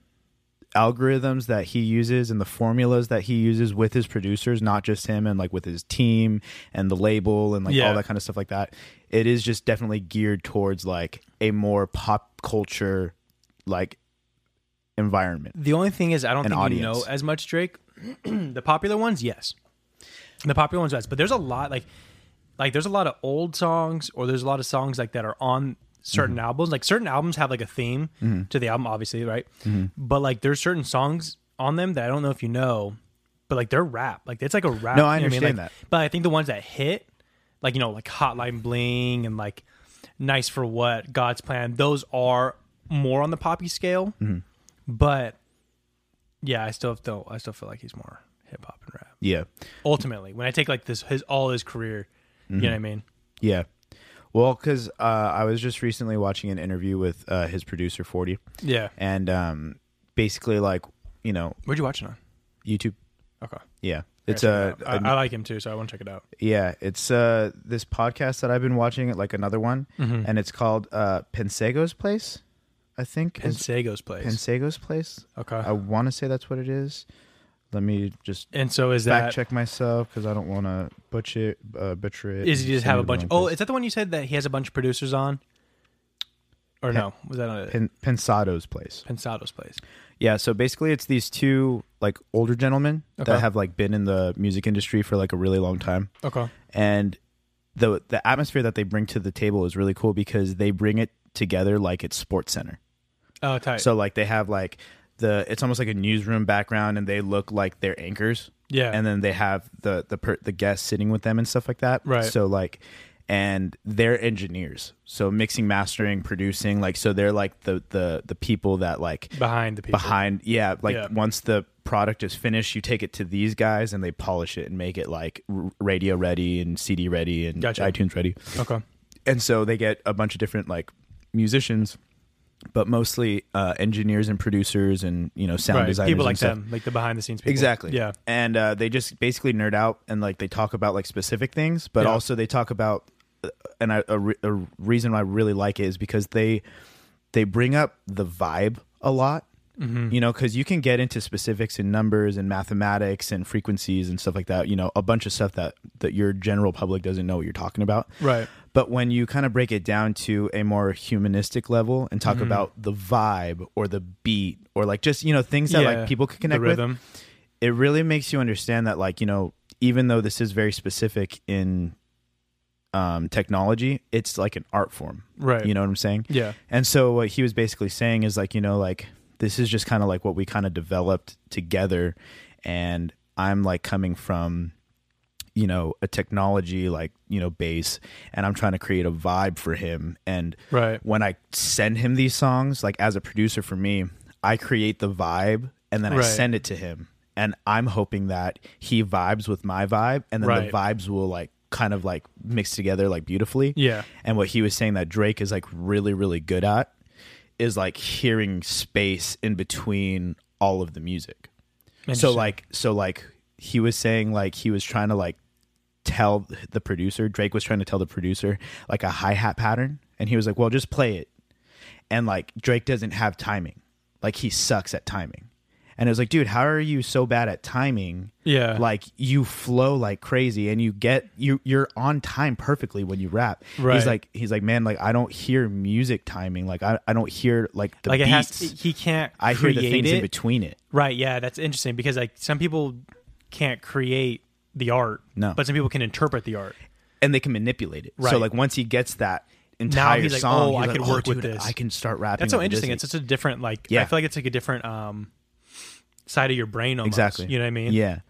[SPEAKER 1] algorithms that he uses and the formulas that he uses with his producers, not just him and like with his team and the label and like
[SPEAKER 2] Yeah.
[SPEAKER 1] all that kind of stuff like that. It is just definitely geared towards like a more pop culture like environment.
[SPEAKER 2] the only thing is, I don't
[SPEAKER 1] An
[SPEAKER 2] think
[SPEAKER 1] audience.
[SPEAKER 2] you know as much Drake. the popular ones, yes. The popular ones, yes. But there's a lot, like, like there's a lot of old songs, or there's a lot of songs like that are on certain
[SPEAKER 1] Mm-hmm.
[SPEAKER 2] albums. Like certain albums have like a theme to the album, obviously, right?
[SPEAKER 1] Mm-hmm.
[SPEAKER 2] But like there's certain songs on them that I don't know if you know, but like they're rap. Like it's like a rap.
[SPEAKER 1] No, I
[SPEAKER 2] you know what
[SPEAKER 1] understand
[SPEAKER 2] Like,
[SPEAKER 1] that.
[SPEAKER 2] But I think the ones that hit, like you know, like Hotline Bling and like Nice for What, God's Plan, those are more on the poppy scale.
[SPEAKER 1] Mm-hmm.
[SPEAKER 2] But yeah, I still feel I still feel like he's more hip hop and rap.
[SPEAKER 1] Yeah.
[SPEAKER 2] Ultimately, when I take like this his all his career, you
[SPEAKER 1] Mm-hmm.
[SPEAKER 2] know what I mean?
[SPEAKER 1] Yeah. Well, because uh, I was just recently watching an interview with uh, his producer, 40,
[SPEAKER 2] Yeah.
[SPEAKER 1] and um, basically, like, you know,
[SPEAKER 2] Where'd you watch it on?
[SPEAKER 1] YouTube.
[SPEAKER 2] Okay.
[SPEAKER 1] Yeah. It's uh,
[SPEAKER 2] I,
[SPEAKER 1] a,
[SPEAKER 2] I
[SPEAKER 1] a-
[SPEAKER 2] like him too, so I want to check it out.
[SPEAKER 1] yeah, it's uh this podcast that I've been watching, like another one,
[SPEAKER 2] Mm-hmm.
[SPEAKER 1] and it's called uh Pensego's Place, I think. is-
[SPEAKER 2] Pensego's place.
[SPEAKER 1] Pensego's Place.
[SPEAKER 2] okay.
[SPEAKER 1] I want to say that's what it is. Let me just
[SPEAKER 6] And so is
[SPEAKER 1] fact
[SPEAKER 6] that
[SPEAKER 1] check myself because I don't want to butcher it. Uh, butcher it.
[SPEAKER 2] Is
[SPEAKER 1] and
[SPEAKER 2] he just
[SPEAKER 1] send
[SPEAKER 2] have
[SPEAKER 1] it
[SPEAKER 2] a bunch?
[SPEAKER 1] wrong
[SPEAKER 2] Oh,
[SPEAKER 1] place.
[SPEAKER 2] is that the one you said that he has a bunch of producers on? Or no, was that on
[SPEAKER 1] Pen- Pensado's place.
[SPEAKER 2] Pensado's place?
[SPEAKER 1] Yeah, so basically it's these two like older gentlemen
[SPEAKER 2] Okay.
[SPEAKER 1] that have like been in the music industry for like a really long time.
[SPEAKER 2] Okay,
[SPEAKER 1] And the the atmosphere that they bring to the table is really cool because they bring it together like it's Sports Center.
[SPEAKER 2] oh, tight.
[SPEAKER 1] So like they have like the it's almost like a newsroom background and they look like they're anchors.
[SPEAKER 2] Yeah.
[SPEAKER 1] And then they have the the per, the guests sitting with them and stuff like that.
[SPEAKER 2] Right.
[SPEAKER 1] So like and they're engineers. So mixing, mastering, producing like so they're like the the the people that like
[SPEAKER 2] behind the people.
[SPEAKER 1] behind yeah like
[SPEAKER 2] Yeah.
[SPEAKER 1] once the product is finished you take it to these guys and they polish it and make it like r- radio ready and cd ready and
[SPEAKER 2] Gotcha.
[SPEAKER 1] itunes ready
[SPEAKER 2] Okay,
[SPEAKER 1] and so they get a bunch of different like musicians but mostly uh, engineers and producers and you know sound
[SPEAKER 2] right.
[SPEAKER 1] designers
[SPEAKER 2] People
[SPEAKER 1] and
[SPEAKER 2] like
[SPEAKER 1] stuff.
[SPEAKER 2] them, like the behind the scenes people.
[SPEAKER 1] Exactly.
[SPEAKER 2] Yeah.
[SPEAKER 1] And uh, they just basically nerd out and like they talk about like specific things, but
[SPEAKER 2] Yeah.
[SPEAKER 1] also they talk about uh, and I, a, re- a reason why I really like it is because they they bring up the vibe a lot.
[SPEAKER 2] Mm-hmm.
[SPEAKER 1] You know, because you can get into specifics in numbers and mathematics and frequencies and stuff like that. You know, a bunch of stuff that that your general public doesn't know what you're talking about.
[SPEAKER 2] Right.
[SPEAKER 1] But when you kind of break it down to a more humanistic level and
[SPEAKER 2] Mm-hmm.
[SPEAKER 1] talk about the vibe or the beat or like just you know things that
[SPEAKER 2] Yeah.
[SPEAKER 1] like people could connect
[SPEAKER 2] the
[SPEAKER 1] with,
[SPEAKER 2] rhythm.
[SPEAKER 1] it really makes you understand that like you know even though this is very specific in um, technology it's like an art form
[SPEAKER 2] Right.
[SPEAKER 1] you know what i'm saying
[SPEAKER 2] Yeah.
[SPEAKER 1] and so what he was basically saying is like you know like this is just kind of like what we kind of developed together and i'm like coming from you know a technology like you know bass and i'm trying to create a vibe for him and
[SPEAKER 2] Right.
[SPEAKER 1] when i send him these songs like as a producer for me i create the vibe and then
[SPEAKER 2] Right.
[SPEAKER 1] i send it to him and i'm hoping that he vibes with my vibe and then the
[SPEAKER 2] Right.
[SPEAKER 1] vibes will like kind of like mix together like beautifully
[SPEAKER 2] Yeah.
[SPEAKER 1] and what he was saying that drake is like really really good at is like hearing space in between all of the music so
[SPEAKER 2] Interesting.
[SPEAKER 1] like so like he was saying like he was trying to like tell the producer Drake was trying to tell the producer like a hi hat pattern and he was like well just play it and like Drake doesn't have timing like he sucks at timing and it was like dude how are you so bad at timing
[SPEAKER 2] Yeah.
[SPEAKER 1] like you flow like crazy and you get you you're on time perfectly when you rap
[SPEAKER 2] Right.
[SPEAKER 1] he's like he's like man like I don't hear music timing like I, I don't hear like the
[SPEAKER 2] like it
[SPEAKER 1] beats
[SPEAKER 2] has. he can't.
[SPEAKER 1] I hear
[SPEAKER 2] create
[SPEAKER 1] the things
[SPEAKER 2] it.
[SPEAKER 1] in between it
[SPEAKER 2] Right. Yeah, that's interesting because like some people can't create the art.
[SPEAKER 1] No.
[SPEAKER 2] But some people can interpret the art.
[SPEAKER 1] and they can manipulate it.
[SPEAKER 2] Right.
[SPEAKER 1] So like once he gets that
[SPEAKER 2] Now
[SPEAKER 1] entire
[SPEAKER 2] he's like,
[SPEAKER 1] song,
[SPEAKER 2] "Oh,
[SPEAKER 1] he's
[SPEAKER 2] I
[SPEAKER 1] like,
[SPEAKER 2] could work with
[SPEAKER 1] dude,
[SPEAKER 2] this."
[SPEAKER 1] I can start rapping.
[SPEAKER 2] That's so
[SPEAKER 1] over this
[SPEAKER 2] interesting.
[SPEAKER 1] thing."
[SPEAKER 2] It's such a different like. I
[SPEAKER 1] Yeah.
[SPEAKER 2] feel like it's like a different um side of your brain almost.
[SPEAKER 1] exactly.
[SPEAKER 2] You know what I mean?
[SPEAKER 1] Yeah.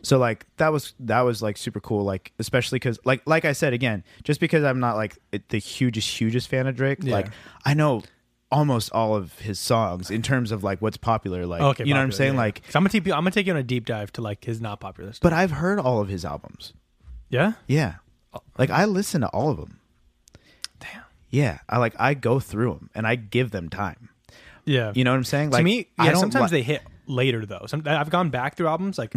[SPEAKER 1] So like that was that was like super cool. Like especially because like like I said again, just because I'm not like it- the hugest hugest fan of Drake, like I know almost all of his songs in terms of like what's popular. Like
[SPEAKER 2] Okay.
[SPEAKER 1] you know what I'm
[SPEAKER 2] popular,
[SPEAKER 1] saying?
[SPEAKER 2] yeah.
[SPEAKER 1] Like,
[SPEAKER 2] 'Cause I'm gonna take you. I'm gonna take you on a deep dive to like his not popular stuff.
[SPEAKER 1] but I've heard all of his albums.
[SPEAKER 2] Yeah.
[SPEAKER 1] Yeah. Like I listen to all of them. Damn. Yeah, I like I go through them and I give them time.
[SPEAKER 2] Yeah.
[SPEAKER 1] You know what I'm saying?
[SPEAKER 2] to me,
[SPEAKER 1] I
[SPEAKER 2] yeah.
[SPEAKER 1] don't
[SPEAKER 2] Sometimes
[SPEAKER 1] li- Mm-hmm.
[SPEAKER 2] they hit later though. Some I've gone back through albums like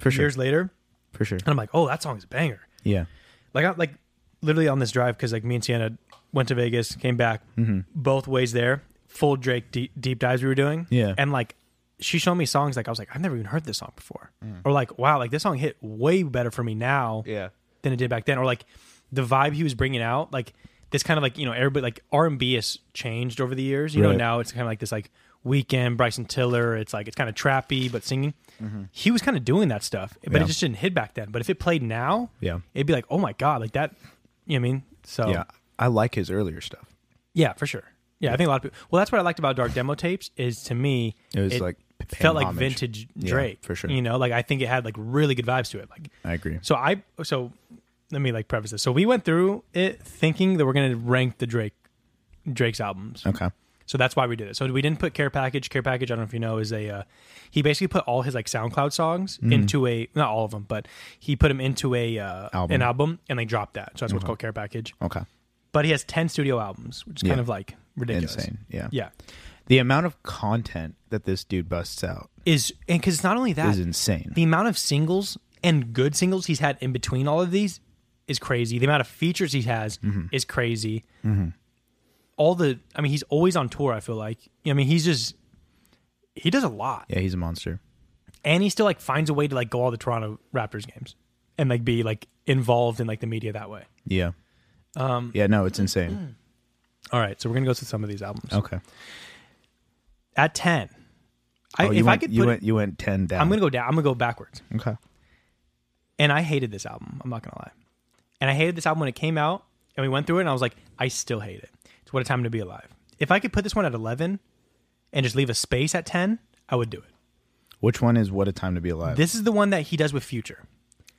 [SPEAKER 1] for sure,
[SPEAKER 2] years later, and
[SPEAKER 1] for sure.
[SPEAKER 2] I'm like, oh, that song's a banger.
[SPEAKER 1] Yeah.
[SPEAKER 2] like I, like literally on this drive because like me and Sienna went to Vegas, came back,
[SPEAKER 1] Mm-hmm.
[SPEAKER 2] both ways there, full Drake deep, deep dives we were doing,
[SPEAKER 1] Yeah.
[SPEAKER 2] and like she showed me songs like I was like I've never even heard this song before, or like wow, like this song hit way better for me now,
[SPEAKER 1] Mm. Yeah.
[SPEAKER 2] than it did back then, or like the vibe he was bringing out, like this kind of like you know everybody like R and B has changed over the years, you know
[SPEAKER 1] Right.
[SPEAKER 2] now it's kind of like this like weekend Bryson Tiller, it's like it's kind of trappy but singing. He was kind of doing that stuff, but it
[SPEAKER 1] Mm-hmm. Yeah.
[SPEAKER 2] just didn't hit back then. But if it played now,
[SPEAKER 1] Yeah.
[SPEAKER 2] it'd be like, oh my god, like that. You know what I mean? So
[SPEAKER 1] Yeah. I like his earlier stuff.
[SPEAKER 2] yeah, for sure. Yeah, I think a lot of people. Well, that's what I liked about Dark Demo Tapes. Is to me,
[SPEAKER 1] It was like p- paying
[SPEAKER 2] felt like
[SPEAKER 1] homage.
[SPEAKER 2] vintage
[SPEAKER 1] Yeah,
[SPEAKER 2] Drake
[SPEAKER 1] for sure.
[SPEAKER 2] You know, like I think it had like really good vibes to it. Like
[SPEAKER 1] I agree.
[SPEAKER 2] So I so let me like preface this. So we went through it thinking that we're gonna rank the Drake Drake's albums.
[SPEAKER 1] Okay.
[SPEAKER 2] So that's why we did it. So we didn't put Care Package. Care Package, I don't know if you know, is a uh, he basically put all his like SoundCloud songs
[SPEAKER 1] Mm-hmm.
[SPEAKER 2] into a not all of them, but he put them into a uh,
[SPEAKER 1] Album.
[SPEAKER 2] an album and they dropped that. So that's what's called Care Package.
[SPEAKER 1] Okay.
[SPEAKER 2] But he has ten studio albums, which is kind
[SPEAKER 1] Yeah.
[SPEAKER 2] of like ridiculous.
[SPEAKER 1] Insane. Yeah.
[SPEAKER 2] Yeah,
[SPEAKER 1] The amount of content that this dude busts out
[SPEAKER 2] is and because not only that
[SPEAKER 1] is insane.
[SPEAKER 2] the amount of singles and good singles he's had in between all of these is crazy. The amount of features he has
[SPEAKER 1] Mm-hmm.
[SPEAKER 2] is crazy. All the, I mean, he's always on tour. I feel like, I mean, he's just he does a lot,
[SPEAKER 1] yeah, he's a monster.
[SPEAKER 2] and he still like finds a way to like go all the Toronto Raptors games and like be like involved in like the media that way.
[SPEAKER 1] Yeah. Um, yeah, no, it's
[SPEAKER 2] Mm.
[SPEAKER 1] insane.
[SPEAKER 2] All right, so we're gonna go through some of these albums.
[SPEAKER 1] Okay.
[SPEAKER 2] At ten, I,
[SPEAKER 1] Oh, you
[SPEAKER 2] if
[SPEAKER 1] went,
[SPEAKER 2] I could
[SPEAKER 1] you
[SPEAKER 2] put,
[SPEAKER 1] went, you went ten down.
[SPEAKER 2] I'm gonna go down. I'm gonna go backwards.
[SPEAKER 1] Okay.
[SPEAKER 2] And I hated this album. I'm not gonna lie. And I hated this album when it came out, and we went through it, and I was like, I still hate it. It's what a time to be alive. If I could put this one at eleven, and just leave a space at ten, I would do it.
[SPEAKER 1] Which one is "What a Time to Be Alive"?
[SPEAKER 2] This is the one that he does with Future.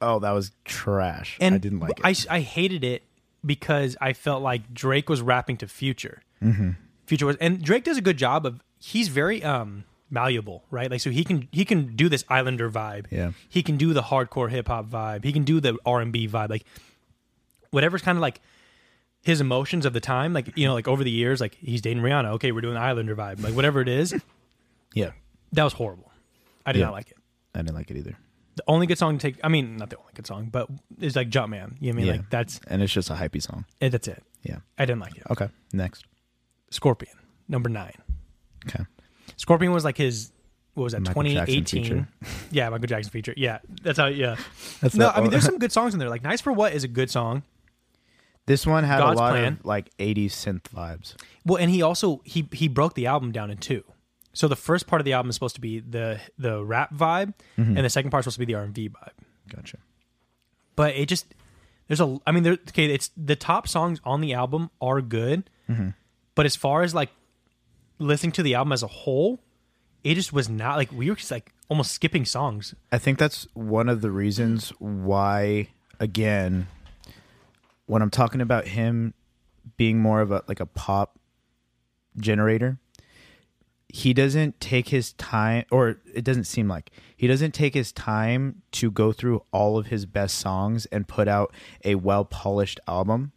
[SPEAKER 1] oh, that was trash.
[SPEAKER 2] And
[SPEAKER 1] I didn't like it.
[SPEAKER 2] I, I hated it because I felt like Drake was rapping to Future.
[SPEAKER 1] Mm-hmm.
[SPEAKER 2] Future was, and Drake does a good job of. He's very um malleable, right? Like so he can he can do this Islander vibe.
[SPEAKER 1] Yeah.
[SPEAKER 2] He can do the hardcore hip hop vibe. He can do the R and B vibe. Like whatever's kind of like his emotions of the time. Like you know, like over the years, like he's dating Rihanna. Okay, we're doing the Islander vibe. Like whatever it is,
[SPEAKER 1] yeah,
[SPEAKER 2] that was horrible. I did
[SPEAKER 1] Yeah.
[SPEAKER 2] not like it.
[SPEAKER 1] I didn't like it either.
[SPEAKER 2] The only good song to take, I mean, not the only good song, but is like Jumpman. You know what I mean?
[SPEAKER 1] Yeah.
[SPEAKER 2] Like that's
[SPEAKER 1] And it's just a hypey song.
[SPEAKER 2] eh, that's it.
[SPEAKER 1] Yeah.
[SPEAKER 2] I didn't like it.
[SPEAKER 1] Okay. Next.
[SPEAKER 2] Scorpion, number nine.
[SPEAKER 1] Okay.
[SPEAKER 2] Scorpion was like his what was that,
[SPEAKER 1] Michael Jackson
[SPEAKER 2] 2018?
[SPEAKER 1] feature.
[SPEAKER 2] Yeah, Michael Jackson feature. Yeah. That's how yeah.
[SPEAKER 1] That's
[SPEAKER 2] no,
[SPEAKER 1] not-
[SPEAKER 2] I mean there's some good songs in there. Like Nice for What is a good song.
[SPEAKER 1] This one had
[SPEAKER 2] God's
[SPEAKER 1] a lot
[SPEAKER 2] Plan.
[SPEAKER 1] of like '80s synth vibes.
[SPEAKER 2] Well, and he also he he broke the album down in two. So the first part of the album is supposed to be the the rap vibe
[SPEAKER 1] Mm-hmm.
[SPEAKER 2] and the second part's supposed to be the R&B vibe.
[SPEAKER 1] Gotcha.
[SPEAKER 2] But it just there's a I mean there okay, it's the top songs on the album are good.
[SPEAKER 1] Mm-hmm.
[SPEAKER 2] But as far as like listening to the album as a whole, it just was not like we were just like almost skipping songs.
[SPEAKER 1] I think that's one of the reasons why, again, when I'm talking about him being more of a like a pop generator, he doesn't take his time, or it doesn't seem like he doesn't take his time to go through all of his best songs and put out a well polished album.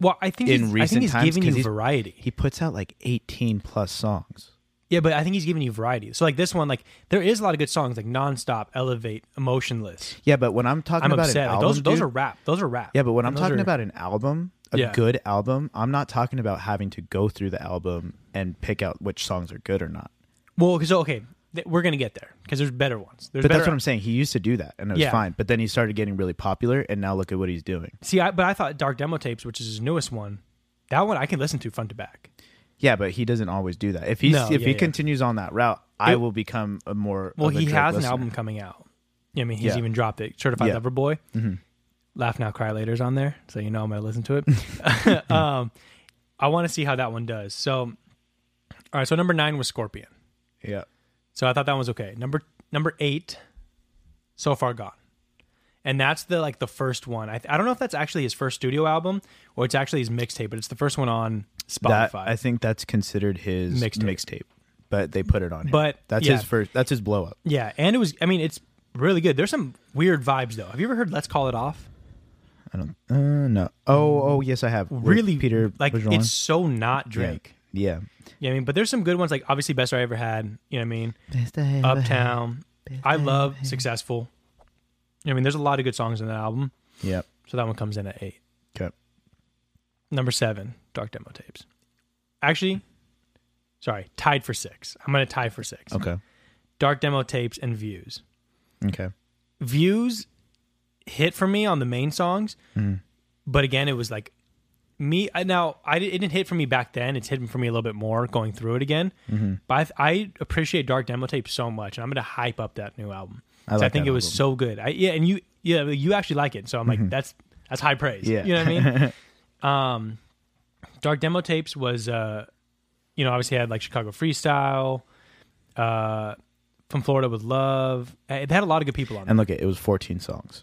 [SPEAKER 2] Well, I think
[SPEAKER 1] In
[SPEAKER 2] he's, I
[SPEAKER 1] recent
[SPEAKER 2] think he's
[SPEAKER 1] times,
[SPEAKER 2] giving
[SPEAKER 1] 'cause
[SPEAKER 2] you
[SPEAKER 1] he's-
[SPEAKER 2] variety.
[SPEAKER 1] He puts out like 18 plus songs.
[SPEAKER 2] yeah, but I think he's giving you variety. So like this one, like there is a lot of good songs like Nonstop, Elevate, Emotionless.
[SPEAKER 1] Yeah, but when I'm talking
[SPEAKER 2] I'm
[SPEAKER 1] about an
[SPEAKER 2] upset. Like,
[SPEAKER 1] album,
[SPEAKER 2] those those
[SPEAKER 1] dude-
[SPEAKER 2] are rap. Those are rap.
[SPEAKER 1] Yeah, but when I'm
[SPEAKER 2] And those
[SPEAKER 1] talking
[SPEAKER 2] are-
[SPEAKER 1] about an album, a
[SPEAKER 2] Yeah.
[SPEAKER 1] good album, I'm not talking about having to go through the album and pick out which songs are good or not.
[SPEAKER 2] well, because okay, th- we're gonna get there because there's better ones. There's
[SPEAKER 1] But that's
[SPEAKER 2] better-
[SPEAKER 1] what I'm saying. He used to do that and it was
[SPEAKER 2] Yeah.
[SPEAKER 1] fine. But then he started getting really popular and now look at what he's doing.
[SPEAKER 2] See, I, but I thought Dark Demo Tapes, which is his newest one, that one I can listen to front to back.
[SPEAKER 1] Yeah, but he doesn't always do that. If he's
[SPEAKER 2] No,
[SPEAKER 1] if
[SPEAKER 2] yeah,
[SPEAKER 1] he
[SPEAKER 2] yeah.
[SPEAKER 1] continues on that route, I
[SPEAKER 2] It-
[SPEAKER 1] will become a more
[SPEAKER 2] Well,
[SPEAKER 1] of a
[SPEAKER 2] he
[SPEAKER 1] Drake
[SPEAKER 2] has an
[SPEAKER 1] listener.
[SPEAKER 2] album coming out. Yeah, I mean, he's
[SPEAKER 1] Yeah.
[SPEAKER 2] even dropped it. Certified
[SPEAKER 1] Yeah. Mm-hmm.
[SPEAKER 2] Lover Boy. Laugh Now, Cry Later's on there, so you know I'm going to listen to it. um, I want to see how that one does. So, all right. So number nine was Scorpion.
[SPEAKER 1] Yeah.
[SPEAKER 2] So I thought that one was okay. Number number eight, So Far Gone, and that's the like the first one. I, th- I don't know if that's actually his first studio album or it's actually his mixtape, but it's the first one on Spotify.
[SPEAKER 1] That I think that's considered his
[SPEAKER 2] Mixtape.
[SPEAKER 1] mixtape. But they put it on. here.
[SPEAKER 2] But,
[SPEAKER 1] that's
[SPEAKER 2] yeah.
[SPEAKER 1] his first that's his blow up.
[SPEAKER 2] yeah, and it was. I mean, it's really good. There's some weird vibes though. Have you ever heard Let's Call It Off?
[SPEAKER 1] I don't uh, no. Oh, oh yes I have. With
[SPEAKER 2] really
[SPEAKER 1] Peter
[SPEAKER 2] like
[SPEAKER 1] Bergeron.
[SPEAKER 2] it's so not Drake.
[SPEAKER 1] Yeah. yeah.
[SPEAKER 2] Yeah. I mean, but there's some good ones like obviously best I ever had. You know what I mean? Uptown. I love successful. You know what I mean, there's a lot of good songs in that album,
[SPEAKER 1] Yep.
[SPEAKER 2] so that one comes in at eight.
[SPEAKER 1] Okay.
[SPEAKER 2] Number seven, Dark Demo Tapes. Actually, sorry, tied for six. I'm gonna tie for six.
[SPEAKER 1] Okay.
[SPEAKER 2] Dark Demo Tapes and Views.
[SPEAKER 1] Okay.
[SPEAKER 2] views hit for me on the main songs,
[SPEAKER 1] Mm.
[SPEAKER 2] but again, it was like me. I- Now, I di- it didn't hit for me back then. It's hitting for me a little bit more going through it again.
[SPEAKER 1] Mm-hmm.
[SPEAKER 2] But I, th- I appreciate Dark Demo Tape so much, and I'm going to hype up that new album. 'Cause I,
[SPEAKER 1] like
[SPEAKER 2] think
[SPEAKER 1] that
[SPEAKER 2] it was
[SPEAKER 1] album. Mm-hmm.
[SPEAKER 2] so good. I, yeah, and you, yeah, you actually like it. So I'm like, that's that's high praise.
[SPEAKER 1] Yeah.
[SPEAKER 2] you know what I mean. um, Dark Demo Tapes was, uh, you know, obviously had like Chicago Freestyle. Uh, from Florida with Love. It had a lot of good people on it
[SPEAKER 1] And look, it it was 14 songs.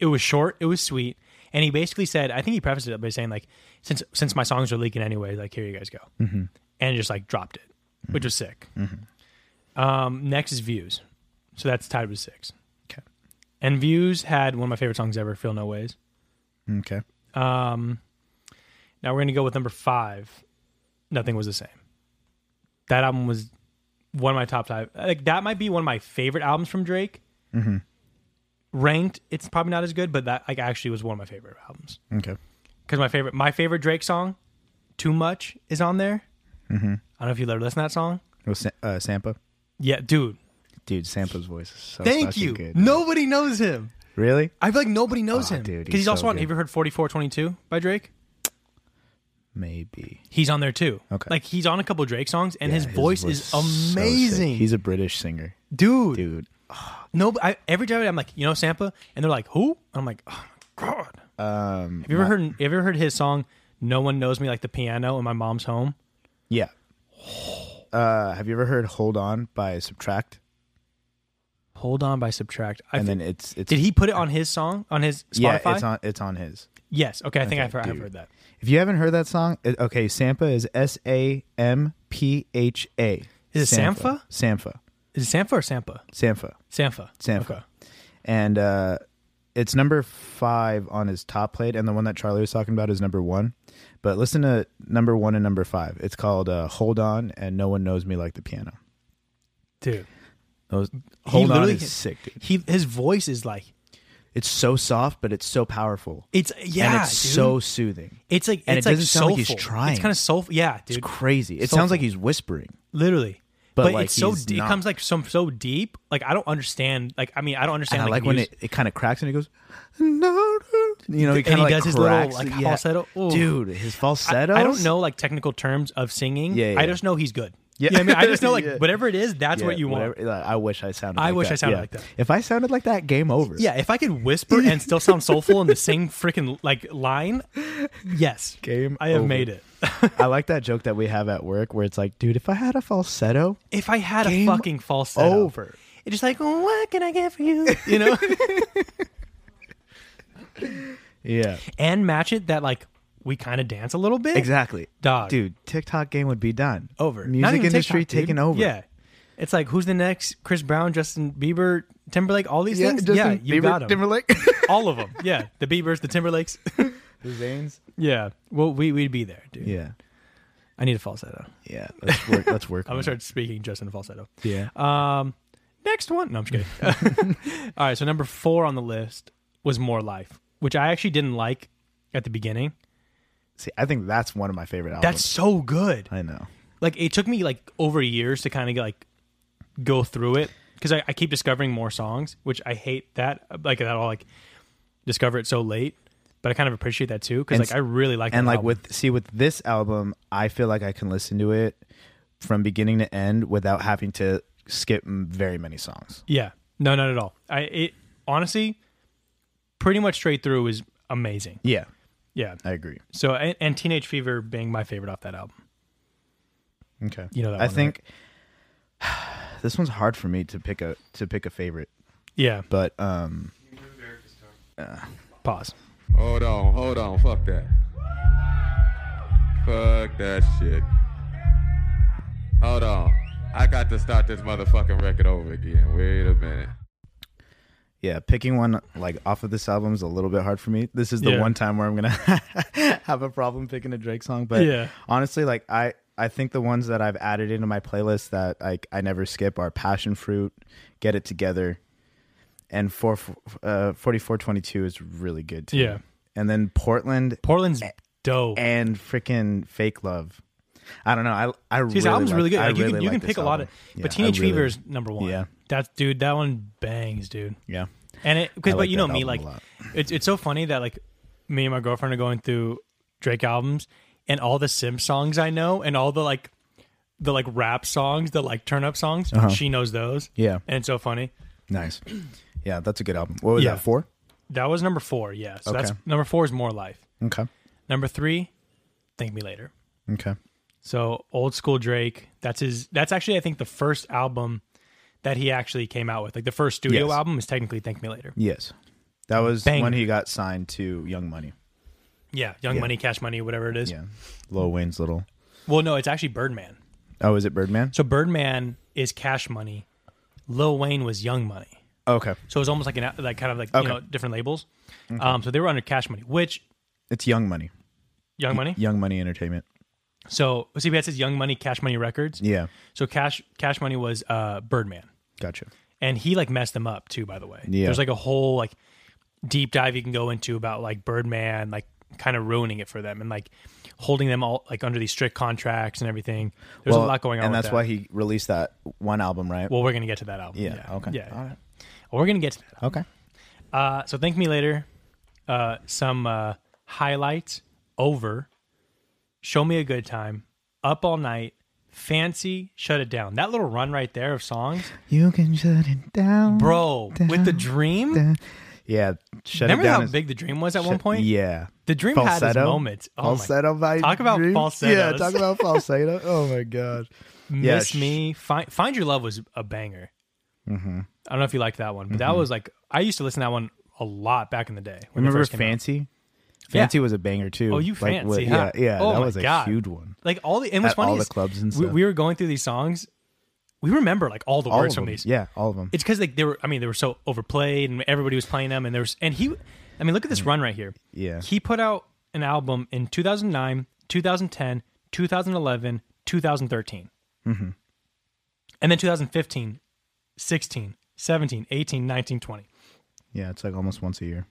[SPEAKER 2] it was short, it was sweet, and he basically said, I think he prefaced it by saying like, since since my songs are leaking anyway, like here you guys go, mm-hmm. and just like dropped it, which was sick. Um, next is views, so that's tied with six.
[SPEAKER 1] Okay.
[SPEAKER 2] And views had one of my favorite songs ever, "Feel No Ways."
[SPEAKER 1] Okay.
[SPEAKER 2] Um, now we're gonna go with number five. Nothing was the same. That album was one of my top five. Like that might be one of my favorite albums from Drake. Ranked, it's probably not as good, but that like actually was one of my favorite albums
[SPEAKER 1] Okay.
[SPEAKER 2] because my favorite my favorite Drake song, "Too Much,"
[SPEAKER 1] Mm-hmm.
[SPEAKER 2] is on there. I don't know if you ever listened to that song.
[SPEAKER 1] It was Sa- uh, Sampa.
[SPEAKER 2] Yeah, dude,
[SPEAKER 1] dude, Sampa's voice is so
[SPEAKER 2] Thank
[SPEAKER 1] fucking
[SPEAKER 2] you.
[SPEAKER 1] good.
[SPEAKER 2] Nobody knows him.
[SPEAKER 1] Really?
[SPEAKER 2] I feel like nobody knows
[SPEAKER 1] Oh,
[SPEAKER 2] him
[SPEAKER 1] dude,
[SPEAKER 2] because
[SPEAKER 1] he's
[SPEAKER 2] he's, also
[SPEAKER 1] so
[SPEAKER 2] on.
[SPEAKER 1] good.
[SPEAKER 2] Have you heard Forty Four Twenty Two by Drake?
[SPEAKER 1] Maybe.
[SPEAKER 2] He's on there too.
[SPEAKER 1] Okay.
[SPEAKER 2] like he's on a couple Drake songs, and
[SPEAKER 1] Yeah,
[SPEAKER 2] his, voice is
[SPEAKER 1] so sick.
[SPEAKER 2] amazing.
[SPEAKER 1] He's a British singer,
[SPEAKER 2] dude,
[SPEAKER 1] dude.
[SPEAKER 2] No, I, every time I'm like, you know, Sampa, and they're like, who? I'm like, oh my god.
[SPEAKER 1] Um,
[SPEAKER 2] Have you ever heard? Have you ever heard his song? No one knows me like the piano in my mom's home.
[SPEAKER 1] yeah. Uh, have you ever heard "Hold On" by Subtract?
[SPEAKER 2] Hold on by subtract. I
[SPEAKER 1] And
[SPEAKER 2] thi-
[SPEAKER 1] then it's it's
[SPEAKER 2] did he put it on his song on his
[SPEAKER 1] yeah,
[SPEAKER 2] Spotify?
[SPEAKER 1] it's on it's on his.
[SPEAKER 2] yes. Okay, I think
[SPEAKER 1] Okay,
[SPEAKER 2] I've, heard, I've
[SPEAKER 1] dude.
[SPEAKER 2] heard that.
[SPEAKER 1] If you haven't heard that song, it, okay, Sampa is S A M P H A.
[SPEAKER 2] Is it Sampha?
[SPEAKER 1] Sampha.
[SPEAKER 2] Is it Sampha or Sampa?
[SPEAKER 1] Sampha.
[SPEAKER 2] Sampha.
[SPEAKER 1] Sampha.
[SPEAKER 2] Okay.
[SPEAKER 1] And uh, it's number five on his top plate, and the one that Charlie was talking about is number one. But listen to number one and number five. It's called uh, "Hold On" and "No One Knows Me Like the Piano."
[SPEAKER 2] Dude,
[SPEAKER 1] Those
[SPEAKER 2] He
[SPEAKER 1] "Hold On"
[SPEAKER 2] literally-
[SPEAKER 1] is sick, dude.
[SPEAKER 2] he his voice is like
[SPEAKER 1] It's so soft, but it's so powerful,
[SPEAKER 2] it's yeah.
[SPEAKER 1] and it's
[SPEAKER 2] dude.
[SPEAKER 1] so soothing.
[SPEAKER 2] it's like
[SPEAKER 1] and
[SPEAKER 2] it's
[SPEAKER 1] it
[SPEAKER 2] like
[SPEAKER 1] doesn't sound like he's
[SPEAKER 2] soulful.
[SPEAKER 1] trying.
[SPEAKER 2] It's kind of soulful. Yeah, dude.
[SPEAKER 1] It's crazy. It
[SPEAKER 2] Soulful.
[SPEAKER 1] sounds like he's whispering.
[SPEAKER 2] literally.
[SPEAKER 1] But,
[SPEAKER 2] But,
[SPEAKER 1] like,
[SPEAKER 2] it's so
[SPEAKER 1] he's
[SPEAKER 2] deep.
[SPEAKER 1] not.
[SPEAKER 2] it comes like some so deep. Like I don't understand. Like I mean, I
[SPEAKER 1] And
[SPEAKER 2] don't understand.
[SPEAKER 1] I like when
[SPEAKER 2] music.
[SPEAKER 1] it, it kind of cracks and it goes, no, no." you know, he
[SPEAKER 2] And
[SPEAKER 1] kind of like
[SPEAKER 2] he does his little,
[SPEAKER 1] cracks.
[SPEAKER 2] like,
[SPEAKER 1] yeah.
[SPEAKER 2] falsetto. Ooh.
[SPEAKER 1] Dude, his
[SPEAKER 2] I,
[SPEAKER 1] falsetto.
[SPEAKER 2] I don't know like technical terms of singing.
[SPEAKER 1] Yeah, yeah,
[SPEAKER 2] I
[SPEAKER 1] yeah.
[SPEAKER 2] just know he's good.
[SPEAKER 1] Yeah.
[SPEAKER 2] Yeah, I mean, I just know like
[SPEAKER 1] Yeah.
[SPEAKER 2] whatever it is, that's what you want.
[SPEAKER 1] I wish I sounded.
[SPEAKER 2] I
[SPEAKER 1] like
[SPEAKER 2] wish
[SPEAKER 1] that.
[SPEAKER 2] I sounded
[SPEAKER 1] Yeah.
[SPEAKER 2] like that.
[SPEAKER 1] If I sounded like that, game over.
[SPEAKER 2] Yeah, if I could whisper and still sound soulful in the same freaking like line, yes,
[SPEAKER 1] Game
[SPEAKER 2] I have
[SPEAKER 1] over.
[SPEAKER 2] made it.
[SPEAKER 1] I like that joke that we have at work where it's like, dude, if I had a falsetto,
[SPEAKER 2] If I had
[SPEAKER 1] Game
[SPEAKER 2] a fucking falsetto,
[SPEAKER 1] over.
[SPEAKER 2] It's just like, oh, what can I get for you? You know,
[SPEAKER 1] yeah,
[SPEAKER 2] and match it that like we kind of dance a little bit.
[SPEAKER 1] exactly,
[SPEAKER 2] Dog.
[SPEAKER 1] dude. TikTok game would be done.
[SPEAKER 2] over. Not
[SPEAKER 1] Music
[SPEAKER 2] even
[SPEAKER 1] industry
[SPEAKER 2] TikTok, dude.
[SPEAKER 1] taken over.
[SPEAKER 2] Yeah, it's like who's the next Chris Brown, Justin Bieber, Timberlake, all these
[SPEAKER 1] yeah,
[SPEAKER 2] things.
[SPEAKER 1] Justin
[SPEAKER 2] yeah, you
[SPEAKER 1] Bieber,
[SPEAKER 2] got 'em.
[SPEAKER 1] Timberlake,
[SPEAKER 2] all of them. Yeah, the Biebers, the Timberlakes.
[SPEAKER 1] the Zanes.
[SPEAKER 2] yeah, well, we we'd be there, dude.
[SPEAKER 1] Yeah,
[SPEAKER 2] I need a falsetto.
[SPEAKER 1] yeah. Let's work. Let's work.
[SPEAKER 2] I'm
[SPEAKER 1] on
[SPEAKER 2] gonna
[SPEAKER 1] it.
[SPEAKER 2] start speaking just in falsetto.
[SPEAKER 1] Yeah.
[SPEAKER 2] Um, next one. No, I'm just kidding. all right, so number four on the list was More Life, which I actually didn't like at the beginning.
[SPEAKER 1] See, I think that's one of my favorite albums.
[SPEAKER 2] That's so good.
[SPEAKER 1] I know.
[SPEAKER 2] Like it took me like over years to kind of like go through it because I, I keep discovering more songs, which I hate that. Like that I'll like discover it so late, but I kind of appreciate that too because
[SPEAKER 1] And
[SPEAKER 2] like I really like
[SPEAKER 1] and
[SPEAKER 2] that
[SPEAKER 1] like
[SPEAKER 2] album.
[SPEAKER 1] with see with this album i feel like i can listen to it from beginning to end without having to skip m- very many songs
[SPEAKER 2] Yeah. No, not at all. I it honestly pretty much straight through is amazing.
[SPEAKER 1] yeah
[SPEAKER 2] Yeah.
[SPEAKER 1] i agree
[SPEAKER 2] So and, and Teenage Fever being my favorite off that album.
[SPEAKER 1] okay
[SPEAKER 2] You know that
[SPEAKER 1] i
[SPEAKER 2] one,
[SPEAKER 1] think this one's hard for me to pick a to pick a favorite
[SPEAKER 2] Yeah.
[SPEAKER 1] but um
[SPEAKER 2] Pause.
[SPEAKER 7] Hold on, hold on, fuck that. Fuck that shit. Hold on. I got to start this motherfucking record over again. Wait a minute.
[SPEAKER 1] yeah picking one like off of this album is a little bit hard for me this is the
[SPEAKER 2] Yeah.
[SPEAKER 1] one time where i'm gonna have a problem picking a drake song but
[SPEAKER 2] Yeah.
[SPEAKER 1] honestly like i i think the ones that i've added into my playlist that i i never skip are passion fruit get it together and 4 uh 4422 is really good too
[SPEAKER 2] Yeah.
[SPEAKER 1] and then portland
[SPEAKER 2] Portland's dope.
[SPEAKER 1] and freaking fake love i don't know i i really
[SPEAKER 2] His album's
[SPEAKER 1] like-
[SPEAKER 2] really good.
[SPEAKER 1] I
[SPEAKER 2] Like, you can
[SPEAKER 1] really
[SPEAKER 2] you
[SPEAKER 1] like
[SPEAKER 2] can
[SPEAKER 1] this
[SPEAKER 2] pick a lot of
[SPEAKER 1] album. Yeah,
[SPEAKER 2] but
[SPEAKER 1] I
[SPEAKER 2] Teenage
[SPEAKER 1] really-
[SPEAKER 2] Fever is number one.
[SPEAKER 1] Yeah.
[SPEAKER 2] That's dude, that one bangs, dude.
[SPEAKER 1] yeah
[SPEAKER 2] And it because
[SPEAKER 1] I
[SPEAKER 2] but
[SPEAKER 1] like
[SPEAKER 2] you know
[SPEAKER 1] that
[SPEAKER 2] me,
[SPEAKER 1] album
[SPEAKER 2] like
[SPEAKER 1] a lot.
[SPEAKER 2] it's it's so funny that like me and my girlfriend are going through Drake albums and all the Sim songs I know and all the like the like rap songs, the like turn up songs, she knows those.
[SPEAKER 1] Uh-huh. Yeah.
[SPEAKER 2] And it's so funny.
[SPEAKER 1] nice yeah that's a good album what was
[SPEAKER 2] Yeah.
[SPEAKER 1] that for
[SPEAKER 2] That was number four, yeah. So that's
[SPEAKER 1] Okay.
[SPEAKER 2] number four is more life.
[SPEAKER 1] okay
[SPEAKER 2] Number three, Thank Me Later.
[SPEAKER 1] okay
[SPEAKER 2] So old school Drake. That's his. That's actually I think the first album that he actually came out with. Like the first studio
[SPEAKER 1] Yes.
[SPEAKER 2] album is technically Thank Me Later.
[SPEAKER 1] Yes. That was
[SPEAKER 2] Banger.
[SPEAKER 1] when he got signed to Young Money.
[SPEAKER 2] Yeah, Young Money, Cash Money, whatever it is.
[SPEAKER 1] Yeah. Lil Wayne's little.
[SPEAKER 2] Well, no, it's actually Birdman.
[SPEAKER 1] Oh, is it Birdman?
[SPEAKER 2] So Birdman is Cash Money. Lil Wayne was Young Money.
[SPEAKER 1] Okay.
[SPEAKER 2] So it was almost like an like kind of like
[SPEAKER 1] Okay. Mm-hmm.
[SPEAKER 2] you know different labels. Um, so they were under Cash Money, which
[SPEAKER 1] It's Young Money.
[SPEAKER 2] Young Money.
[SPEAKER 1] Young Money Entertainment.
[SPEAKER 2] So CBS is Young Money, Cash Money Records.
[SPEAKER 1] Yeah.
[SPEAKER 2] So Cash Cash Money was uh, Birdman.
[SPEAKER 1] Gotcha.
[SPEAKER 2] and he like messed them up too by the way
[SPEAKER 1] Yeah.
[SPEAKER 2] there's like a whole like deep dive you can go into about like birdman like kind of ruining it for them and like holding them all like under these strict contracts and everything. There's
[SPEAKER 1] Well,
[SPEAKER 2] a lot going on,
[SPEAKER 1] and
[SPEAKER 2] with
[SPEAKER 1] that's
[SPEAKER 2] that.
[SPEAKER 1] why he released that one album, right?
[SPEAKER 2] Well, we're gonna get to that album.
[SPEAKER 1] yeah, Okay.
[SPEAKER 2] Yeah.
[SPEAKER 1] All right.
[SPEAKER 2] We're gonna get to that.
[SPEAKER 1] Okay.
[SPEAKER 2] Uh, so thank me later. Uh, some uh, highlights over. Show me a good time. Up all night. Fancy. Shut it down. That little run right there of songs,
[SPEAKER 4] You can shut it down.
[SPEAKER 2] bro. With the dream.
[SPEAKER 1] Yeah. Shut
[SPEAKER 2] Remember
[SPEAKER 1] it down.
[SPEAKER 2] how
[SPEAKER 1] is-
[SPEAKER 2] big the dream was at
[SPEAKER 1] shut-
[SPEAKER 2] one point?
[SPEAKER 1] Yeah.
[SPEAKER 2] The dream had his
[SPEAKER 1] falsetto.
[SPEAKER 2] moments. Oh my-
[SPEAKER 1] falsetto by
[SPEAKER 2] Talk about
[SPEAKER 1] Dream?
[SPEAKER 2] falsettos.
[SPEAKER 1] Yeah, talk about falsetto. Oh my god. Yeah,
[SPEAKER 2] Miss
[SPEAKER 1] sh-
[SPEAKER 2] Me, Find Find Your Love was a banger.
[SPEAKER 1] Mm-hmm.
[SPEAKER 2] I don't know if you liked that one, but that was like I used to listen to that one a lot back in the day. When it
[SPEAKER 1] Remember
[SPEAKER 2] first came out.
[SPEAKER 1] Fancy? Fancy was a banger too.
[SPEAKER 2] Oh, you
[SPEAKER 1] Like,
[SPEAKER 2] fancy?
[SPEAKER 1] what-
[SPEAKER 2] huh?
[SPEAKER 1] Yeah, yeah.
[SPEAKER 2] Oh
[SPEAKER 1] that
[SPEAKER 2] my
[SPEAKER 1] was a
[SPEAKER 2] God.
[SPEAKER 1] huge one.
[SPEAKER 2] Like all the and what's
[SPEAKER 1] At all
[SPEAKER 2] funny
[SPEAKER 1] the
[SPEAKER 2] is
[SPEAKER 1] clubs and
[SPEAKER 2] we,
[SPEAKER 1] stuff.
[SPEAKER 2] we were going through these songs. We remember like all the
[SPEAKER 1] All
[SPEAKER 2] words
[SPEAKER 1] of
[SPEAKER 2] from
[SPEAKER 1] them.
[SPEAKER 2] these.
[SPEAKER 1] Yeah, all of them.
[SPEAKER 2] It's because like they were. I mean, they were so overplayed, and everybody was playing them, and there was. And he, I mean, look at this run right here.
[SPEAKER 1] Yeah.
[SPEAKER 2] he put out an album in 2009, 2010, 2011, 2013,
[SPEAKER 1] Mm-hmm.
[SPEAKER 2] and then 2015, 16, 17, 18, 19, 20.
[SPEAKER 1] yeah, it's like almost once a year.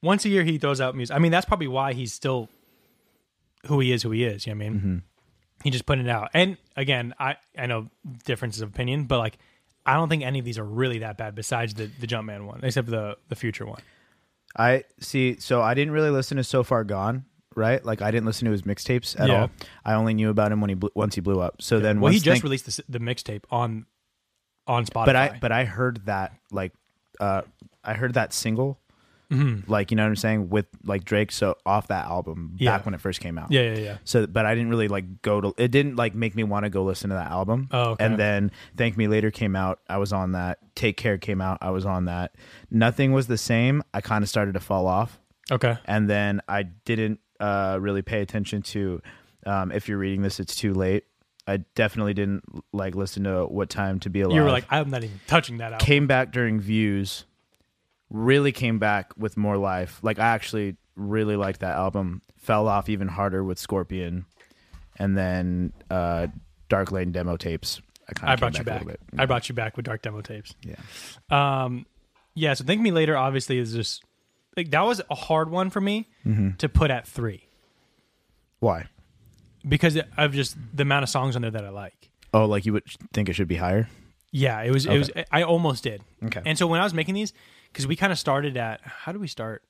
[SPEAKER 2] Once a year, he throws out music. I mean, that's probably why he's still who he is. Who he is. You know what I mean?
[SPEAKER 1] Mm-hmm.
[SPEAKER 2] He just put it out. And again, I I know differences of opinion, but like. I don't think any of these are really that bad besides the, the Jumpman one, except the, the future one.
[SPEAKER 1] I see. So I didn't really listen to So Far Gone, right? Like I didn't listen to his mixtapes at
[SPEAKER 2] Yeah.
[SPEAKER 1] all. I only knew about him when he blew, once he blew up. So then,
[SPEAKER 2] Well, he
[SPEAKER 1] once
[SPEAKER 2] just
[SPEAKER 1] Thank-
[SPEAKER 2] released the, s- the mixtape on on Spotify.
[SPEAKER 1] But I but I heard that like uh I heard that single.
[SPEAKER 2] Mm-hmm.
[SPEAKER 1] Like you know what I'm saying with like Drake, so off that album
[SPEAKER 2] Yeah.
[SPEAKER 1] back when it first came out.
[SPEAKER 2] yeah, yeah, yeah.
[SPEAKER 1] So, but I didn't really like go to. It didn't like make me want to go listen to that album.
[SPEAKER 2] Oh, okay.
[SPEAKER 1] And then "Thank Me Later" came out. I was on that. "Take Care" came out. I was on that. Nothing was the same. I kind of started to fall off,
[SPEAKER 2] Okay.
[SPEAKER 1] and then I didn't uh, really pay attention to. Um, if you're reading this, it's too late. I definitely didn't like listen to "What Time to Be Alive."
[SPEAKER 2] You were like, I'm not even touching that out.
[SPEAKER 1] came back during views. Really came back with more life. Like I actually really liked that album. Fell off even harder with Scorpion, and then uh, Dark Lane demo tapes. I kind
[SPEAKER 2] I
[SPEAKER 1] of
[SPEAKER 2] brought you
[SPEAKER 1] back,
[SPEAKER 2] back.
[SPEAKER 1] a little bit.
[SPEAKER 2] I brought you back with dark demo tapes.
[SPEAKER 1] Yeah.
[SPEAKER 2] Um, yeah. So thank me later. Obviously, is just like that was a hard one for me
[SPEAKER 1] Mm-hmm.
[SPEAKER 2] to put at three
[SPEAKER 1] Why?
[SPEAKER 2] because of just the amount of songs on there that I like.
[SPEAKER 1] Oh, like you would think it should be higher.
[SPEAKER 2] Yeah, it was. It was. I almost did.
[SPEAKER 1] Okay.
[SPEAKER 2] And so when I was making these, because we kind of started at how do we start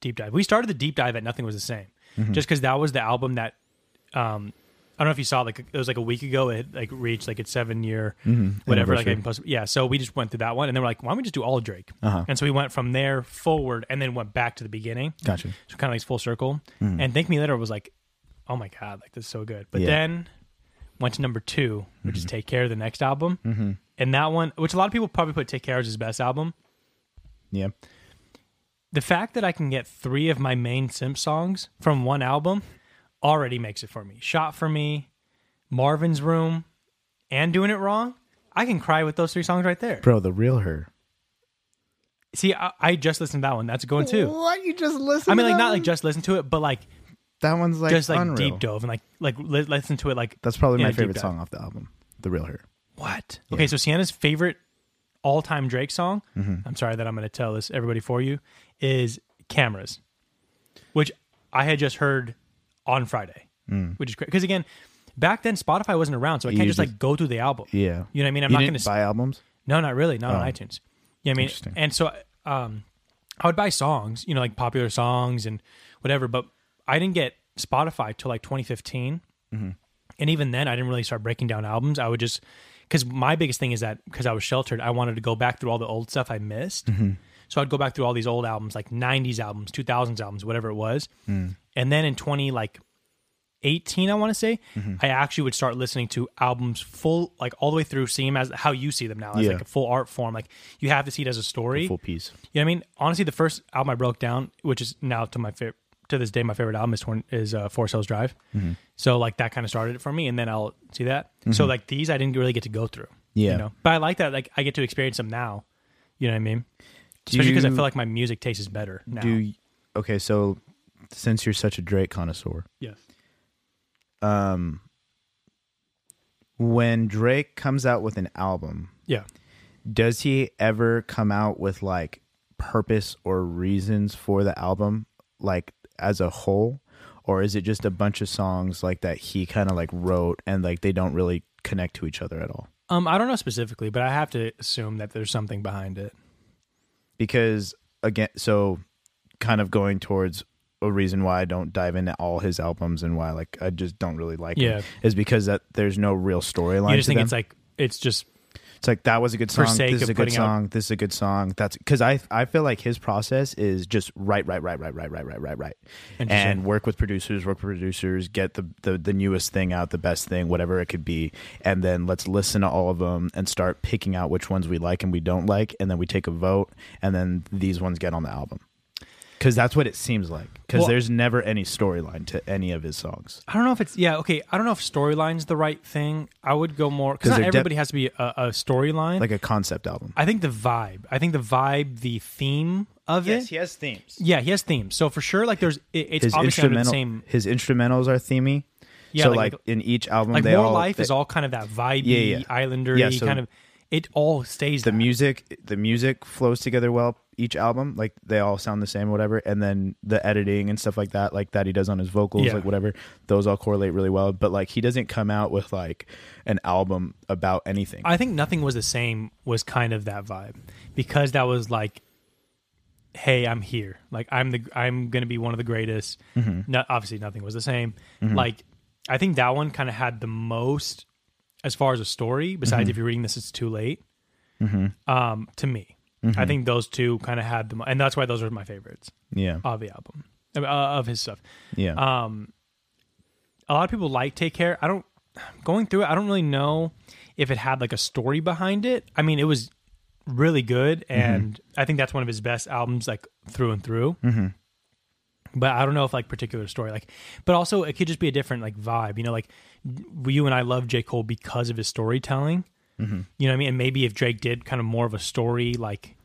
[SPEAKER 2] deep dive? We started the deep dive at nothing was the same, just because that was the album that, um, I don't know if you saw like it was like a week ago it like reached like its seven year whatever like I even posted yeah so we just went through that one and then we're like why don't we just do all Drake
[SPEAKER 1] Uh-huh.
[SPEAKER 2] and so we went from there forward and then went back to the beginning
[SPEAKER 1] Gotcha. Hmm.
[SPEAKER 2] so kind of like full circle and Thank Me Later was like oh my god like this is so good but
[SPEAKER 1] Yeah. Mm-hmm.
[SPEAKER 2] then went to number two, which is Take Care, the next album. Mm-hmm. And that one, which a lot of people probably put Take Care as his best album.
[SPEAKER 1] Yeah.
[SPEAKER 2] The fact that I can get three of my main Simp songs from one album already makes it for me. Shot for Me, Marvin's Room, and Doing It Wrong. I can cry with those three songs right there.
[SPEAKER 1] Bro, the real her.
[SPEAKER 2] See, I, I just listened to that one. That's a going too.
[SPEAKER 1] What you just listen?
[SPEAKER 2] I mean, like not like just listen to it, but like
[SPEAKER 1] that one's like
[SPEAKER 2] just like
[SPEAKER 1] unreal.
[SPEAKER 2] deep dove and like like li- listen to it like
[SPEAKER 1] That's probably
[SPEAKER 2] in a
[SPEAKER 1] my
[SPEAKER 2] deep
[SPEAKER 1] favorite
[SPEAKER 2] dive.
[SPEAKER 1] song off the album. The real her.
[SPEAKER 2] What? Okay, so Sienna's favorite all time Drake song,
[SPEAKER 1] Mm-hmm.
[SPEAKER 2] I'm sorry that I'm going to tell this everybody for you, is Cameras, which I had just heard on Friday, which is great. Because again, back then Spotify wasn't around, so I can't
[SPEAKER 1] Mm. You
[SPEAKER 2] just
[SPEAKER 1] just-
[SPEAKER 2] like go through the album.
[SPEAKER 1] Yeah.
[SPEAKER 2] You know what I mean? I'm
[SPEAKER 1] You
[SPEAKER 2] not
[SPEAKER 1] didn't
[SPEAKER 2] going to.
[SPEAKER 1] buy albums.
[SPEAKER 2] No, not really. Not on iTunes. Yeah, I mean,
[SPEAKER 1] Interesting.
[SPEAKER 2] and so um, I would buy songs, you know, like popular songs and whatever. But I didn't get Spotify till like 2015, and even then, I didn't really start breaking down albums. I would just because my biggest thing is that because I was sheltered, I wanted to go back through all the old stuff I missed. So I'd go back through all these old albums, like 90s albums, 2000s albums, whatever it was. And then in 20 like 18 i want to say i actually would start listening to albums full like all the way through seeing them as how you see them now as
[SPEAKER 1] Yeah.
[SPEAKER 2] like a full art form like you have to see it as a story
[SPEAKER 1] Full piece.
[SPEAKER 2] you know what i mean honestly the first album i broke down which is now to my favorite to this day my favorite album is, torn- is uh, four Hills drive
[SPEAKER 1] Mm-hmm.
[SPEAKER 2] so like that kind of started it for me and then i'll see that so like these i didn't really get to go through
[SPEAKER 1] Yeah.
[SPEAKER 2] you know but i like that like i get to experience them now you know what i mean especially because i
[SPEAKER 1] you-
[SPEAKER 2] feel like my music taste is better now
[SPEAKER 1] Do y- okay. So since you're such a Drake connoisseur,
[SPEAKER 2] yes
[SPEAKER 1] um when Drake comes out with an album,
[SPEAKER 2] yeah
[SPEAKER 1] does he ever come out with like purpose or reasons for the album? like as a whole, or is it just a bunch of songs like that he kind of like wrote and like they don't really connect to each other at all?
[SPEAKER 2] Um, I don't know specifically, but I have to assume that there's something behind it.
[SPEAKER 1] Because again, so kind of going towards a reason why I don't dive into all his albums and why like I just don't really like
[SPEAKER 2] Yeah.
[SPEAKER 1] him is because that there's no real storyline.
[SPEAKER 2] You just
[SPEAKER 1] to
[SPEAKER 2] think
[SPEAKER 1] them.
[SPEAKER 2] it's like it's just
[SPEAKER 1] It's like that was a good song.
[SPEAKER 2] sake
[SPEAKER 1] This is
[SPEAKER 2] of
[SPEAKER 1] a good
[SPEAKER 2] putting out-
[SPEAKER 1] song. This is a good song. That's because I I feel like his process is just right, right, right, right, right, right, right, right, right,
[SPEAKER 2] Interesting.
[SPEAKER 1] and work with producers, work with producers, get the, the the newest thing out, the best thing, whatever it could be, and then let's listen to all of them and start picking out which ones we like and we don't like, and then we take a vote, and then these ones get on the album. Because that's what it seems like. Because
[SPEAKER 2] Well-
[SPEAKER 1] there's never any storyline to any of his songs.
[SPEAKER 2] I don't know if it's yeah okay. I don't know if storyline's the right thing. I would go more
[SPEAKER 1] 'Cause
[SPEAKER 2] because not
[SPEAKER 1] they're def-
[SPEAKER 2] everybody has to be a, a storyline.
[SPEAKER 1] Like a concept album.
[SPEAKER 2] I think the vibe. I think the vibe, the theme of it.
[SPEAKER 1] has themes.
[SPEAKER 2] Yeah, he has themes. So for sure, like there's it, it's
[SPEAKER 1] his
[SPEAKER 2] obviously under the
[SPEAKER 1] instrumental
[SPEAKER 2] same.
[SPEAKER 1] his instrumentals are themey.
[SPEAKER 2] Yeah,
[SPEAKER 1] so
[SPEAKER 2] like-
[SPEAKER 1] like, in each album,
[SPEAKER 2] Like
[SPEAKER 1] they
[SPEAKER 2] more
[SPEAKER 1] all,
[SPEAKER 2] life
[SPEAKER 1] they-
[SPEAKER 2] is all kind of that vibey,
[SPEAKER 1] Yeah, yeah.
[SPEAKER 2] islander
[SPEAKER 1] Yeah, so
[SPEAKER 2] kind of. It all stays
[SPEAKER 1] the
[SPEAKER 2] that.
[SPEAKER 1] music. The music flows together well. Each album, like they all sound the same, whatever. And then the editing and stuff like that, like that he does on his vocals,
[SPEAKER 2] Yeah.
[SPEAKER 1] like whatever, those all correlate really well. But like he doesn't come out with like an album about anything.
[SPEAKER 2] I think nothing was the same was kind of that vibe because that was like, hey, I'm here. Like I'm the I'm gonna be one of the greatest. No, obviously, nothing was the same. Like I think that one kind of had the most as far as a story. Besides, if you're reading this, it's too late. Um, to me, I think those two kind of had the, mo- and that's why those are my favorites
[SPEAKER 1] yeah,
[SPEAKER 2] of the album uh, of his stuff
[SPEAKER 1] yeah.
[SPEAKER 2] Um, a lot of people like Take Care. I don't going through it. I don't really know if it had like a story behind it. I mean, it was really good,
[SPEAKER 1] Mm-hmm.
[SPEAKER 2] and I think that's one of his best albums, like through and through. Mm-hmm. But I don't know if like particular story, like, but also it could just be a different like vibe. You know, like you and I love J Cole because of his storytelling.
[SPEAKER 1] Mm-hmm.
[SPEAKER 2] You know what I mean? And maybe if Drake did kind of more of a story, like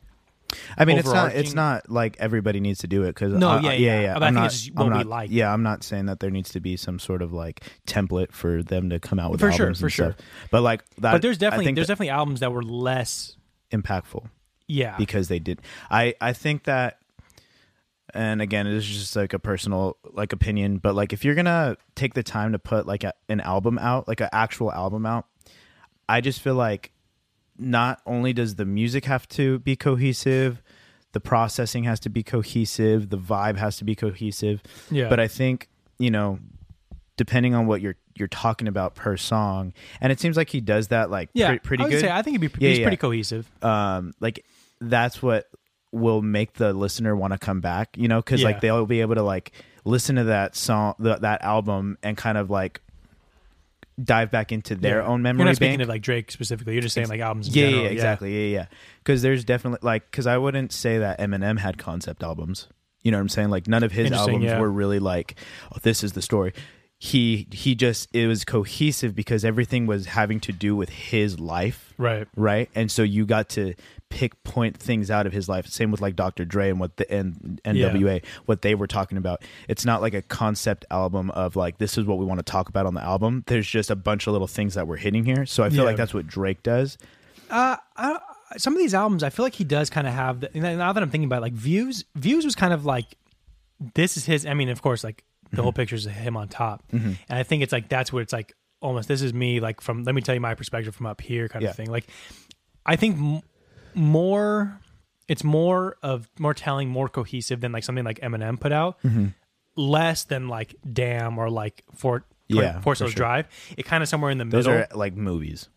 [SPEAKER 1] I mean, it's not it's
[SPEAKER 2] overarching-
[SPEAKER 1] not like everybody needs to do it because
[SPEAKER 2] No,
[SPEAKER 1] yeah,
[SPEAKER 2] yeah, yeah.
[SPEAKER 1] yeah,
[SPEAKER 2] But I
[SPEAKER 1] I'm
[SPEAKER 2] think
[SPEAKER 1] not,
[SPEAKER 2] it's just what
[SPEAKER 1] I'm
[SPEAKER 2] we
[SPEAKER 1] not-
[SPEAKER 2] like.
[SPEAKER 1] Yeah, I'm not saying that there needs to be some sort of like template for them to come out with
[SPEAKER 2] For sure,
[SPEAKER 1] albums
[SPEAKER 2] for
[SPEAKER 1] and
[SPEAKER 2] sure.
[SPEAKER 1] stuff. But like, that,
[SPEAKER 2] but there's
[SPEAKER 1] I
[SPEAKER 2] definitely
[SPEAKER 1] think
[SPEAKER 2] there's
[SPEAKER 1] that-
[SPEAKER 2] definitely albums that were less
[SPEAKER 1] impactful
[SPEAKER 2] yeah
[SPEAKER 1] because they did. I I think that, and again, it is just like a personal like opinion, but like if you're gonna take the time to put like a, an album out, like an actual album out, I just feel like not only does the music have to be cohesive, the processing has to be cohesive, the vibe has to be cohesive.
[SPEAKER 2] Yeah.
[SPEAKER 1] But I think, you know, depending on what you're you're talking about per song, and it seems like he does that like
[SPEAKER 2] yeah
[SPEAKER 1] pre- pretty
[SPEAKER 2] I would
[SPEAKER 1] good.
[SPEAKER 2] say I think it'd be
[SPEAKER 1] Yeah,
[SPEAKER 2] he's
[SPEAKER 1] yeah.
[SPEAKER 2] pretty cohesive.
[SPEAKER 1] Um like that's what will make the listener want to come back, you know, cuz
[SPEAKER 2] Yeah.
[SPEAKER 1] like they'll be able to like listen to that song th- that album and kind of like dive back into their
[SPEAKER 2] Yeah.
[SPEAKER 1] own memory
[SPEAKER 2] You're not speaking
[SPEAKER 1] bank
[SPEAKER 2] of like Drake specifically. You're just saying like albums. In
[SPEAKER 1] yeah,
[SPEAKER 2] general.
[SPEAKER 1] yeah, exactly. Yeah, yeah. Because there's definitely like because I wouldn't say that Eminem had concept albums. You know what I'm saying? Like none of his
[SPEAKER 2] Interesting,
[SPEAKER 1] albums
[SPEAKER 2] yeah.
[SPEAKER 1] were really like, oh, this is the story. He he just it was cohesive because everything was having to do with his life.
[SPEAKER 2] Right.
[SPEAKER 1] Right. And so you got to pick point things out of his life. Same with like Dr. Dre and what the N- NWA, what they were talking about. It's not like a concept album of like this is what we want to talk about on the album. There's just a bunch of little things that we're hitting here. So I feel
[SPEAKER 2] Yeah.
[SPEAKER 1] like that's what Drake does.
[SPEAKER 2] Some of these albums, I feel like he does kind of have. The, and now that I'm thinking about it, like views, views was kind of like this is his. I mean, of course, like the
[SPEAKER 1] Mm-hmm.
[SPEAKER 2] whole picture is him on top, and I think it's like that's where it's like almost this is me. Like from let me tell you my perspective from up here, kind
[SPEAKER 1] Yeah.
[SPEAKER 2] of thing. Like I think m- more, it's more of more telling, more cohesive than like something like Eminem put out.
[SPEAKER 1] Mm-hmm.
[SPEAKER 2] Less than like Damn or like Fort.
[SPEAKER 1] Yeah,
[SPEAKER 2] Force
[SPEAKER 1] for
[SPEAKER 2] Hills
[SPEAKER 1] sure.
[SPEAKER 2] Drive. It kind of somewhere in the
[SPEAKER 1] Those
[SPEAKER 2] middle.
[SPEAKER 1] are like movies.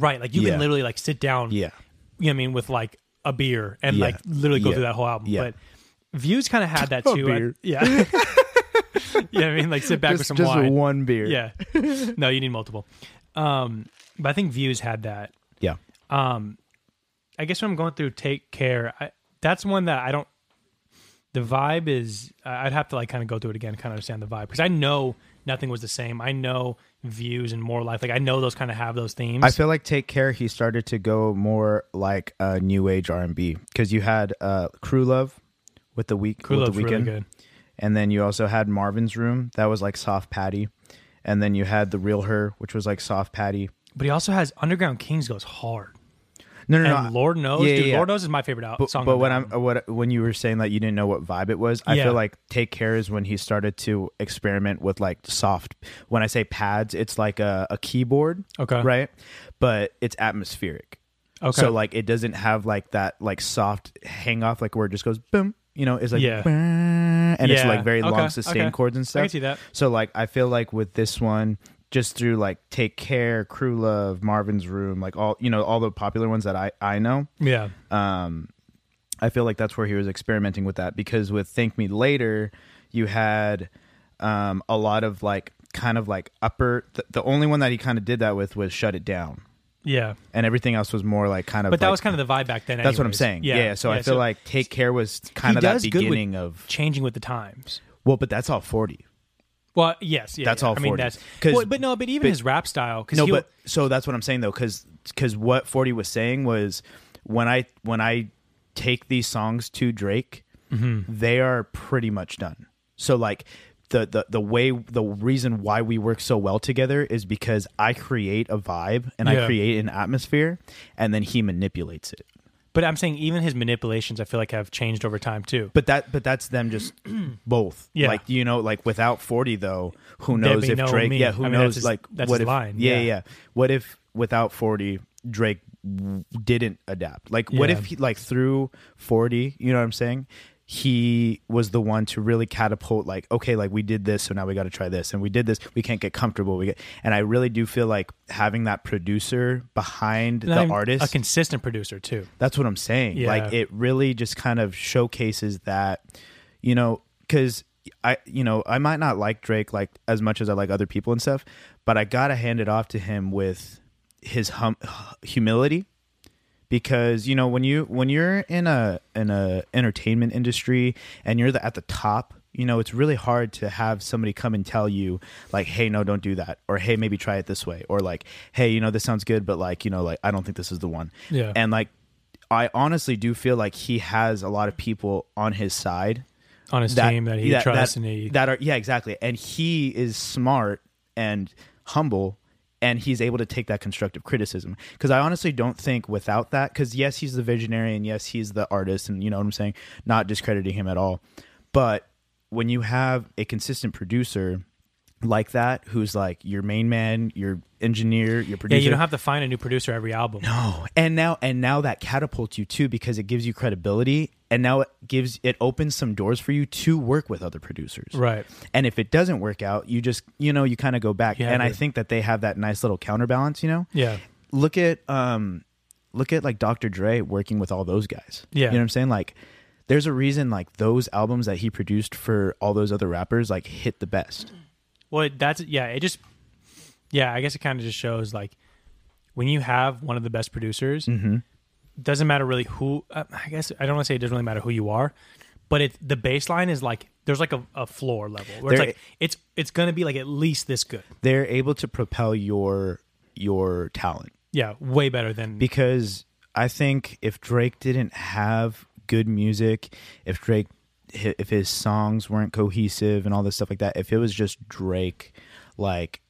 [SPEAKER 2] Right. Like you
[SPEAKER 1] Yeah.
[SPEAKER 2] can literally like sit down.
[SPEAKER 1] Yeah.
[SPEAKER 2] You know what I mean? With like a beer and
[SPEAKER 1] Yeah.
[SPEAKER 2] like literally go
[SPEAKER 1] Yeah.
[SPEAKER 2] through that whole album.
[SPEAKER 1] Yeah.
[SPEAKER 2] But Views kind of had that too. I-
[SPEAKER 1] beer.
[SPEAKER 2] yeah. you know what I mean? Like sit back with some wine.
[SPEAKER 1] one beer.
[SPEAKER 2] Yeah. No, you need multiple. Um, but I think Views had that.
[SPEAKER 1] Yeah.
[SPEAKER 2] I guess when I'm going through Take Care, I, that's one that I don't. The vibe is. I- I'd have to like kind of go through it again, kind of understand the vibe because I know nothing was the same. I know Views and More Life. Like I know those kind of have those themes.
[SPEAKER 1] I feel like Take Care. He started to go more like uh, new age R and B because you had uh, Crew Love with the week.
[SPEAKER 2] Crew
[SPEAKER 1] with
[SPEAKER 2] Love's
[SPEAKER 1] the
[SPEAKER 2] really
[SPEAKER 1] weekend,
[SPEAKER 2] good.
[SPEAKER 1] And then you also had Marvin's Room. That was like soft patty. And then you had the Real Her, which was like soft patty.
[SPEAKER 2] But he also has Underground Kings goes hard.
[SPEAKER 1] No, no,
[SPEAKER 2] and
[SPEAKER 1] no.
[SPEAKER 2] Lord knows,
[SPEAKER 1] Yeah,
[SPEAKER 2] dude,
[SPEAKER 1] yeah, yeah.
[SPEAKER 2] Lord knows is my favorite out
[SPEAKER 1] But,
[SPEAKER 2] song.
[SPEAKER 1] but
[SPEAKER 2] on
[SPEAKER 1] when
[SPEAKER 2] that
[SPEAKER 1] I'm
[SPEAKER 2] album.
[SPEAKER 1] what when you were saying that you didn't know what vibe it was, I
[SPEAKER 2] Yeah.
[SPEAKER 1] feel like Take Care is when he started to experiment with like soft. When I say pads, it's like a, a keyboard,
[SPEAKER 2] Okay.
[SPEAKER 1] right? But it's atmospheric,
[SPEAKER 2] okay,
[SPEAKER 1] so like it doesn't have like that like soft hang off, like where it just goes boom. You know, it's like
[SPEAKER 2] Yeah.
[SPEAKER 1] "Bah," and it's
[SPEAKER 2] Yeah.
[SPEAKER 1] like very
[SPEAKER 2] Okay,
[SPEAKER 1] long sustained
[SPEAKER 2] okay.
[SPEAKER 1] chords and
[SPEAKER 2] I
[SPEAKER 1] stuff.
[SPEAKER 2] can see that.
[SPEAKER 1] So like I feel like with this one, just through like Take Care, Crew Love, Marvin's Room, like all you know all the popular ones that I I know.
[SPEAKER 2] yeah,
[SPEAKER 1] I feel like that's where he was experimenting with that because with Thank Me Later, you had um, a lot of like kind of like upper. Th- the only one that he kind of did that with was Shut It Down,
[SPEAKER 2] yeah.
[SPEAKER 1] and everything else was more like kind of.
[SPEAKER 2] But that
[SPEAKER 1] like-
[SPEAKER 2] was kind of the vibe back then.
[SPEAKER 1] that's what I'm
[SPEAKER 2] anyways.
[SPEAKER 1] saying. Yeah. so I feel like Take Care was
[SPEAKER 2] he
[SPEAKER 1] kind of that
[SPEAKER 2] does good with
[SPEAKER 1] beginning of.
[SPEAKER 2] changing with the times.
[SPEAKER 1] Well, but that's all forty.
[SPEAKER 2] Well, yes, yeah,
[SPEAKER 1] That's
[SPEAKER 2] yeah.
[SPEAKER 1] all
[SPEAKER 2] I mean,
[SPEAKER 1] 40.
[SPEAKER 2] that's
[SPEAKER 1] 'Cause-
[SPEAKER 2] well, but no, but even
[SPEAKER 1] but-
[SPEAKER 2] his rap style, because
[SPEAKER 1] No, but so that's what I'm saying though, because what Forty was saying was when I when I take these songs to Drake,
[SPEAKER 2] Mm-hmm.
[SPEAKER 1] they are pretty much done. So like the, the the way the reason why we work so well together is because I create a vibe and
[SPEAKER 2] Yeah.
[SPEAKER 1] I create an atmosphere, and then he manipulates it.
[SPEAKER 2] but I'm saying even his manipulations, I feel like have changed over time too.
[SPEAKER 1] But that but that's them just both.
[SPEAKER 2] Yeah.
[SPEAKER 1] Like you know, like without forty though, who
[SPEAKER 2] There'd
[SPEAKER 1] knows
[SPEAKER 2] be
[SPEAKER 1] if
[SPEAKER 2] no
[SPEAKER 1] Drake
[SPEAKER 2] me.
[SPEAKER 1] yeah, who
[SPEAKER 2] I mean, that's
[SPEAKER 1] knows
[SPEAKER 2] his-
[SPEAKER 1] like
[SPEAKER 2] that's
[SPEAKER 1] what
[SPEAKER 2] his
[SPEAKER 1] if
[SPEAKER 2] line,
[SPEAKER 1] Yeah,
[SPEAKER 2] yeah.
[SPEAKER 1] yeah, What if without forty Drake w- didn't adapt? Like what
[SPEAKER 2] Yeah.
[SPEAKER 1] if he like through forty, you know what I'm saying? He was the one to really catapult like, okay, like we did this, so now we gotta try this. And we did this, we can't get comfortable. We get and I really do feel like having that producer behind
[SPEAKER 2] Not
[SPEAKER 1] the
[SPEAKER 2] even-
[SPEAKER 1] artist
[SPEAKER 2] a consistent producer too.
[SPEAKER 1] that's what I'm saying.
[SPEAKER 2] Yeah.
[SPEAKER 1] Like it really just kind of showcases that, you know, because I, you know, I might not like Drake like as much as I like other people and stuff, but I gotta hand it off to him with his hum- humility, because you know when you when you're in a in a entertainment industry and you're the, at the top. You know, it's really hard to have somebody come and tell you, like, "Hey, no, don't do that," or "Hey, maybe try it this way," or like, "Hey, you know, this sounds good, but like, you know, like, I don't think this is the one."
[SPEAKER 2] Yeah.
[SPEAKER 1] And like, I honestly do feel like he has a lot of people on his side
[SPEAKER 2] On his team that he trusts and he
[SPEAKER 1] that are yeah exactly, and he is smart and humble, and he's able to take that constructive criticism. Because I honestly don't think without that, because yes, he's the visionary, and yes, he's the artist, and you know what I'm saying, not discrediting him at all, but when you have a consistent producer like that who's like your main man your engineer your
[SPEAKER 2] yeah,
[SPEAKER 1] producer
[SPEAKER 2] you don't have to find a new producer every album.
[SPEAKER 1] Oh, and now and now that catapults you too because it gives you credibility and now it gives it opens some doors for you to work with other producers.
[SPEAKER 2] Right.
[SPEAKER 1] And if it doesn't work out, you just you know, you kind of go back.
[SPEAKER 2] Yeah,
[SPEAKER 1] and I
[SPEAKER 2] dude.
[SPEAKER 1] think that they have that nice little counterbalance, you know?
[SPEAKER 2] Yeah.
[SPEAKER 1] Look at um look at like Dr. Dre working with all those guys.
[SPEAKER 2] Yeah.
[SPEAKER 1] You know what I'm saying? Like there's a reason like those albums that he produced for all those other rappers like hit the best.
[SPEAKER 2] Well, that's yeah. It just yeah. I guess it kind of just shows like when you have one of the best producers, doesn't matter really who. Uh, I guess I don't want to say it doesn't really matter who you are, but it the baseline is like there's like a, a floor level where it's
[SPEAKER 1] There-
[SPEAKER 2] like it's it's gonna be like at least this good.
[SPEAKER 1] They're able to propel your your talent.
[SPEAKER 2] Yeah, way better than
[SPEAKER 1] because I think if Drake didn't have good music, if Drake if his songs weren't cohesive and all this stuff like that, if it was just Drake, like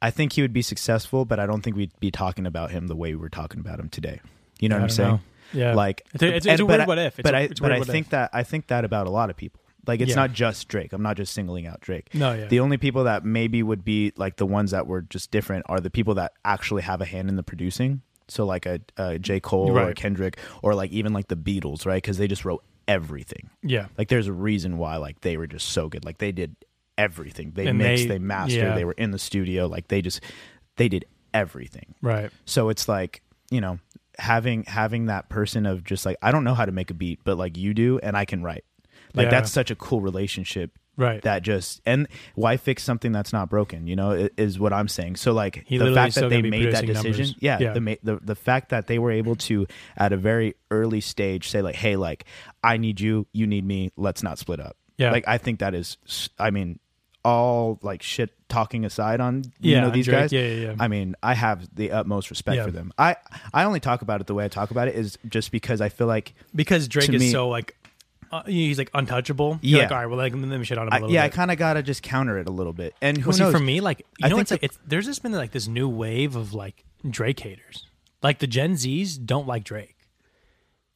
[SPEAKER 1] I think he would be successful, but I don't think we'd be talking about him the way we were talking about him today. You know what I'm
[SPEAKER 2] don't
[SPEAKER 1] saying?
[SPEAKER 2] know. Yeah.
[SPEAKER 1] like
[SPEAKER 2] It's a- it's a-
[SPEAKER 1] and-
[SPEAKER 2] it's a
[SPEAKER 1] but
[SPEAKER 2] weird
[SPEAKER 1] I-
[SPEAKER 2] what if. It's
[SPEAKER 1] but
[SPEAKER 2] a-
[SPEAKER 1] I
[SPEAKER 2] it's a
[SPEAKER 1] but
[SPEAKER 2] weird
[SPEAKER 1] I
[SPEAKER 2] what
[SPEAKER 1] think
[SPEAKER 2] if.
[SPEAKER 1] that I think that about a lot of people. Like it's
[SPEAKER 2] Yeah.
[SPEAKER 1] not just Drake. I'm not just singling out Drake.
[SPEAKER 2] No, yeah.
[SPEAKER 1] The only people that maybe would be like the ones that were just different are the people that actually have a hand in the producing. So like a, a J Cole or
[SPEAKER 2] Right.
[SPEAKER 1] Kendrick or like even like the Beatles, right? Because they just wrote everything.
[SPEAKER 2] yeah.
[SPEAKER 1] Like there's a reason why like they were just so good. Like they did everything. They
[SPEAKER 2] And
[SPEAKER 1] mixed,
[SPEAKER 2] they-
[SPEAKER 1] they, mastered,
[SPEAKER 2] yeah.
[SPEAKER 1] they were in the studio. Like they just they did everything.
[SPEAKER 2] Right.
[SPEAKER 1] So it's like, you know, having having that person of just like I don't know how to make a beat, but like you do and I can write. Like
[SPEAKER 2] Yeah.
[SPEAKER 1] that's such a cool relationship.
[SPEAKER 2] Right.
[SPEAKER 1] That just and why fix something that's not broken, you know, i- is what I'm saying. So like
[SPEAKER 2] He
[SPEAKER 1] the
[SPEAKER 2] literally is
[SPEAKER 1] fact
[SPEAKER 2] still
[SPEAKER 1] that they
[SPEAKER 2] gonna be
[SPEAKER 1] made that
[SPEAKER 2] producing
[SPEAKER 1] decision,
[SPEAKER 2] numbers.
[SPEAKER 1] yeah,
[SPEAKER 2] Yeah.
[SPEAKER 1] The, ma- the the fact that they were able to at a very early stage say like, hey, like I need you, you need me, let's not split up.
[SPEAKER 2] Yeah.
[SPEAKER 1] like I think that is, s- I mean, all like shit talking aside on you
[SPEAKER 2] Yeah,
[SPEAKER 1] know these
[SPEAKER 2] Drake,
[SPEAKER 1] guys.
[SPEAKER 2] yeah, yeah, yeah.
[SPEAKER 1] I mean, I have the utmost respect
[SPEAKER 2] Yeah.
[SPEAKER 1] for them. I I only talk about it the way I talk about it is just because I feel like
[SPEAKER 2] because Drake
[SPEAKER 1] to
[SPEAKER 2] is
[SPEAKER 1] me-
[SPEAKER 2] so like uh, he's like untouchable. You're
[SPEAKER 1] Yeah.
[SPEAKER 2] like, all right, well, like, let me shit on him a
[SPEAKER 1] I,
[SPEAKER 2] little
[SPEAKER 1] yeah, I
[SPEAKER 2] bit.
[SPEAKER 1] kind of gotta just counter it a little bit. And who
[SPEAKER 2] Well, see,
[SPEAKER 1] knows?
[SPEAKER 2] for me, like you
[SPEAKER 1] I
[SPEAKER 2] know,
[SPEAKER 1] think
[SPEAKER 2] it's like
[SPEAKER 1] the-
[SPEAKER 2] it's there's just been like this new wave of like Drake haters. Like the Gen Zs don't like Drake.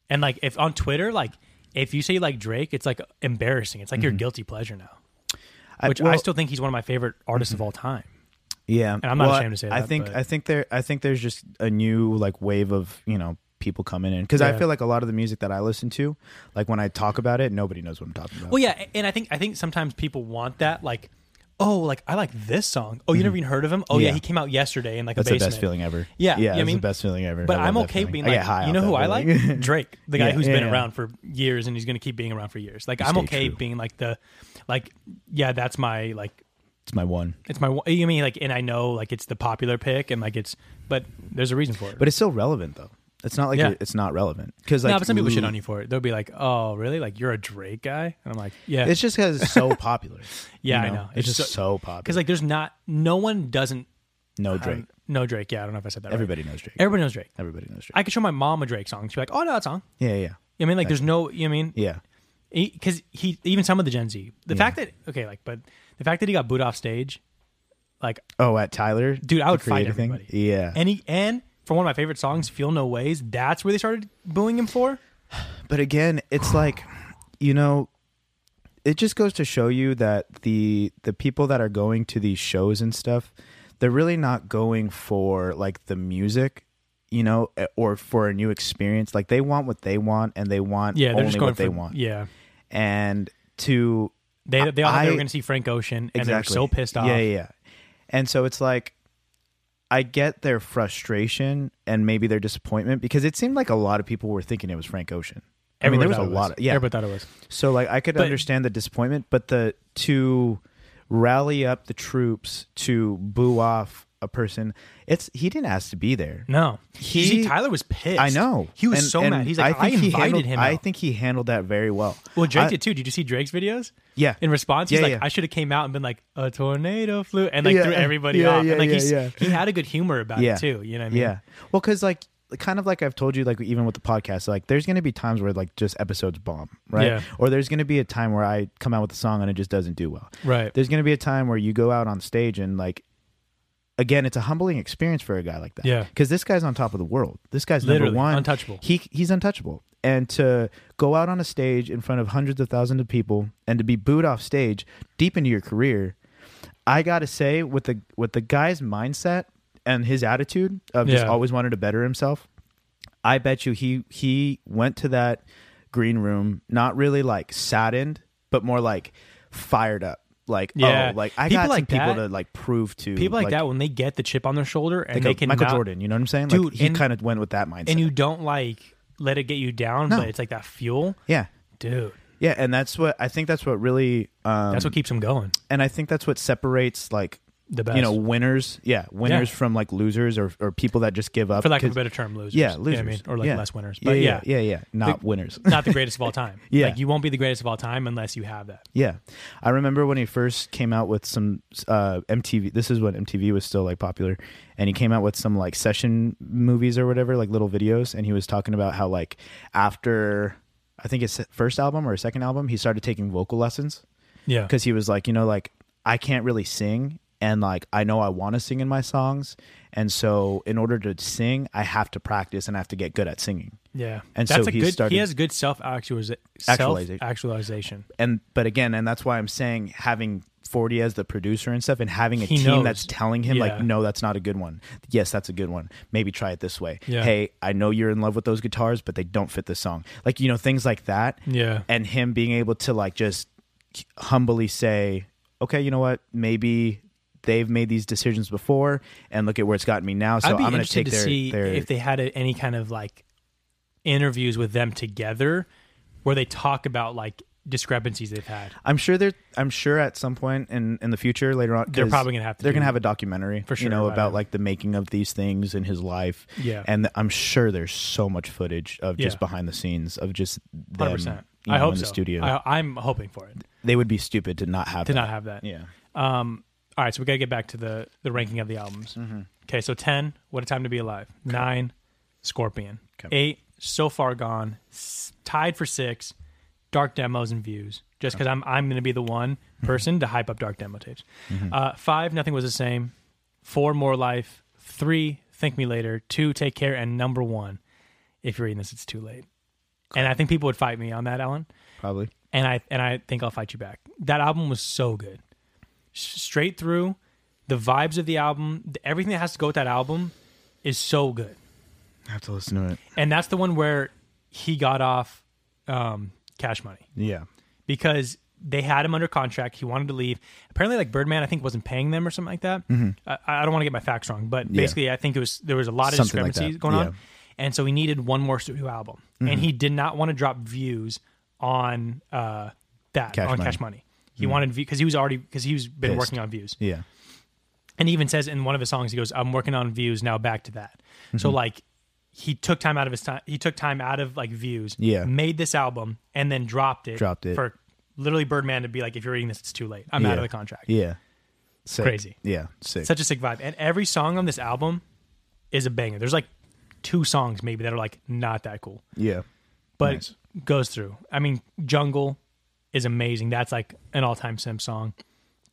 [SPEAKER 2] And like if on Twitter, like if you say you like Drake, it's like embarrassing. It's like your guilty pleasure now. Which I,
[SPEAKER 1] Mm-hmm. well- Mm-hmm.
[SPEAKER 2] still think he's one of my favorite artists of all time.
[SPEAKER 1] Yeah,
[SPEAKER 2] I'm not ashamed to say
[SPEAKER 1] I
[SPEAKER 2] that,
[SPEAKER 1] think
[SPEAKER 2] but-
[SPEAKER 1] I think there I think there's just a new like wave of you know people coming in because I
[SPEAKER 2] Yeah.
[SPEAKER 1] feel like a lot of the music that I listen to, like when I talk about it, nobody knows what I'm talking about.
[SPEAKER 2] Well, yeah, and I think I think sometimes people want that, like, oh, like I like this song. Oh, you never even heard of him? Oh yeah,
[SPEAKER 1] Mm-hmm. Yeah.
[SPEAKER 2] he came out yesterday in like
[SPEAKER 1] that's
[SPEAKER 2] a
[SPEAKER 1] the
[SPEAKER 2] basement.
[SPEAKER 1] best feeling ever.
[SPEAKER 2] Yeah, you know
[SPEAKER 1] yeah,
[SPEAKER 2] what I
[SPEAKER 1] it's
[SPEAKER 2] mean?
[SPEAKER 1] the best feeling ever.
[SPEAKER 2] But
[SPEAKER 1] I
[SPEAKER 2] I'm
[SPEAKER 1] love that
[SPEAKER 2] okay
[SPEAKER 1] feeling.
[SPEAKER 2] being
[SPEAKER 1] I
[SPEAKER 2] like,
[SPEAKER 1] get high
[SPEAKER 2] you
[SPEAKER 1] off
[SPEAKER 2] know
[SPEAKER 1] that
[SPEAKER 2] who I
[SPEAKER 1] feeling.
[SPEAKER 2] like? Drake, the guy
[SPEAKER 1] Yeah,
[SPEAKER 2] who's
[SPEAKER 1] yeah,
[SPEAKER 2] been
[SPEAKER 1] yeah.
[SPEAKER 2] around for years and he's going to keep being around for years. Like I'm
[SPEAKER 1] stay
[SPEAKER 2] okay
[SPEAKER 1] true.
[SPEAKER 2] being like the, like yeah, that's my like
[SPEAKER 1] it's my one.
[SPEAKER 2] it's my one- you mean like and I know like it's the popular pick and like it's but there's a reason for it.
[SPEAKER 1] But it's still relevant though. It's not like
[SPEAKER 2] Yeah.
[SPEAKER 1] you're- it's not relevant because like
[SPEAKER 2] no, but some people shit
[SPEAKER 1] ooh,
[SPEAKER 2] on you for it. They'll be like, "Oh, really? Like you're a Drake guy?" And I'm like, "Yeah,
[SPEAKER 1] It's just because it's so popular.
[SPEAKER 2] yeah,
[SPEAKER 1] you
[SPEAKER 2] I know.
[SPEAKER 1] It's, just so, popular.
[SPEAKER 2] because like there's not no one doesn't
[SPEAKER 1] no
[SPEAKER 2] um,
[SPEAKER 1] Drake.
[SPEAKER 2] no Drake. Yeah, I don't know if I said that. right.
[SPEAKER 1] Everybody knows Drake.
[SPEAKER 2] Everybody knows Drake.
[SPEAKER 1] Everybody knows Drake.
[SPEAKER 2] I could show my mom a Drake song. She'd be like, "Oh, no, that song."
[SPEAKER 1] yeah, yeah,
[SPEAKER 2] You know what I mean like there's no. You know what I mean
[SPEAKER 1] yeah.
[SPEAKER 2] because he, even some of the Gen Z, the fact that okay, like, but the fact that he got booed off stage, like,
[SPEAKER 1] Oh, at Tyler,
[SPEAKER 2] dude, I
[SPEAKER 1] the
[SPEAKER 2] would fight
[SPEAKER 1] creator thing?
[SPEAKER 2] everybody.
[SPEAKER 1] Yeah,
[SPEAKER 2] and he and for one of my favorite songs, "Feel No Ways," that's where they started booing him for.
[SPEAKER 1] but again, it's like, you know, it just goes to show you that the the people that are going to these shows and stuff, they're really not going for like the music, you know, eh, or for a new experience. Like they want what they want, and they want
[SPEAKER 2] Yeah, they're
[SPEAKER 1] only
[SPEAKER 2] just going
[SPEAKER 1] what
[SPEAKER 2] for
[SPEAKER 1] they want.
[SPEAKER 2] yeah.
[SPEAKER 1] and to
[SPEAKER 2] They they all thought they
[SPEAKER 1] I-
[SPEAKER 2] were going to see Frank Ocean, and they were
[SPEAKER 1] exactly
[SPEAKER 2] so pissed off.
[SPEAKER 1] Yeah, yeah, yeah. And so it's like. I get their frustration and maybe their disappointment because it seemed like a lot of people were thinking it was Frank Ocean. I mean,
[SPEAKER 2] Everyone
[SPEAKER 1] there was
[SPEAKER 2] thought
[SPEAKER 1] a
[SPEAKER 2] it
[SPEAKER 1] lot of yeah,
[SPEAKER 2] everybody thought it was.
[SPEAKER 1] So like I could
[SPEAKER 2] But-
[SPEAKER 1] understand the disappointment, but the to rally up the troops to boo off a person, it's he didn't ask to be there.
[SPEAKER 2] No,
[SPEAKER 1] He-
[SPEAKER 2] See, Tyler was pissed.
[SPEAKER 1] I know.
[SPEAKER 2] he was
[SPEAKER 1] And-
[SPEAKER 2] so
[SPEAKER 1] and
[SPEAKER 2] mad. He's like, I,
[SPEAKER 1] he
[SPEAKER 2] invited
[SPEAKER 1] handled-
[SPEAKER 2] him.
[SPEAKER 1] I
[SPEAKER 2] out."
[SPEAKER 1] think he handled that very well.
[SPEAKER 2] Well, Drake
[SPEAKER 1] I-
[SPEAKER 2] did too. Did you see Drake's videos?
[SPEAKER 1] Yeah.
[SPEAKER 2] In response, he's
[SPEAKER 1] Yeah,
[SPEAKER 2] like,
[SPEAKER 1] yeah.
[SPEAKER 2] "I should have came out and been like a tornado flew," and like
[SPEAKER 1] Yeah.
[SPEAKER 2] threw everybody
[SPEAKER 1] Yeah,
[SPEAKER 2] off.
[SPEAKER 1] yeah,
[SPEAKER 2] and like
[SPEAKER 1] yeah,
[SPEAKER 2] he's,
[SPEAKER 1] yeah.
[SPEAKER 2] he had a good humor about it too. You know what I mean?
[SPEAKER 1] Yeah. Well, because like kind of like I've told you, like even with the podcast, like there's gonna be times where like just episodes bomb, right?
[SPEAKER 2] Yeah.
[SPEAKER 1] Or there's gonna be a time where I come out with a song and it just doesn't do well.
[SPEAKER 2] Right.
[SPEAKER 1] There's gonna be a time where you go out on stage and like again, it's a humbling experience for a guy like that.
[SPEAKER 2] Yeah.
[SPEAKER 1] Because this guy's on top of the world. This guy's
[SPEAKER 2] Literally,
[SPEAKER 1] number one.
[SPEAKER 2] untouchable.
[SPEAKER 1] He he's untouchable. And to go out on a stage in front of hundreds of thousands of people and to be booed off stage deep into your career, I gotta say, with the with the guy's mindset and his attitude of just
[SPEAKER 2] Yeah.
[SPEAKER 1] always wanted to better himself, I bet you he he went to that green room not really like saddened, but more like fired up. Like
[SPEAKER 2] Yeah.
[SPEAKER 1] oh, like I
[SPEAKER 2] People
[SPEAKER 1] got some
[SPEAKER 2] like
[SPEAKER 1] people to
[SPEAKER 2] that-
[SPEAKER 1] like prove to
[SPEAKER 2] People like, that when they get the chip on their shoulder and
[SPEAKER 1] like
[SPEAKER 2] they
[SPEAKER 1] a
[SPEAKER 2] can
[SPEAKER 1] Michael
[SPEAKER 2] not-
[SPEAKER 1] Jordan. You know what I'm saying?
[SPEAKER 2] Dude,
[SPEAKER 1] like he
[SPEAKER 2] and-
[SPEAKER 1] kind of went with that mindset.
[SPEAKER 2] and you don't like let it get you down,
[SPEAKER 1] No.
[SPEAKER 2] but it's like that fuel,
[SPEAKER 1] yeah.
[SPEAKER 2] dude.
[SPEAKER 1] Yeah, and that's what I think. That's what really, um,
[SPEAKER 2] That's what keeps them going.
[SPEAKER 1] and I think that's what separates like
[SPEAKER 2] The
[SPEAKER 1] you
[SPEAKER 2] best.
[SPEAKER 1] know, winners. Yeah, winners
[SPEAKER 2] Yeah.
[SPEAKER 1] from like losers or, or people that just give up
[SPEAKER 2] For lack of a
[SPEAKER 1] 'cause-
[SPEAKER 2] better term, losers.
[SPEAKER 1] Yeah,
[SPEAKER 2] You know what
[SPEAKER 1] losers.
[SPEAKER 2] I mean? Or like
[SPEAKER 1] Yeah.
[SPEAKER 2] less winners. But
[SPEAKER 1] yeah,
[SPEAKER 2] yeah,
[SPEAKER 1] yeah, yeah, not winners.
[SPEAKER 2] not the greatest of all time.
[SPEAKER 1] Yeah.
[SPEAKER 2] Like you won't be the greatest of all time unless you have that.
[SPEAKER 1] yeah, I remember when he first came out with some uh, MTV. This is when MTV was still like popular, and he came out with some like session movies or whatever, like little videos, and he was talking about how like after I think his first album or his second album, he started taking vocal lessons.
[SPEAKER 2] Yeah.
[SPEAKER 1] because he was like, you know, like I can't really sing, and like I know I want to sing in my songs, and so in order to sing, I have to practice and I have to get good at singing.
[SPEAKER 2] Yeah,
[SPEAKER 1] And
[SPEAKER 2] that's
[SPEAKER 1] so
[SPEAKER 2] a
[SPEAKER 1] he
[SPEAKER 2] good.
[SPEAKER 1] started-
[SPEAKER 2] he has good self actualization.
[SPEAKER 1] Actualization.
[SPEAKER 2] Actualization.
[SPEAKER 1] And but again, and that's why I'm saying having. 40 as the producer and stuff and having a
[SPEAKER 2] He
[SPEAKER 1] team
[SPEAKER 2] knows.
[SPEAKER 1] that's telling him like
[SPEAKER 2] Yeah.
[SPEAKER 1] no that's not a good one yes that's a good one maybe try it this way
[SPEAKER 2] Yeah.
[SPEAKER 1] hey i know you're in love with those guitars but they don't fit this song like you know things like that
[SPEAKER 2] Yeah.
[SPEAKER 1] and him being able to like just humbly say, okay, you know what? Maybe they've made these decisions before, and look at where it's gotten me now. So
[SPEAKER 2] I'd be
[SPEAKER 1] I'm going to
[SPEAKER 2] interested
[SPEAKER 1] take
[SPEAKER 2] to
[SPEAKER 1] their,
[SPEAKER 2] see
[SPEAKER 1] their
[SPEAKER 2] if they had a, any kind of like interviews with them together, where they talk about like discrepancies they've had.
[SPEAKER 1] I'm sure they're. I'm sure at some point in in the future, later on,
[SPEAKER 2] They're
[SPEAKER 1] 'cause
[SPEAKER 2] probably gonna have to
[SPEAKER 1] They're
[SPEAKER 2] do
[SPEAKER 1] gonna have a documentary
[SPEAKER 2] for
[SPEAKER 1] you
[SPEAKER 2] sure
[SPEAKER 1] know,
[SPEAKER 2] about
[SPEAKER 1] about
[SPEAKER 2] it.
[SPEAKER 1] like the making of these things and his life.
[SPEAKER 2] Yeah.
[SPEAKER 1] and I'm sure there's so much footage of just
[SPEAKER 2] Yeah.
[SPEAKER 1] behind the scenes of just them.
[SPEAKER 2] 100. percent
[SPEAKER 1] you
[SPEAKER 2] I
[SPEAKER 1] know,
[SPEAKER 2] hope
[SPEAKER 1] in the
[SPEAKER 2] so.
[SPEAKER 1] studio.
[SPEAKER 2] I, I'm hoping for it
[SPEAKER 1] they would be stupid to not have
[SPEAKER 2] to
[SPEAKER 1] that.
[SPEAKER 2] not have that.
[SPEAKER 1] Yeah,
[SPEAKER 2] Um. All right, so we got to get back to the the ranking of the albums. Okay, so ten. What a time to be alive. Nine, Scorpion. Eight, so far gone. S- tied for six, dark demos and views. Just because I'm I'm going to be the one person to hype up dark demo tapes. Uh, five, nothing was the same. Four, more life. Three, thank me later. Two, take care. And number one, if you're reading this, it's too late. And I think people would fight me on that, Alan.
[SPEAKER 1] Probably.
[SPEAKER 2] And I and I think I'll fight you back. That album was so good, S- straight through. The vibes of the album, th- everything that has to go with that album, is so good.
[SPEAKER 1] I have to listen to it.
[SPEAKER 2] And that's the one where he got off um, Cash Money
[SPEAKER 1] Yeah.
[SPEAKER 2] because they had him under contract. He wanted to leave. Apparently, like Birdman, I think wasn't paying them or something like that.
[SPEAKER 1] Mm-hmm.
[SPEAKER 2] I, I don't want to get my facts wrong, but basically, I think it was there was a lot of
[SPEAKER 1] Something like that,
[SPEAKER 2] discrepancies going
[SPEAKER 1] yeah. Mm-hmm.
[SPEAKER 2] on, and so he needed one more studio album, and he did not want to drop views on uh, that
[SPEAKER 1] Cash
[SPEAKER 2] on
[SPEAKER 1] Money. Mm-hmm.
[SPEAKER 2] Cash Money. He wanted because he was already because he was been
[SPEAKER 1] Pissed.
[SPEAKER 2] working on views
[SPEAKER 1] Yeah.
[SPEAKER 2] and he even says in one of his songs he goes i'm working on views now back to that so
[SPEAKER 1] Mm-hmm.
[SPEAKER 2] like he took time out of his time he took time out of like views
[SPEAKER 1] Yeah.
[SPEAKER 2] made this album and then dropped it
[SPEAKER 1] Dropped it.
[SPEAKER 2] for literally birdman to be like if you're reading this it's too late i'm out
[SPEAKER 1] Yeah.
[SPEAKER 2] of the contract
[SPEAKER 1] Yeah. Sick.
[SPEAKER 2] Crazy.
[SPEAKER 1] Yeah. Sick.
[SPEAKER 2] such a sick vibe and every song on this album is a banger there's like two songs maybe that are like not that cool
[SPEAKER 1] yeah.
[SPEAKER 2] but
[SPEAKER 1] Nice.
[SPEAKER 2] goes through i mean jungle is amazing that's like an all-time sim song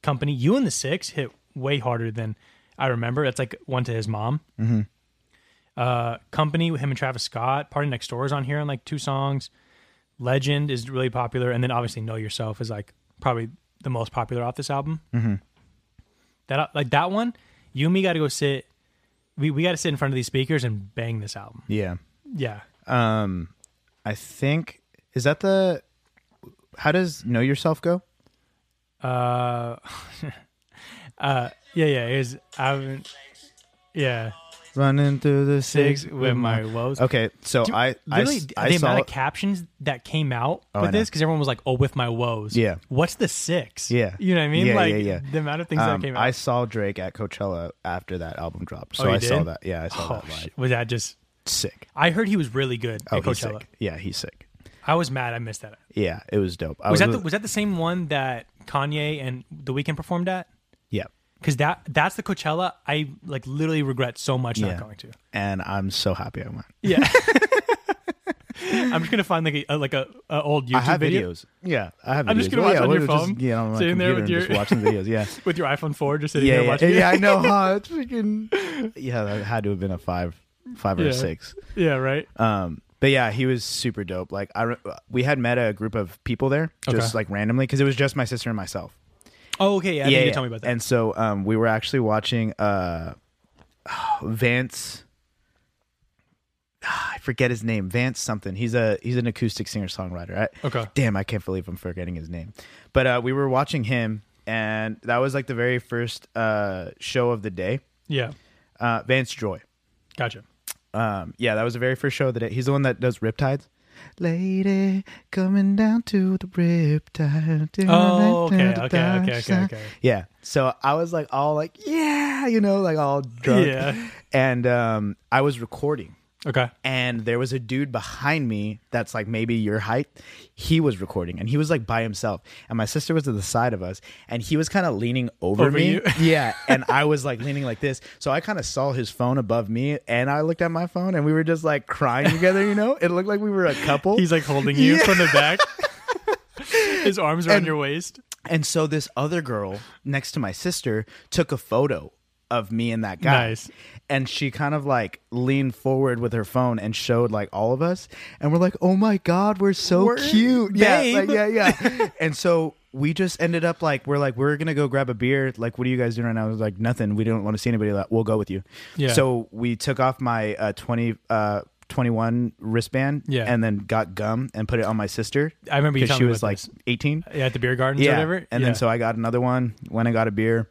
[SPEAKER 2] company you and the six hit way harder than i remember that's like one to his mom uh, company with him and Travis Scott. Party Next Door is on here on like two songs. Legend is really popular, and then obviously Know Yourself is like probably the most popular off this album. Mm-hmm. That like that one, you and me got to go sit. We we got to sit in front of these speakers and bang this album.
[SPEAKER 1] Yeah.
[SPEAKER 2] Yeah,
[SPEAKER 1] Um, I think is that the. How does know yourself go?
[SPEAKER 2] uh, uh, yeah, yeah. It was I haven't. Yeah,
[SPEAKER 1] Running through the six
[SPEAKER 2] Digs with my woes.
[SPEAKER 1] Okay, so
[SPEAKER 2] Dude,
[SPEAKER 1] I I,
[SPEAKER 2] literally
[SPEAKER 1] s- I
[SPEAKER 2] the
[SPEAKER 1] saw
[SPEAKER 2] amount of captions that came out
[SPEAKER 1] Oh, I
[SPEAKER 2] with
[SPEAKER 1] know.
[SPEAKER 2] this because everyone was like, "Oh, with my woes."
[SPEAKER 1] Yeah.
[SPEAKER 2] What's the six?
[SPEAKER 1] Yeah.
[SPEAKER 2] You know what I mean?
[SPEAKER 1] Yeah,
[SPEAKER 2] like
[SPEAKER 1] yeah, yeah.
[SPEAKER 2] the amount of things
[SPEAKER 1] um,
[SPEAKER 2] that came out. Oh,
[SPEAKER 1] I saw Drake at Coachella after that album dropped, so
[SPEAKER 2] you
[SPEAKER 1] I saw
[SPEAKER 2] did?
[SPEAKER 1] that. Yeah, I saw
[SPEAKER 2] oh,
[SPEAKER 1] that live.
[SPEAKER 2] shit. was that just?
[SPEAKER 1] Sick.
[SPEAKER 2] I heard he was really good
[SPEAKER 1] Oh,
[SPEAKER 2] at
[SPEAKER 1] he's
[SPEAKER 2] Coachella.
[SPEAKER 1] sick. Yeah, he's sick.
[SPEAKER 2] I was mad I missed that.
[SPEAKER 1] Yeah, it was dope. I
[SPEAKER 2] Was that the,
[SPEAKER 1] with-
[SPEAKER 2] was that the same one that Kanye and The Weeknd performed at?
[SPEAKER 1] yeah,
[SPEAKER 2] Because that that's the Coachella I like literally regret so much
[SPEAKER 1] yeah.
[SPEAKER 2] not going to.
[SPEAKER 1] And I'm so happy I went.
[SPEAKER 2] Yeah. I'm just gonna find like a like a, a old YouTube
[SPEAKER 1] I have
[SPEAKER 2] video
[SPEAKER 1] videos. Yeah, I have.
[SPEAKER 2] I'm
[SPEAKER 1] videos.
[SPEAKER 2] just gonna
[SPEAKER 1] Well,
[SPEAKER 2] watch
[SPEAKER 1] yeah,
[SPEAKER 2] on
[SPEAKER 1] what
[SPEAKER 2] your
[SPEAKER 1] if it's
[SPEAKER 2] phone,
[SPEAKER 1] Just, yeah, on my
[SPEAKER 2] sitting there
[SPEAKER 1] computer
[SPEAKER 2] with
[SPEAKER 1] and just
[SPEAKER 2] your-
[SPEAKER 1] watching the videos. Yeah,
[SPEAKER 2] with your iPhone four just sitting
[SPEAKER 1] yeah,
[SPEAKER 2] there
[SPEAKER 1] yeah,
[SPEAKER 2] watching.
[SPEAKER 1] yeah.
[SPEAKER 2] it.
[SPEAKER 1] I know. Huh? It's freaking. Yeah, that had to have been a five, five or
[SPEAKER 2] Yeah.
[SPEAKER 1] a six.
[SPEAKER 2] yeah, right.
[SPEAKER 1] Um, but yeah, he was super dope. Like I, re- we had met a group of people there, just
[SPEAKER 2] Okay.
[SPEAKER 1] like randomly, because it was just my sister and myself.
[SPEAKER 2] Oh, okay. Yeah, I think you told me about that.
[SPEAKER 1] And so um, we were actually watching uh, Vance. I forget his name, Vance something. He's a he's an acoustic singer songwriter. I,
[SPEAKER 2] Okay.
[SPEAKER 1] Damn, I can't believe I'm forgetting his name. But uh, we were watching him, and that was like the very first uh, show of the day.
[SPEAKER 2] yeah,
[SPEAKER 1] Uh, Vance Joy.
[SPEAKER 2] gotcha.
[SPEAKER 1] Um, yeah, that was the very first show that he's the one that does Riptides. Lady coming down to the riptide.
[SPEAKER 2] Oh, okay, okay, okay, okay, okay.
[SPEAKER 1] Yeah. So I was like all like, yeah, you know, like all drunk.
[SPEAKER 2] Yeah.
[SPEAKER 1] And um, I was recording
[SPEAKER 2] Okay.
[SPEAKER 1] and there was a dude behind me that's like maybe your height. He was recording and he was like by himself. And my sister was to the side of us and he was kind of leaning over,
[SPEAKER 2] Over
[SPEAKER 1] me.
[SPEAKER 2] you?
[SPEAKER 1] yeah. And I was like leaning like this. So I kind of saw his phone above me and I looked at my phone and we were just like crying together, you know? It looked like we were a couple.
[SPEAKER 2] He's like holding you
[SPEAKER 1] Yeah.
[SPEAKER 2] from the back. His arms around your waist.
[SPEAKER 1] And so this other girl next to my sister took a photo of me and that guy.
[SPEAKER 2] Nice.
[SPEAKER 1] And she kind of like leaned forward with her phone and showed like all of us. And we're like, oh my God, we're so cute. Yeah. Like,
[SPEAKER 2] babe.
[SPEAKER 1] yeah, yeah. and so we just ended up like, we're like, we're going to go grab a beer. Like, what are you guys doing right now? I was like, nothing. We don't want to see anybody. Like, we'll go with you.
[SPEAKER 2] Yeah.
[SPEAKER 1] So we took off my uh, 20, uh, 21 wristband
[SPEAKER 2] Yeah.
[SPEAKER 1] and then got gum and put it on my sister.
[SPEAKER 2] I remember you
[SPEAKER 1] 'cause
[SPEAKER 2] telling
[SPEAKER 1] she
[SPEAKER 2] me
[SPEAKER 1] was
[SPEAKER 2] about
[SPEAKER 1] like
[SPEAKER 2] this.
[SPEAKER 1] 18
[SPEAKER 2] Yeah, at the beer gardens or whatever.
[SPEAKER 1] and
[SPEAKER 2] yeah.
[SPEAKER 1] then so I got another one, went and got a beer,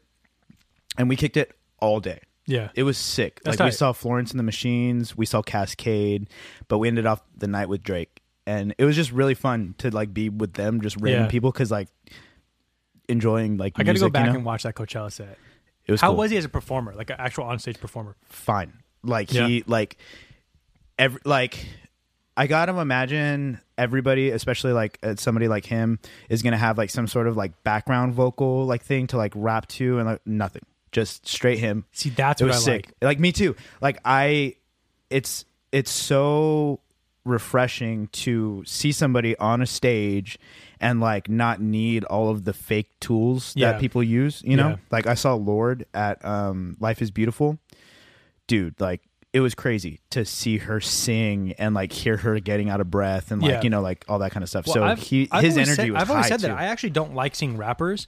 [SPEAKER 1] and we kicked it all day.
[SPEAKER 2] yeah,
[SPEAKER 1] It was sick.
[SPEAKER 2] That's
[SPEAKER 1] like we
[SPEAKER 2] tight.
[SPEAKER 1] saw Florence and the Machines, we saw Cascade, but we ended off the night with Drake, and it was just really fun to like be with them, just random
[SPEAKER 2] Yeah.
[SPEAKER 1] people, because like enjoying like
[SPEAKER 2] I got to go
[SPEAKER 1] music,
[SPEAKER 2] back
[SPEAKER 1] you know?
[SPEAKER 2] and watch that Coachella set.
[SPEAKER 1] it was
[SPEAKER 2] How
[SPEAKER 1] cool.
[SPEAKER 2] was he as a performer, like an actual onstage performer?
[SPEAKER 1] fine. Like
[SPEAKER 2] Yeah.
[SPEAKER 1] he like every like I gotta imagine everybody, especially like uh, somebody like him, is gonna have like some sort of like background vocal like thing to like rap to and like nothing, just straight him.
[SPEAKER 2] See, that's
[SPEAKER 1] it
[SPEAKER 2] what
[SPEAKER 1] was
[SPEAKER 2] I
[SPEAKER 1] sick.
[SPEAKER 2] like.
[SPEAKER 1] me too. Like I, it's it's so refreshing to see somebody on a stage and like not need all of the fake tools
[SPEAKER 2] Yeah.
[SPEAKER 1] that people use. You know,
[SPEAKER 2] Yeah.
[SPEAKER 1] like I saw Lord at um, Life Is Beautiful dude, like it was crazy to see her sing and like hear her getting out of breath and like
[SPEAKER 2] Yeah.
[SPEAKER 1] you know like all that kind of stuff.
[SPEAKER 2] Well,
[SPEAKER 1] so
[SPEAKER 2] I've-
[SPEAKER 1] he
[SPEAKER 2] I've
[SPEAKER 1] his
[SPEAKER 2] always
[SPEAKER 1] energy
[SPEAKER 2] said-
[SPEAKER 1] was
[SPEAKER 2] I've always
[SPEAKER 1] high
[SPEAKER 2] said
[SPEAKER 1] too.
[SPEAKER 2] that I actually don't like seeing rappers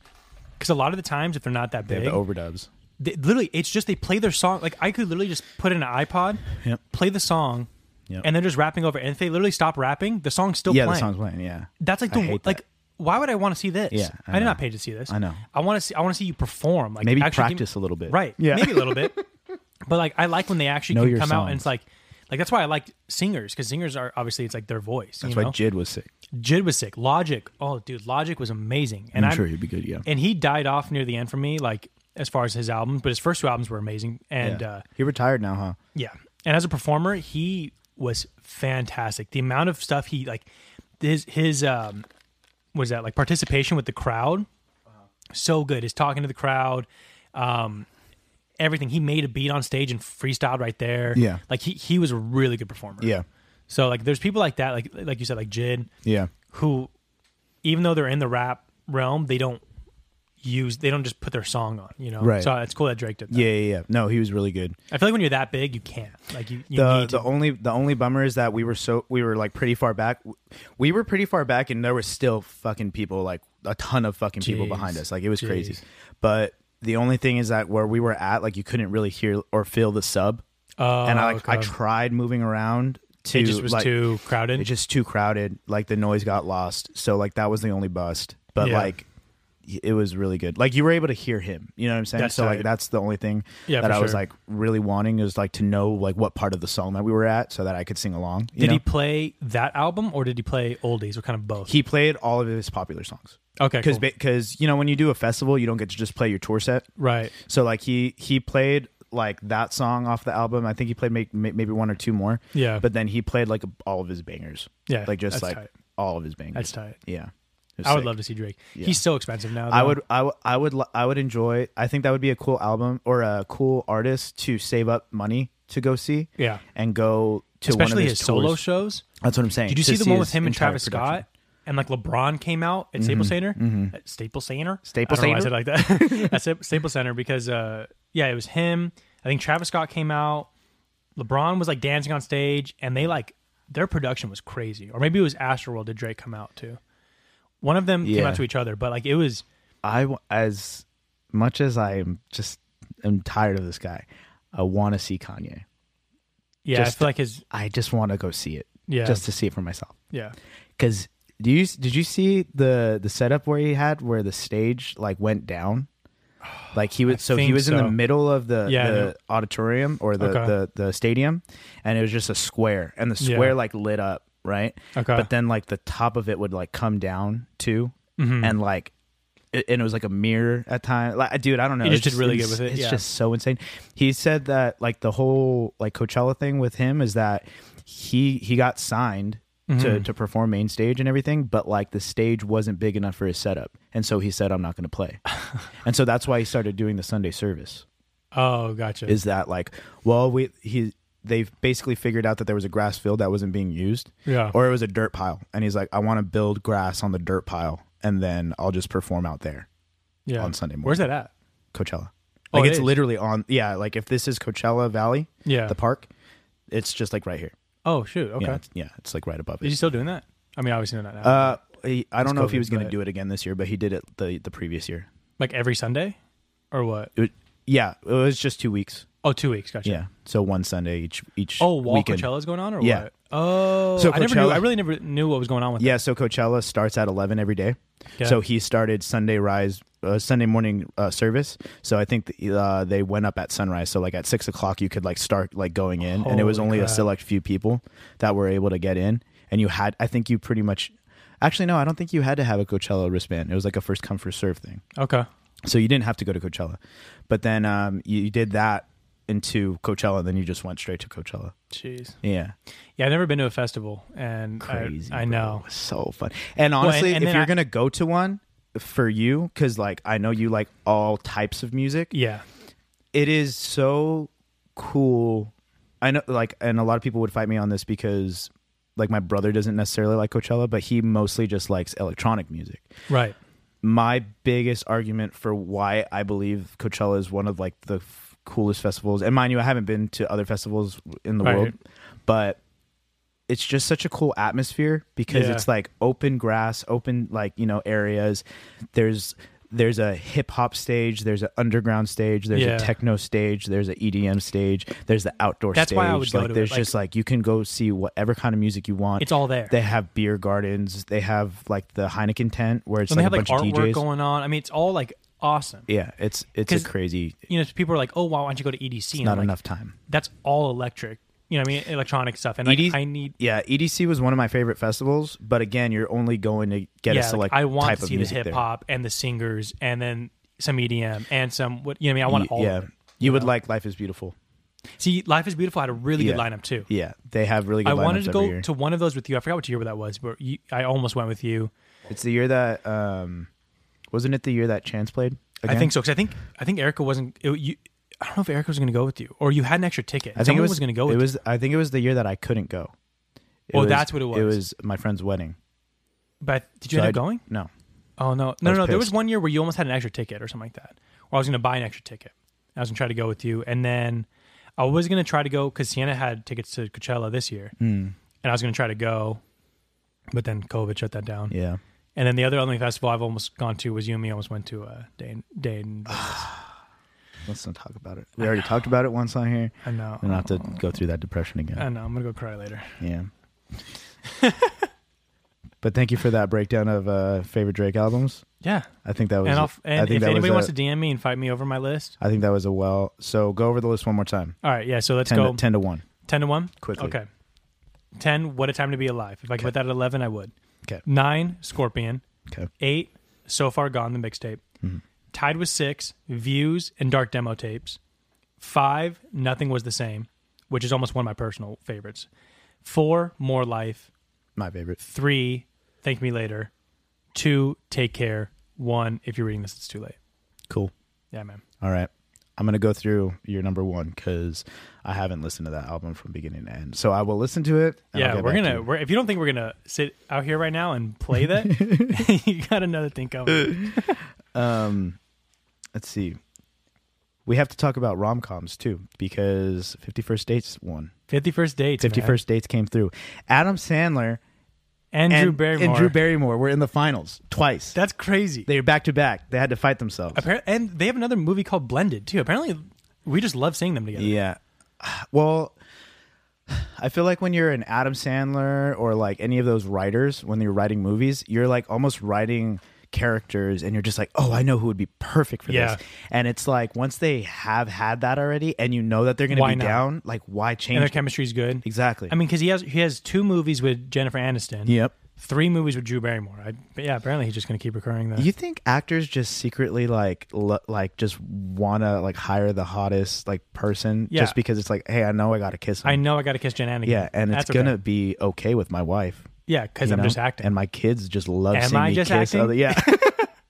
[SPEAKER 2] because a lot of the times if they're not that
[SPEAKER 1] They
[SPEAKER 2] big,
[SPEAKER 1] have the overdubs.
[SPEAKER 2] they- literally it's just they play their song. Like I could literally just put in an iPod,
[SPEAKER 1] Yep.
[SPEAKER 2] play the song,
[SPEAKER 1] Yep.
[SPEAKER 2] and they're just rapping over. it. And if they literally stop rapping, the song's still
[SPEAKER 1] Yeah,
[SPEAKER 2] playing.
[SPEAKER 1] the song's playing. Yeah,
[SPEAKER 2] That's like
[SPEAKER 1] I
[SPEAKER 2] the
[SPEAKER 1] hate
[SPEAKER 2] like.
[SPEAKER 1] that.
[SPEAKER 2] Why would I want to see this?
[SPEAKER 1] Yeah,
[SPEAKER 2] I,
[SPEAKER 1] I
[SPEAKER 2] did
[SPEAKER 1] know.
[SPEAKER 2] not pay to see this.
[SPEAKER 1] I know.
[SPEAKER 2] I want to see. I want to see you perform. Like
[SPEAKER 1] Maybe
[SPEAKER 2] actually give me-
[SPEAKER 1] practice a little bit.
[SPEAKER 2] Right.
[SPEAKER 1] Yeah.
[SPEAKER 2] Maybe a little bit. But like, I like when they actually
[SPEAKER 1] Know
[SPEAKER 2] can
[SPEAKER 1] your
[SPEAKER 2] come out and
[SPEAKER 1] songs.
[SPEAKER 2] it's like, like that's why I like singers because singers are obviously it's like their voice.
[SPEAKER 1] that's
[SPEAKER 2] you
[SPEAKER 1] why
[SPEAKER 2] know?
[SPEAKER 1] Jid was sick.
[SPEAKER 2] Jid was sick. Logic. Oh, dude, Logic was amazing. And
[SPEAKER 1] I'm
[SPEAKER 2] I'm-
[SPEAKER 1] sure he'd be good, yeah.
[SPEAKER 2] And he died off near the end for me, like as far as his albums, but his first two albums were amazing. And
[SPEAKER 1] yeah.
[SPEAKER 2] uh,
[SPEAKER 1] he retired now, huh?
[SPEAKER 2] yeah. And as a performer, he was fantastic. The amount of stuff he like his his um was that like participation with the crowd so good. His talking to the crowd, um everything. He made a beat on stage and freestyled right there.
[SPEAKER 1] Yeah.
[SPEAKER 2] Like he he was a really good performer.
[SPEAKER 1] Yeah,
[SPEAKER 2] So like there's people like that, like like you said, like Jid,
[SPEAKER 1] yeah,
[SPEAKER 2] who even though they're in the rap realm, they don't use they don't just put their song on, you know.
[SPEAKER 1] Right.
[SPEAKER 2] So it's cool that Drake did that.
[SPEAKER 1] yeah, yeah. yeah. No, he was really good.
[SPEAKER 2] I feel like when you're that big, you can't. Like you, you
[SPEAKER 1] the
[SPEAKER 2] need to
[SPEAKER 1] the only the only bummer is that we were so we were like pretty far back. We were pretty far back, and there were still fucking people like a ton of fucking people
[SPEAKER 2] Jeez.
[SPEAKER 1] behind us. Like it was crazy.
[SPEAKER 2] Jeez.
[SPEAKER 1] But the only thing is that where we were at, like you couldn't really hear or feel the sub.
[SPEAKER 2] Oh,
[SPEAKER 1] and I like I
[SPEAKER 2] okay.
[SPEAKER 1] tried moving around to
[SPEAKER 2] It just was
[SPEAKER 1] like,
[SPEAKER 2] too crowded.
[SPEAKER 1] It's just too crowded. Like the noise got lost. So like that was the only bust. But
[SPEAKER 2] Yeah.
[SPEAKER 1] like it was really good. Like you were able to hear him. You know what I'm saying?
[SPEAKER 2] That's
[SPEAKER 1] so
[SPEAKER 2] tight.
[SPEAKER 1] like that's the only thing
[SPEAKER 2] Yeah,
[SPEAKER 1] that
[SPEAKER 2] for
[SPEAKER 1] I was
[SPEAKER 2] sure.
[SPEAKER 1] like really wanting is like to know like what part of the song that we were at so that I could sing along. You
[SPEAKER 2] did
[SPEAKER 1] know?
[SPEAKER 2] he play that album or did he play oldies or kind of both?
[SPEAKER 1] He played all of his popular songs.
[SPEAKER 2] okay,
[SPEAKER 1] Because
[SPEAKER 2] cool.
[SPEAKER 1] you know when you do a festival, you don't get to just play your tour set.
[SPEAKER 2] right.
[SPEAKER 1] So like he he played like that song off the album. I think he played make, may- maybe one or two more.
[SPEAKER 2] Yeah.
[SPEAKER 1] But then he played like all of his bangers.
[SPEAKER 2] Yeah,
[SPEAKER 1] Like just
[SPEAKER 2] that's
[SPEAKER 1] like
[SPEAKER 2] tight.
[SPEAKER 1] all of his bangers.
[SPEAKER 2] That's tight.
[SPEAKER 1] Yeah. It was
[SPEAKER 2] I would
[SPEAKER 1] sick.
[SPEAKER 2] love to see Drake. He's so expensive now.
[SPEAKER 1] I
[SPEAKER 2] though.
[SPEAKER 1] would, I would, I would, lo- I would enjoy. I think that would be a cool album or a cool artist to save up money to go see.
[SPEAKER 2] Yeah.
[SPEAKER 1] and go to one of
[SPEAKER 2] especially
[SPEAKER 1] his,
[SPEAKER 2] his, solo
[SPEAKER 1] tours.
[SPEAKER 2] shows.
[SPEAKER 1] That's what I'm saying.
[SPEAKER 2] Did you
[SPEAKER 1] to
[SPEAKER 2] see the one
[SPEAKER 1] his
[SPEAKER 2] with him and
[SPEAKER 1] entire
[SPEAKER 2] Travis
[SPEAKER 1] production. Mm-hmm.
[SPEAKER 2] Scott? And like LeBron came out at Staples Center, At Staples Center,
[SPEAKER 1] Staples
[SPEAKER 2] I don't know
[SPEAKER 1] Center?
[SPEAKER 2] why I said it like that. at Sta- Staples Center because uh, yeah, it was him. I think Travis Scott came out. LeBron was like dancing on stage, and they like their production was crazy. Or maybe it was Astroworld. Did Drake come out too? One of them came
[SPEAKER 1] Yeah.
[SPEAKER 2] out to each other, but like it was
[SPEAKER 1] I w- as much as I am just am tired of this guy. I want to see Kanye.
[SPEAKER 2] yeah.
[SPEAKER 1] Just-
[SPEAKER 2] I feel like his
[SPEAKER 1] I just want to go see it.
[SPEAKER 2] Yeah.
[SPEAKER 1] just to see it for myself.
[SPEAKER 2] yeah.
[SPEAKER 1] Because do you did you see the the setup where he had where the stage like went down? Like he was so he
[SPEAKER 2] think
[SPEAKER 1] was in
[SPEAKER 2] so.
[SPEAKER 1] the middle of the,
[SPEAKER 2] Yeah, I know.
[SPEAKER 1] the auditorium or the,
[SPEAKER 2] Okay.
[SPEAKER 1] the the stadium, and it was just a square, and the
[SPEAKER 2] Yeah.
[SPEAKER 1] square like lit up, right?
[SPEAKER 2] Okay.
[SPEAKER 1] But then like the top of it would like come down too,
[SPEAKER 2] Mm-hmm.
[SPEAKER 1] and like. it- And it was like a mirror at times. Like, dude, I don't know.
[SPEAKER 2] He just
[SPEAKER 1] It's
[SPEAKER 2] did really good with it,
[SPEAKER 1] It's
[SPEAKER 2] yeah.
[SPEAKER 1] just so insane. He said that like the whole like Coachella thing with him is that he he got signed
[SPEAKER 2] Mm-hmm.
[SPEAKER 1] to to perform main stage and everything, but like the stage wasn't big enough for his setup, and so he said I'm not going to play, and so that's why he started doing the Sunday service.
[SPEAKER 2] Oh, gotcha.
[SPEAKER 1] Is that like well we he they've basically figured out that there was a grass field that wasn't being used,
[SPEAKER 2] Yeah.
[SPEAKER 1] or it was a dirt pile, and he's like I want to build grass on the dirt pile, and then I'll just perform out there,
[SPEAKER 2] yeah.
[SPEAKER 1] on Sunday
[SPEAKER 2] Where's that at?
[SPEAKER 1] Coachella.
[SPEAKER 2] Oh,
[SPEAKER 1] Like
[SPEAKER 2] it
[SPEAKER 1] it's
[SPEAKER 2] is?
[SPEAKER 1] literally on yeah like if this is Coachella Valley
[SPEAKER 2] Yeah.
[SPEAKER 1] the park, it's just like right here.
[SPEAKER 2] Oh shoot. Okay.
[SPEAKER 1] Yeah, it's- yeah, it's like right above it.
[SPEAKER 2] Is he still doing that? I mean, obviously not now.
[SPEAKER 1] Uh, he, I don't know if
[SPEAKER 2] COVID,
[SPEAKER 1] he was going to
[SPEAKER 2] but-
[SPEAKER 1] do it again this year, but he did it the the previous year.
[SPEAKER 2] like every Sunday, or what?
[SPEAKER 1] It was, yeah, it was just two weeks.
[SPEAKER 2] Oh, two weeks. Gotcha.
[SPEAKER 1] Yeah, so one Sunday each each.
[SPEAKER 2] Oh, while
[SPEAKER 1] weekend.
[SPEAKER 2] Coachella's going on, or
[SPEAKER 1] Yeah.
[SPEAKER 2] what? Oh,
[SPEAKER 1] So
[SPEAKER 2] I never knew.
[SPEAKER 1] Coachella-
[SPEAKER 2] I really never knew what was going on with
[SPEAKER 1] Yeah, so Coachella starts at eleven every day.
[SPEAKER 2] Yeah.
[SPEAKER 1] So he started Sunday rise, uh, Sunday morning uh, service. So I think the, uh, they went up at sunrise. So like at six o'clock, you could like start like going in, and it was
[SPEAKER 2] Holy
[SPEAKER 1] only
[SPEAKER 2] crap.
[SPEAKER 1] a select few people that were able to get in. And you had, I think you pretty much, actually no, I don't think you had to have a Coachella wristband. It was like a first come first serve thing.
[SPEAKER 2] that. Okay.
[SPEAKER 1] So you didn't have to go to Coachella, but then um, you, you did that into Coachella, then you just went straight to Coachella.
[SPEAKER 2] Jeez.
[SPEAKER 1] Yeah,
[SPEAKER 2] Yeah, I've never been to a festival, and I-
[SPEAKER 1] crazy.
[SPEAKER 2] I,
[SPEAKER 1] bro.
[SPEAKER 2] know.
[SPEAKER 1] It was Oh, so fun. And honestly,
[SPEAKER 2] and
[SPEAKER 1] if
[SPEAKER 2] then
[SPEAKER 1] you're
[SPEAKER 2] I-
[SPEAKER 1] gonna go to one for you, because like I know you like all types of music,
[SPEAKER 2] Yeah.
[SPEAKER 1] it is so cool. I know, like, and a lot of people would fight me on this because. Like my brother doesn't necessarily like Coachella, but he mostly just likes electronic music.
[SPEAKER 2] Right.
[SPEAKER 1] my biggest argument for why I believe Coachella is one of like the f- coolest festivals. And mind you, I haven't been to other festivals in the
[SPEAKER 2] Right.
[SPEAKER 1] world, but it's just such a cool atmosphere because
[SPEAKER 2] Yeah.
[SPEAKER 1] it's like open grass, open like you know areas. There's there's a hip hop stage, there's an underground stage, there's
[SPEAKER 2] Yeah.
[SPEAKER 1] a techno stage, there's an EDM stage, there's the outdoor
[SPEAKER 2] That's
[SPEAKER 1] stage.
[SPEAKER 2] why I would go
[SPEAKER 1] like
[SPEAKER 2] to it,
[SPEAKER 1] there's
[SPEAKER 2] like-
[SPEAKER 1] just like you can go see whatever kind of music you want.
[SPEAKER 2] It's all there.
[SPEAKER 1] They have beer gardens. They have like the Heineken tent where it's
[SPEAKER 2] And they
[SPEAKER 1] like
[SPEAKER 2] have
[SPEAKER 1] a
[SPEAKER 2] like
[SPEAKER 1] bunch of
[SPEAKER 2] artwork
[SPEAKER 1] DJs.
[SPEAKER 2] going on. I mean, it's all like awesome.
[SPEAKER 1] Yeah, it's it's a
[SPEAKER 2] 'Cause
[SPEAKER 1] crazy.
[SPEAKER 2] You know, people are like, "Oh, why don't you go to EDC?" and
[SPEAKER 1] Not
[SPEAKER 2] I'm like,
[SPEAKER 1] enough time.
[SPEAKER 2] That's all electric. You know, what I mean, electronic stuff. And like,
[SPEAKER 1] ED
[SPEAKER 2] I need
[SPEAKER 1] Yeah, EDC was one of my favorite festivals, but again, you're only going to get a
[SPEAKER 2] yeah, like,
[SPEAKER 1] select
[SPEAKER 2] I want
[SPEAKER 1] type
[SPEAKER 2] to
[SPEAKER 1] of
[SPEAKER 2] see the
[SPEAKER 1] music there.
[SPEAKER 2] hip hop and the singers, and then some EDM and some what you know. What I mean, I want
[SPEAKER 1] Y-
[SPEAKER 2] all.
[SPEAKER 1] yeah,
[SPEAKER 2] Of it.
[SPEAKER 1] you would like Life is Beautiful.
[SPEAKER 2] See, Life is Beautiful had a really
[SPEAKER 1] Yeah.
[SPEAKER 2] good lineup too.
[SPEAKER 1] Yeah, they have really good.
[SPEAKER 2] I
[SPEAKER 1] lineups
[SPEAKER 2] wanted to
[SPEAKER 1] every
[SPEAKER 2] go
[SPEAKER 1] year.
[SPEAKER 2] to one of those with you. I forgot what year that was, but you, I almost went with you.
[SPEAKER 1] It's the year that um, wasn't it the year that Chance played? Again?
[SPEAKER 2] I think so because I think I think Erica wasn't. It, you, I don't know if Erica was going to go with you, or you had an extra ticket.
[SPEAKER 1] I think
[SPEAKER 2] Someone
[SPEAKER 1] it was,
[SPEAKER 2] going to go.
[SPEAKER 1] It
[SPEAKER 2] With you.
[SPEAKER 1] was. I think it was the year that I couldn't go. It
[SPEAKER 2] Oh, that's what it
[SPEAKER 1] It
[SPEAKER 2] was.
[SPEAKER 1] was my friend's wedding.
[SPEAKER 2] but did you
[SPEAKER 1] So
[SPEAKER 2] end
[SPEAKER 1] I-
[SPEAKER 2] up going?
[SPEAKER 1] No,
[SPEAKER 2] Oh no, no, no,
[SPEAKER 1] was
[SPEAKER 2] no. There was
[SPEAKER 1] pissed.
[SPEAKER 2] one year where you almost had an extra ticket or something like that, or I was going to buy an extra ticket. I was going to try to go with you, and then I was going to try to go because Sienna had tickets to Coachella this year,
[SPEAKER 1] Hmm.
[SPEAKER 2] and I was going to try to go, but then COVID shut that down.
[SPEAKER 1] yeah.
[SPEAKER 2] And then the other only festival I've almost gone to was you and me almost went to uh, day in, day in
[SPEAKER 1] Let's not talk about it. We already talked about it once on here.
[SPEAKER 2] I know.
[SPEAKER 1] We don't have to
[SPEAKER 2] Oh.
[SPEAKER 1] go through that depression again.
[SPEAKER 2] I know. I'm gonna go cry later.
[SPEAKER 1] Yeah. but thank you for that breakdown of uh, favorite Drake albums.
[SPEAKER 2] Yeah.
[SPEAKER 1] I think that was.
[SPEAKER 2] And, I'll, f-
[SPEAKER 1] I
[SPEAKER 2] and
[SPEAKER 1] think
[SPEAKER 2] if
[SPEAKER 1] that
[SPEAKER 2] anybody
[SPEAKER 1] was
[SPEAKER 2] wants
[SPEAKER 1] a,
[SPEAKER 2] to DM me and fight me over my list,
[SPEAKER 1] I think that was a well. So go over the list one more time.
[SPEAKER 2] all right, yeah. So let's
[SPEAKER 1] 10
[SPEAKER 2] go
[SPEAKER 1] to, 10 to one.
[SPEAKER 2] 10 to 1?
[SPEAKER 1] Quickly.
[SPEAKER 2] Okay. 10, What a Time to Be Alive. If I could put that at 11, I would.
[SPEAKER 1] 'Kay.
[SPEAKER 2] 9, Scorpion.
[SPEAKER 1] Okay. Mm-hmm.
[SPEAKER 2] 8, So Far Gone, the mixtape. Tied with 6, Views and Dark Demo Tapes. 5, Nothing Was the Same, which is almost one of my personal favorites. 4, More Life.
[SPEAKER 1] My favorite.
[SPEAKER 2] 3, Thank Me Later. 2, Take Care. 1, If You're Reading This, It's Too Late.
[SPEAKER 1] Cool.
[SPEAKER 2] Yeah, man.
[SPEAKER 1] All right. I'm going to go through your number one because I haven't listened to that album from beginning to end. So I will listen to it. and I'll
[SPEAKER 2] yeah,
[SPEAKER 1] get
[SPEAKER 2] we're
[SPEAKER 1] back to
[SPEAKER 2] gonna.
[SPEAKER 1] you.
[SPEAKER 2] we're, if you don't think we're gonna sit out here right now and play that, you got another thing coming.
[SPEAKER 1] Let's see. We have to talk about rom coms too because 51st Dates won.
[SPEAKER 2] Fifty first dates. man.
[SPEAKER 1] 51st Dates came through. Adam Sandler
[SPEAKER 2] Andrew
[SPEAKER 1] and,
[SPEAKER 2] Barrymore.
[SPEAKER 1] and Drew Barrymore were in the finals twice.
[SPEAKER 2] That's crazy.
[SPEAKER 1] They were back to back. They had to fight themselves.
[SPEAKER 2] Appar- and they have another movie called Blended too. Apparently, we just love seeing them together.
[SPEAKER 1] Yeah. Well, I feel like when you're an Adam Sandler or like any of those writers, when you're writing movies, you're like almost writing characters and you're just like, oh, I know who would be perfect for
[SPEAKER 2] Yeah.
[SPEAKER 1] this. And it's like once they have had that already and you know that they're going to
[SPEAKER 2] Why
[SPEAKER 1] be
[SPEAKER 2] not?
[SPEAKER 1] down, like why
[SPEAKER 2] And their
[SPEAKER 1] change?
[SPEAKER 2] chemistry's good.
[SPEAKER 1] exactly.
[SPEAKER 2] I mean, because he has he has two movies with Jennifer Aniston.
[SPEAKER 1] yep.
[SPEAKER 2] Three movies with Drew Barrymore. I, but yeah, apparently he's just gonna keep recurring that.
[SPEAKER 1] You think actors just secretly like lo- like just wanna like hire the hottest like person
[SPEAKER 2] Yeah.
[SPEAKER 1] just because it's like, hey, I know I gotta kiss him.
[SPEAKER 2] I know I got to kiss Jen Aniston.
[SPEAKER 1] Yeah, and it's
[SPEAKER 2] That's
[SPEAKER 1] gonna
[SPEAKER 2] okay.
[SPEAKER 1] be okay with my wife.
[SPEAKER 2] yeah because
[SPEAKER 1] you
[SPEAKER 2] I'm
[SPEAKER 1] know?
[SPEAKER 2] just acting.
[SPEAKER 1] and my kids just love
[SPEAKER 2] Am
[SPEAKER 1] seeing
[SPEAKER 2] I
[SPEAKER 1] me
[SPEAKER 2] just
[SPEAKER 1] kiss
[SPEAKER 2] acting?
[SPEAKER 1] other. Yeah,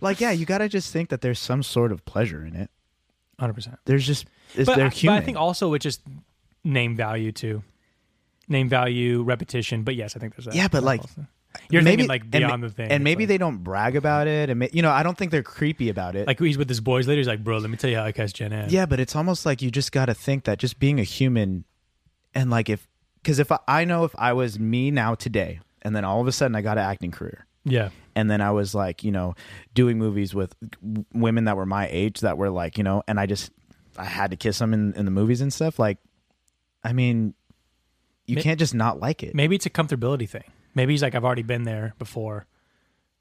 [SPEAKER 1] like yeah, you gotta just think that there's some sort of pleasure in it.
[SPEAKER 2] Hundred percent.
[SPEAKER 1] There's just it's,
[SPEAKER 2] but,
[SPEAKER 1] they're
[SPEAKER 2] I- but
[SPEAKER 1] human.
[SPEAKER 2] I think also it's just name value too. Name value, repetition. But yes, I think there's that.
[SPEAKER 1] yeah, but like
[SPEAKER 2] Also. you're
[SPEAKER 1] maybe
[SPEAKER 2] thinking like
[SPEAKER 1] and-
[SPEAKER 2] beyond the thing,
[SPEAKER 1] and
[SPEAKER 2] It's
[SPEAKER 1] maybe
[SPEAKER 2] like,
[SPEAKER 1] they don't brag about it, and ma- you know, I don't think they're creepy about it.
[SPEAKER 2] like he's with his boys later. He's like, bro, let me tell you how I cast Jen Ann.
[SPEAKER 1] yeah, but it's almost like you just gotta think that just being a human, and like if because if I, I know if I was me now today, and then all of a sudden I got an acting career,
[SPEAKER 2] yeah,
[SPEAKER 1] and then I was like, you know, doing movies with w- women that were my age that were like, you know, and I just I had to kiss them in, in the movies and stuff. Like, I mean, you
[SPEAKER 2] Ma-
[SPEAKER 1] can't just not like it.
[SPEAKER 2] Maybe it's a comfortability thing. Maybe he's like, I've already been there before.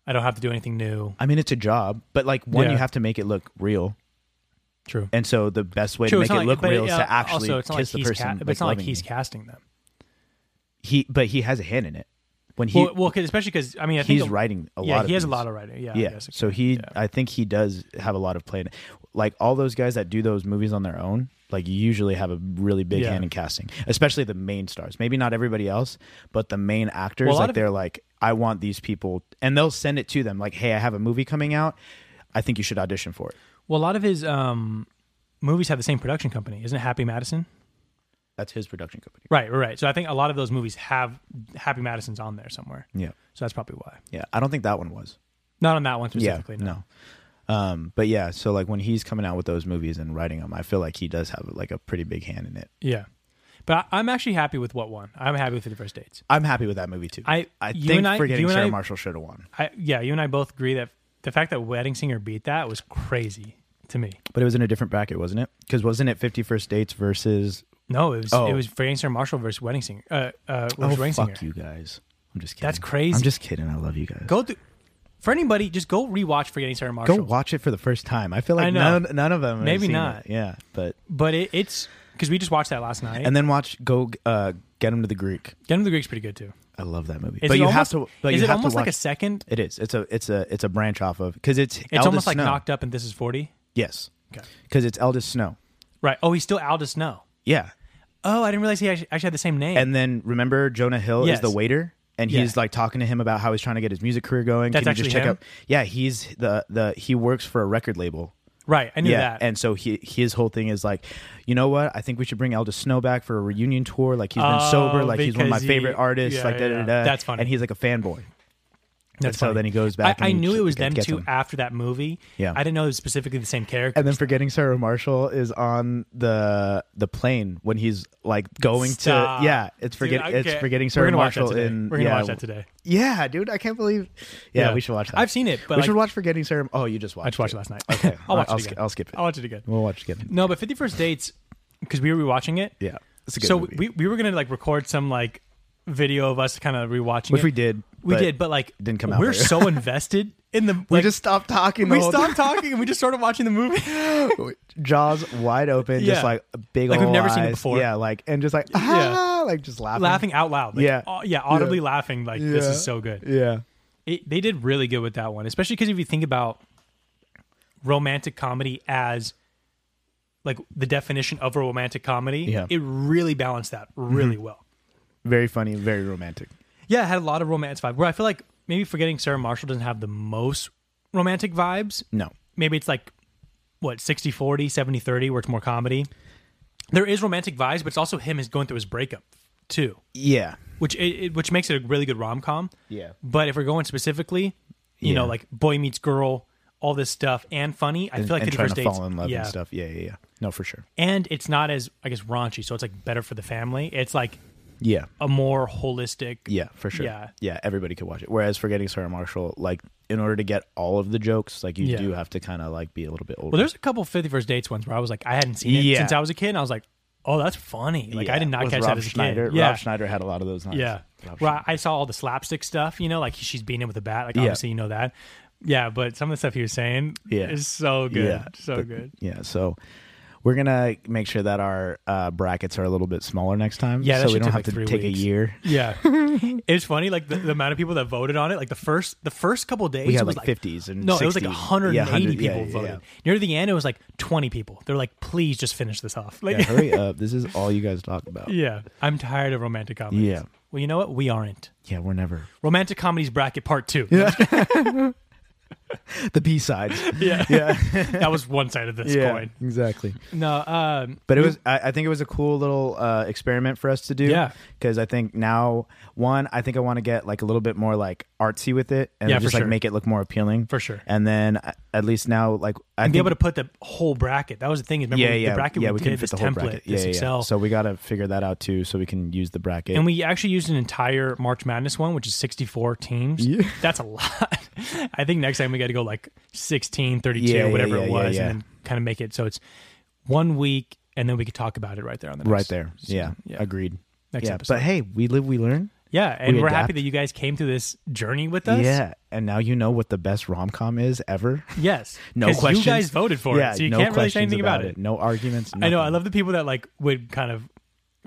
[SPEAKER 2] I don't have to do anything new.
[SPEAKER 1] I mean, it's a job, but like one, you
[SPEAKER 2] Yeah.
[SPEAKER 1] have to make it look real,
[SPEAKER 2] True.
[SPEAKER 1] and so the best way
[SPEAKER 2] True.
[SPEAKER 1] to
[SPEAKER 2] it's
[SPEAKER 1] make
[SPEAKER 2] not
[SPEAKER 1] it
[SPEAKER 2] like-
[SPEAKER 1] look
[SPEAKER 2] but,
[SPEAKER 1] real is
[SPEAKER 2] uh,
[SPEAKER 1] to actually
[SPEAKER 2] also, it's not
[SPEAKER 1] kiss
[SPEAKER 2] like
[SPEAKER 1] the
[SPEAKER 2] he's
[SPEAKER 1] person.
[SPEAKER 2] ca- but it's not like
[SPEAKER 1] loving
[SPEAKER 2] he's
[SPEAKER 1] you.
[SPEAKER 2] casting them.
[SPEAKER 1] he, but he has a hand in it when he
[SPEAKER 2] Well, well, 'cause- especially because I mean, I think
[SPEAKER 1] he's
[SPEAKER 2] a-
[SPEAKER 1] writing a
[SPEAKER 2] yeah,
[SPEAKER 1] lot. of
[SPEAKER 2] he has a
[SPEAKER 1] these.
[SPEAKER 2] lot of writing. Yeah, I
[SPEAKER 1] yeah.
[SPEAKER 2] guess it
[SPEAKER 1] So
[SPEAKER 2] could-
[SPEAKER 1] he,
[SPEAKER 2] yeah.
[SPEAKER 1] I think he does have a lot of play. in it. Like all those guys that do those movies on their own, like usually have a really big
[SPEAKER 2] Yeah.
[SPEAKER 1] hand in casting, especially the main stars. Maybe not everybody else, but the main actors,
[SPEAKER 2] Well, a lot
[SPEAKER 1] like
[SPEAKER 2] of-
[SPEAKER 1] they're like, I want these people, and they'll send it to them. Like, hey, I have a movie coming out. I think you should audition for it.
[SPEAKER 2] well, a lot of his um, movies have the same production company, isn't it? Happy Madison.
[SPEAKER 1] That's his production company.
[SPEAKER 2] Right, right, right. So I think a lot of those movies have Happy Madison's on there somewhere.
[SPEAKER 1] Yeah,
[SPEAKER 2] So that's probably why.
[SPEAKER 1] yeah. I don't think that one was.
[SPEAKER 2] Not on that one
[SPEAKER 1] Yeah,
[SPEAKER 2] specifically.
[SPEAKER 1] no. Um, but yeah, so like when he's coming out with those movies and writing them, I feel like he does have like a pretty big hand in it.
[SPEAKER 2] Yeah. But I, I'm actually happy with what won. I'm happy with 51st Dates.
[SPEAKER 1] I'm happy with that movie too.
[SPEAKER 2] I-
[SPEAKER 1] I
[SPEAKER 2] you
[SPEAKER 1] think
[SPEAKER 2] and I-
[SPEAKER 1] forgetting
[SPEAKER 2] you and
[SPEAKER 1] Sarah
[SPEAKER 2] I-
[SPEAKER 1] Marshall should have won,
[SPEAKER 2] I, yeah, you and I both agree that the fact that Wedding Singer beat that was crazy to me.
[SPEAKER 1] but it was in a different bracket, wasn't it? Because wasn't it Fifty First Dates versus?
[SPEAKER 2] No, it was
[SPEAKER 1] Oh.
[SPEAKER 2] it was Wedding Singer Marshall versus Wedding Singer. Uh, uh, versus
[SPEAKER 1] Oh
[SPEAKER 2] Wedding
[SPEAKER 1] fuck you
[SPEAKER 2] Singer.
[SPEAKER 1] guys! I'm just kidding.
[SPEAKER 2] That's crazy.
[SPEAKER 1] I'm just kidding. I love you guys.
[SPEAKER 2] Go through. For anybody, just go rewatch Forgetting Sarah
[SPEAKER 1] Go
[SPEAKER 2] Marshall.
[SPEAKER 1] watch it for the first time. I feel like
[SPEAKER 2] I know.
[SPEAKER 1] none none of them. have
[SPEAKER 2] Maybe
[SPEAKER 1] seen
[SPEAKER 2] not.
[SPEAKER 1] it. Yeah, but
[SPEAKER 2] But it, it's because we just watched that last night.
[SPEAKER 1] and then watch go uh, get him to the Greek.
[SPEAKER 2] Get Him to the Greek's pretty good too.
[SPEAKER 1] I love that movie.
[SPEAKER 2] Is
[SPEAKER 1] but
[SPEAKER 2] it
[SPEAKER 1] you
[SPEAKER 2] almost,
[SPEAKER 1] have to. But
[SPEAKER 2] is
[SPEAKER 1] you
[SPEAKER 2] it
[SPEAKER 1] have
[SPEAKER 2] almost
[SPEAKER 1] to
[SPEAKER 2] like a
[SPEAKER 1] watch-
[SPEAKER 2] second?
[SPEAKER 1] It is. It's a. It's a. It's a branch off of because it's.
[SPEAKER 2] It's almost like
[SPEAKER 1] Snow.
[SPEAKER 2] knocked up, and this is forty.
[SPEAKER 1] Yes.
[SPEAKER 2] Okay.
[SPEAKER 1] Because it's Eldest Snow.
[SPEAKER 2] Right. Oh, he's still Aldous Snow.
[SPEAKER 1] Yeah.
[SPEAKER 2] Oh, I didn't realize he actually, actually had the same name.
[SPEAKER 1] And then remember Jonah Hill
[SPEAKER 2] Yes.
[SPEAKER 1] is the waiter, and
[SPEAKER 2] Yeah.
[SPEAKER 1] he's like talking to him about how he's trying to get his music career going.
[SPEAKER 2] That's
[SPEAKER 1] Can you just
[SPEAKER 2] actually
[SPEAKER 1] check
[SPEAKER 2] him?
[SPEAKER 1] out? Yeah, he's the the he works for a record label.
[SPEAKER 2] right. I knew
[SPEAKER 1] Yeah,
[SPEAKER 2] that.
[SPEAKER 1] and so he his whole thing is like, you know what? I think we should bring Eldest Snow back for a reunion tour. Like he's been
[SPEAKER 2] Oh,
[SPEAKER 1] sober. Like he's one of my
[SPEAKER 2] because he-
[SPEAKER 1] favorite artists.
[SPEAKER 2] yeah,
[SPEAKER 1] like da
[SPEAKER 2] yeah,
[SPEAKER 1] da
[SPEAKER 2] yeah.
[SPEAKER 1] da.
[SPEAKER 2] That's funny.
[SPEAKER 1] And he's like a fanboy.
[SPEAKER 2] That's
[SPEAKER 1] so
[SPEAKER 2] funny.
[SPEAKER 1] then he goes back
[SPEAKER 2] I, I
[SPEAKER 1] and
[SPEAKER 2] knew
[SPEAKER 1] he
[SPEAKER 2] it was
[SPEAKER 1] get-
[SPEAKER 2] them
[SPEAKER 1] gets
[SPEAKER 2] two
[SPEAKER 1] him.
[SPEAKER 2] after that movie.
[SPEAKER 1] Yeah.
[SPEAKER 2] I didn't know it was specifically the same character.
[SPEAKER 1] And then forgetting Sarah Marshall is on the the plane when he's like going
[SPEAKER 2] Stop.
[SPEAKER 1] to yeah. It's
[SPEAKER 2] Dude,
[SPEAKER 1] forget
[SPEAKER 2] I
[SPEAKER 1] it's
[SPEAKER 2] can't-
[SPEAKER 1] forgetting
[SPEAKER 2] we're
[SPEAKER 1] Sarah
[SPEAKER 2] gonna watch that
[SPEAKER 1] Marshall
[SPEAKER 2] today.
[SPEAKER 1] in
[SPEAKER 2] We're gonna
[SPEAKER 1] yeah,
[SPEAKER 2] watch that today.
[SPEAKER 1] Yeah, dude, I can't believe. Yeah,
[SPEAKER 2] Yeah.
[SPEAKER 1] we should watch that.
[SPEAKER 2] I've seen it, but,
[SPEAKER 1] we
[SPEAKER 2] like-
[SPEAKER 1] should watch Forgetting Sarah. Oh, you just watched.
[SPEAKER 2] I just watched
[SPEAKER 1] it.
[SPEAKER 2] it last night.
[SPEAKER 1] Okay,
[SPEAKER 2] I'll watch
[SPEAKER 1] I'll,
[SPEAKER 2] it
[SPEAKER 1] sk-
[SPEAKER 2] again.
[SPEAKER 1] I'll skip it.
[SPEAKER 2] I'll watch it again.
[SPEAKER 1] We'll watch it again.
[SPEAKER 2] No, but Fifty First Dates because we were rewatching it.
[SPEAKER 1] Yeah, it's a good
[SPEAKER 2] so
[SPEAKER 1] movie.
[SPEAKER 2] we we were gonna like record some like video of us kind of rewatching,
[SPEAKER 1] which
[SPEAKER 2] it.
[SPEAKER 1] we did.
[SPEAKER 2] We did, but like
[SPEAKER 1] didn't come out
[SPEAKER 2] We're
[SPEAKER 1] very-
[SPEAKER 2] so invested in the.
[SPEAKER 1] we
[SPEAKER 2] like,
[SPEAKER 1] just stopped talking.
[SPEAKER 2] we
[SPEAKER 1] the whole time.
[SPEAKER 2] stopped talking and we just started watching the movie.
[SPEAKER 1] Jaws wide open,
[SPEAKER 2] Yeah.
[SPEAKER 1] just like a big.
[SPEAKER 2] Like we've
[SPEAKER 1] ol'
[SPEAKER 2] never seen it
[SPEAKER 1] eyes.
[SPEAKER 2] before.
[SPEAKER 1] Yeah, like and just like ah, like just laughing,
[SPEAKER 2] laughing out loud. Like,
[SPEAKER 1] Yeah.
[SPEAKER 2] au- yeah, audibly laughing. Like this
[SPEAKER 1] Yeah.
[SPEAKER 2] is so good.
[SPEAKER 1] Yeah,
[SPEAKER 2] It, they did really good with that one, especially because if you think about romantic comedy as like the definition of a romantic comedy,
[SPEAKER 1] Yeah. Mm-hmm.
[SPEAKER 2] it really balanced that really well.
[SPEAKER 1] very funny, very romantic.
[SPEAKER 2] Yeah, it had a lot of romance vibe. Where I feel like maybe forgetting Sarah Marshall doesn't have the most romantic vibes.
[SPEAKER 1] No,
[SPEAKER 2] Maybe it's like what 60 40, 70 30 where it's more comedy. There is romantic vibes, but it's also him is going through his breakup too,
[SPEAKER 1] yeah,
[SPEAKER 2] which it, it, which makes it a really good rom-com.
[SPEAKER 1] Yeah.
[SPEAKER 2] But if we're going specifically, you
[SPEAKER 1] Yeah.
[SPEAKER 2] know, like boy meets girl, all this stuff and funny, I
[SPEAKER 1] and,
[SPEAKER 2] feel like
[SPEAKER 1] and
[SPEAKER 2] the
[SPEAKER 1] trying
[SPEAKER 2] first
[SPEAKER 1] to
[SPEAKER 2] dates,
[SPEAKER 1] fall in love
[SPEAKER 2] yeah.
[SPEAKER 1] and stuff. Yeah, yeah, yeah. No, for sure.
[SPEAKER 2] And it's not as I guess raunchy, so it's like better for the family. It's like
[SPEAKER 1] Yeah,
[SPEAKER 2] a more holistic
[SPEAKER 1] Yeah, for sure.
[SPEAKER 2] Yeah.
[SPEAKER 1] yeah. Everybody could watch it. Whereas forgetting Sarah Marshall, like in order to get all of the jokes, like you
[SPEAKER 2] Yeah.
[SPEAKER 1] do have to kind of like be a little bit older.
[SPEAKER 2] Well, there's a couple 51st Dates ones where I was like, I hadn't seen it
[SPEAKER 1] Yeah.
[SPEAKER 2] since I was a kid, and I was like, oh, that's funny. Like, I
[SPEAKER 1] Yeah,
[SPEAKER 2] did not
[SPEAKER 1] with
[SPEAKER 2] catch
[SPEAKER 1] Rob
[SPEAKER 2] that as a
[SPEAKER 1] Schneider.
[SPEAKER 2] kid. Yeah.
[SPEAKER 1] Rob Schneider had a lot of those nights.
[SPEAKER 2] yeah.
[SPEAKER 1] Rob
[SPEAKER 2] Where I- I saw all the slapstick stuff, you know, like she's beating him with a bat. Like,
[SPEAKER 1] Yeah.
[SPEAKER 2] obviously, you know that. Yeah, but some of the stuff he was saying
[SPEAKER 1] Yeah.
[SPEAKER 2] is so good.
[SPEAKER 1] Yeah,
[SPEAKER 2] So
[SPEAKER 1] but-
[SPEAKER 2] good.
[SPEAKER 1] Yeah, so we're gonna make sure that our uh, brackets are a little bit smaller next time.
[SPEAKER 2] Yeah,
[SPEAKER 1] so
[SPEAKER 2] that
[SPEAKER 1] we
[SPEAKER 2] should
[SPEAKER 1] don't
[SPEAKER 2] take,
[SPEAKER 1] have
[SPEAKER 2] like,
[SPEAKER 1] to
[SPEAKER 2] three
[SPEAKER 1] take
[SPEAKER 2] weeks.
[SPEAKER 1] a year.
[SPEAKER 2] Yeah. it's funny, like, the, the amount of people that voted on it, like, the first the first couple days,
[SPEAKER 1] We
[SPEAKER 2] it
[SPEAKER 1] had
[SPEAKER 2] was
[SPEAKER 1] like fifties and
[SPEAKER 2] No, it was like
[SPEAKER 1] 60s.
[SPEAKER 2] 180
[SPEAKER 1] Yeah, 100 yeah,
[SPEAKER 2] people
[SPEAKER 1] yeah,
[SPEAKER 2] voted.
[SPEAKER 1] yeah.
[SPEAKER 2] Near the end, it was like 20 people. They're like, please just finish this off. Like,
[SPEAKER 1] Yeah, hurry up! This is all you guys talk about.
[SPEAKER 2] yeah. I'm tired of romantic comedies.
[SPEAKER 1] Yeah.
[SPEAKER 2] Well, you know what? We aren't.
[SPEAKER 1] Yeah, we're never
[SPEAKER 2] romantic comedies bracket part two.
[SPEAKER 1] the B sides.
[SPEAKER 2] yeah,
[SPEAKER 1] yeah,
[SPEAKER 2] that was one side of this
[SPEAKER 1] yeah,
[SPEAKER 2] coin.
[SPEAKER 1] exactly.
[SPEAKER 2] No, um,
[SPEAKER 1] But it was, I, I think it was a cool little uh, experiment for us to do.
[SPEAKER 2] Yeah.
[SPEAKER 1] Because I think now, one, I think I want to get like a little bit more like artsy with it and
[SPEAKER 2] Yeah, for
[SPEAKER 1] just like
[SPEAKER 2] sure.
[SPEAKER 1] make it look more appealing.
[SPEAKER 2] For sure.
[SPEAKER 1] And then uh, at least now, like, I think,
[SPEAKER 2] and be able to put the whole bracket. That was the thing. Is remember
[SPEAKER 1] yeah,
[SPEAKER 2] we-
[SPEAKER 1] yeah,
[SPEAKER 2] the bracket
[SPEAKER 1] yeah,
[SPEAKER 2] we,
[SPEAKER 1] can
[SPEAKER 2] did
[SPEAKER 1] fit
[SPEAKER 2] this
[SPEAKER 1] the whole
[SPEAKER 2] template,
[SPEAKER 1] bracket. Yeah,
[SPEAKER 2] this
[SPEAKER 1] yeah, yeah.
[SPEAKER 2] Excel,
[SPEAKER 1] So we got to figure that out too so we can use the bracket.
[SPEAKER 2] and we actually used an entire March Madness one, which is sixty four teams.
[SPEAKER 1] Yeah.
[SPEAKER 2] That's a lot. I think next time we got to go like 16, 32,
[SPEAKER 1] Yeah, yeah,
[SPEAKER 2] whatever it
[SPEAKER 1] yeah,
[SPEAKER 2] was,
[SPEAKER 1] yeah,
[SPEAKER 2] and then kind of make it so it's one week, and then we could talk about it right there on the next
[SPEAKER 1] right there. Yeah.
[SPEAKER 2] yeah.
[SPEAKER 1] Agreed.
[SPEAKER 2] Next
[SPEAKER 1] yeah.
[SPEAKER 2] episode.
[SPEAKER 1] But hey, we live, we learn.
[SPEAKER 2] Yeah,
[SPEAKER 1] We
[SPEAKER 2] and we are
[SPEAKER 1] adapt.
[SPEAKER 2] happy that you guys came through this journey with us.
[SPEAKER 1] Yeah. And now you know what the best rom com is ever.
[SPEAKER 2] Yes.
[SPEAKER 1] No
[SPEAKER 2] 'Cause
[SPEAKER 1] questions.
[SPEAKER 2] You guys voted for
[SPEAKER 1] yeah,
[SPEAKER 2] it, so you
[SPEAKER 1] no
[SPEAKER 2] can't really
[SPEAKER 1] questions
[SPEAKER 2] say anything about, it.
[SPEAKER 1] No arguments.
[SPEAKER 2] I know. I
[SPEAKER 1] nothing.
[SPEAKER 2] love the people that like would kind of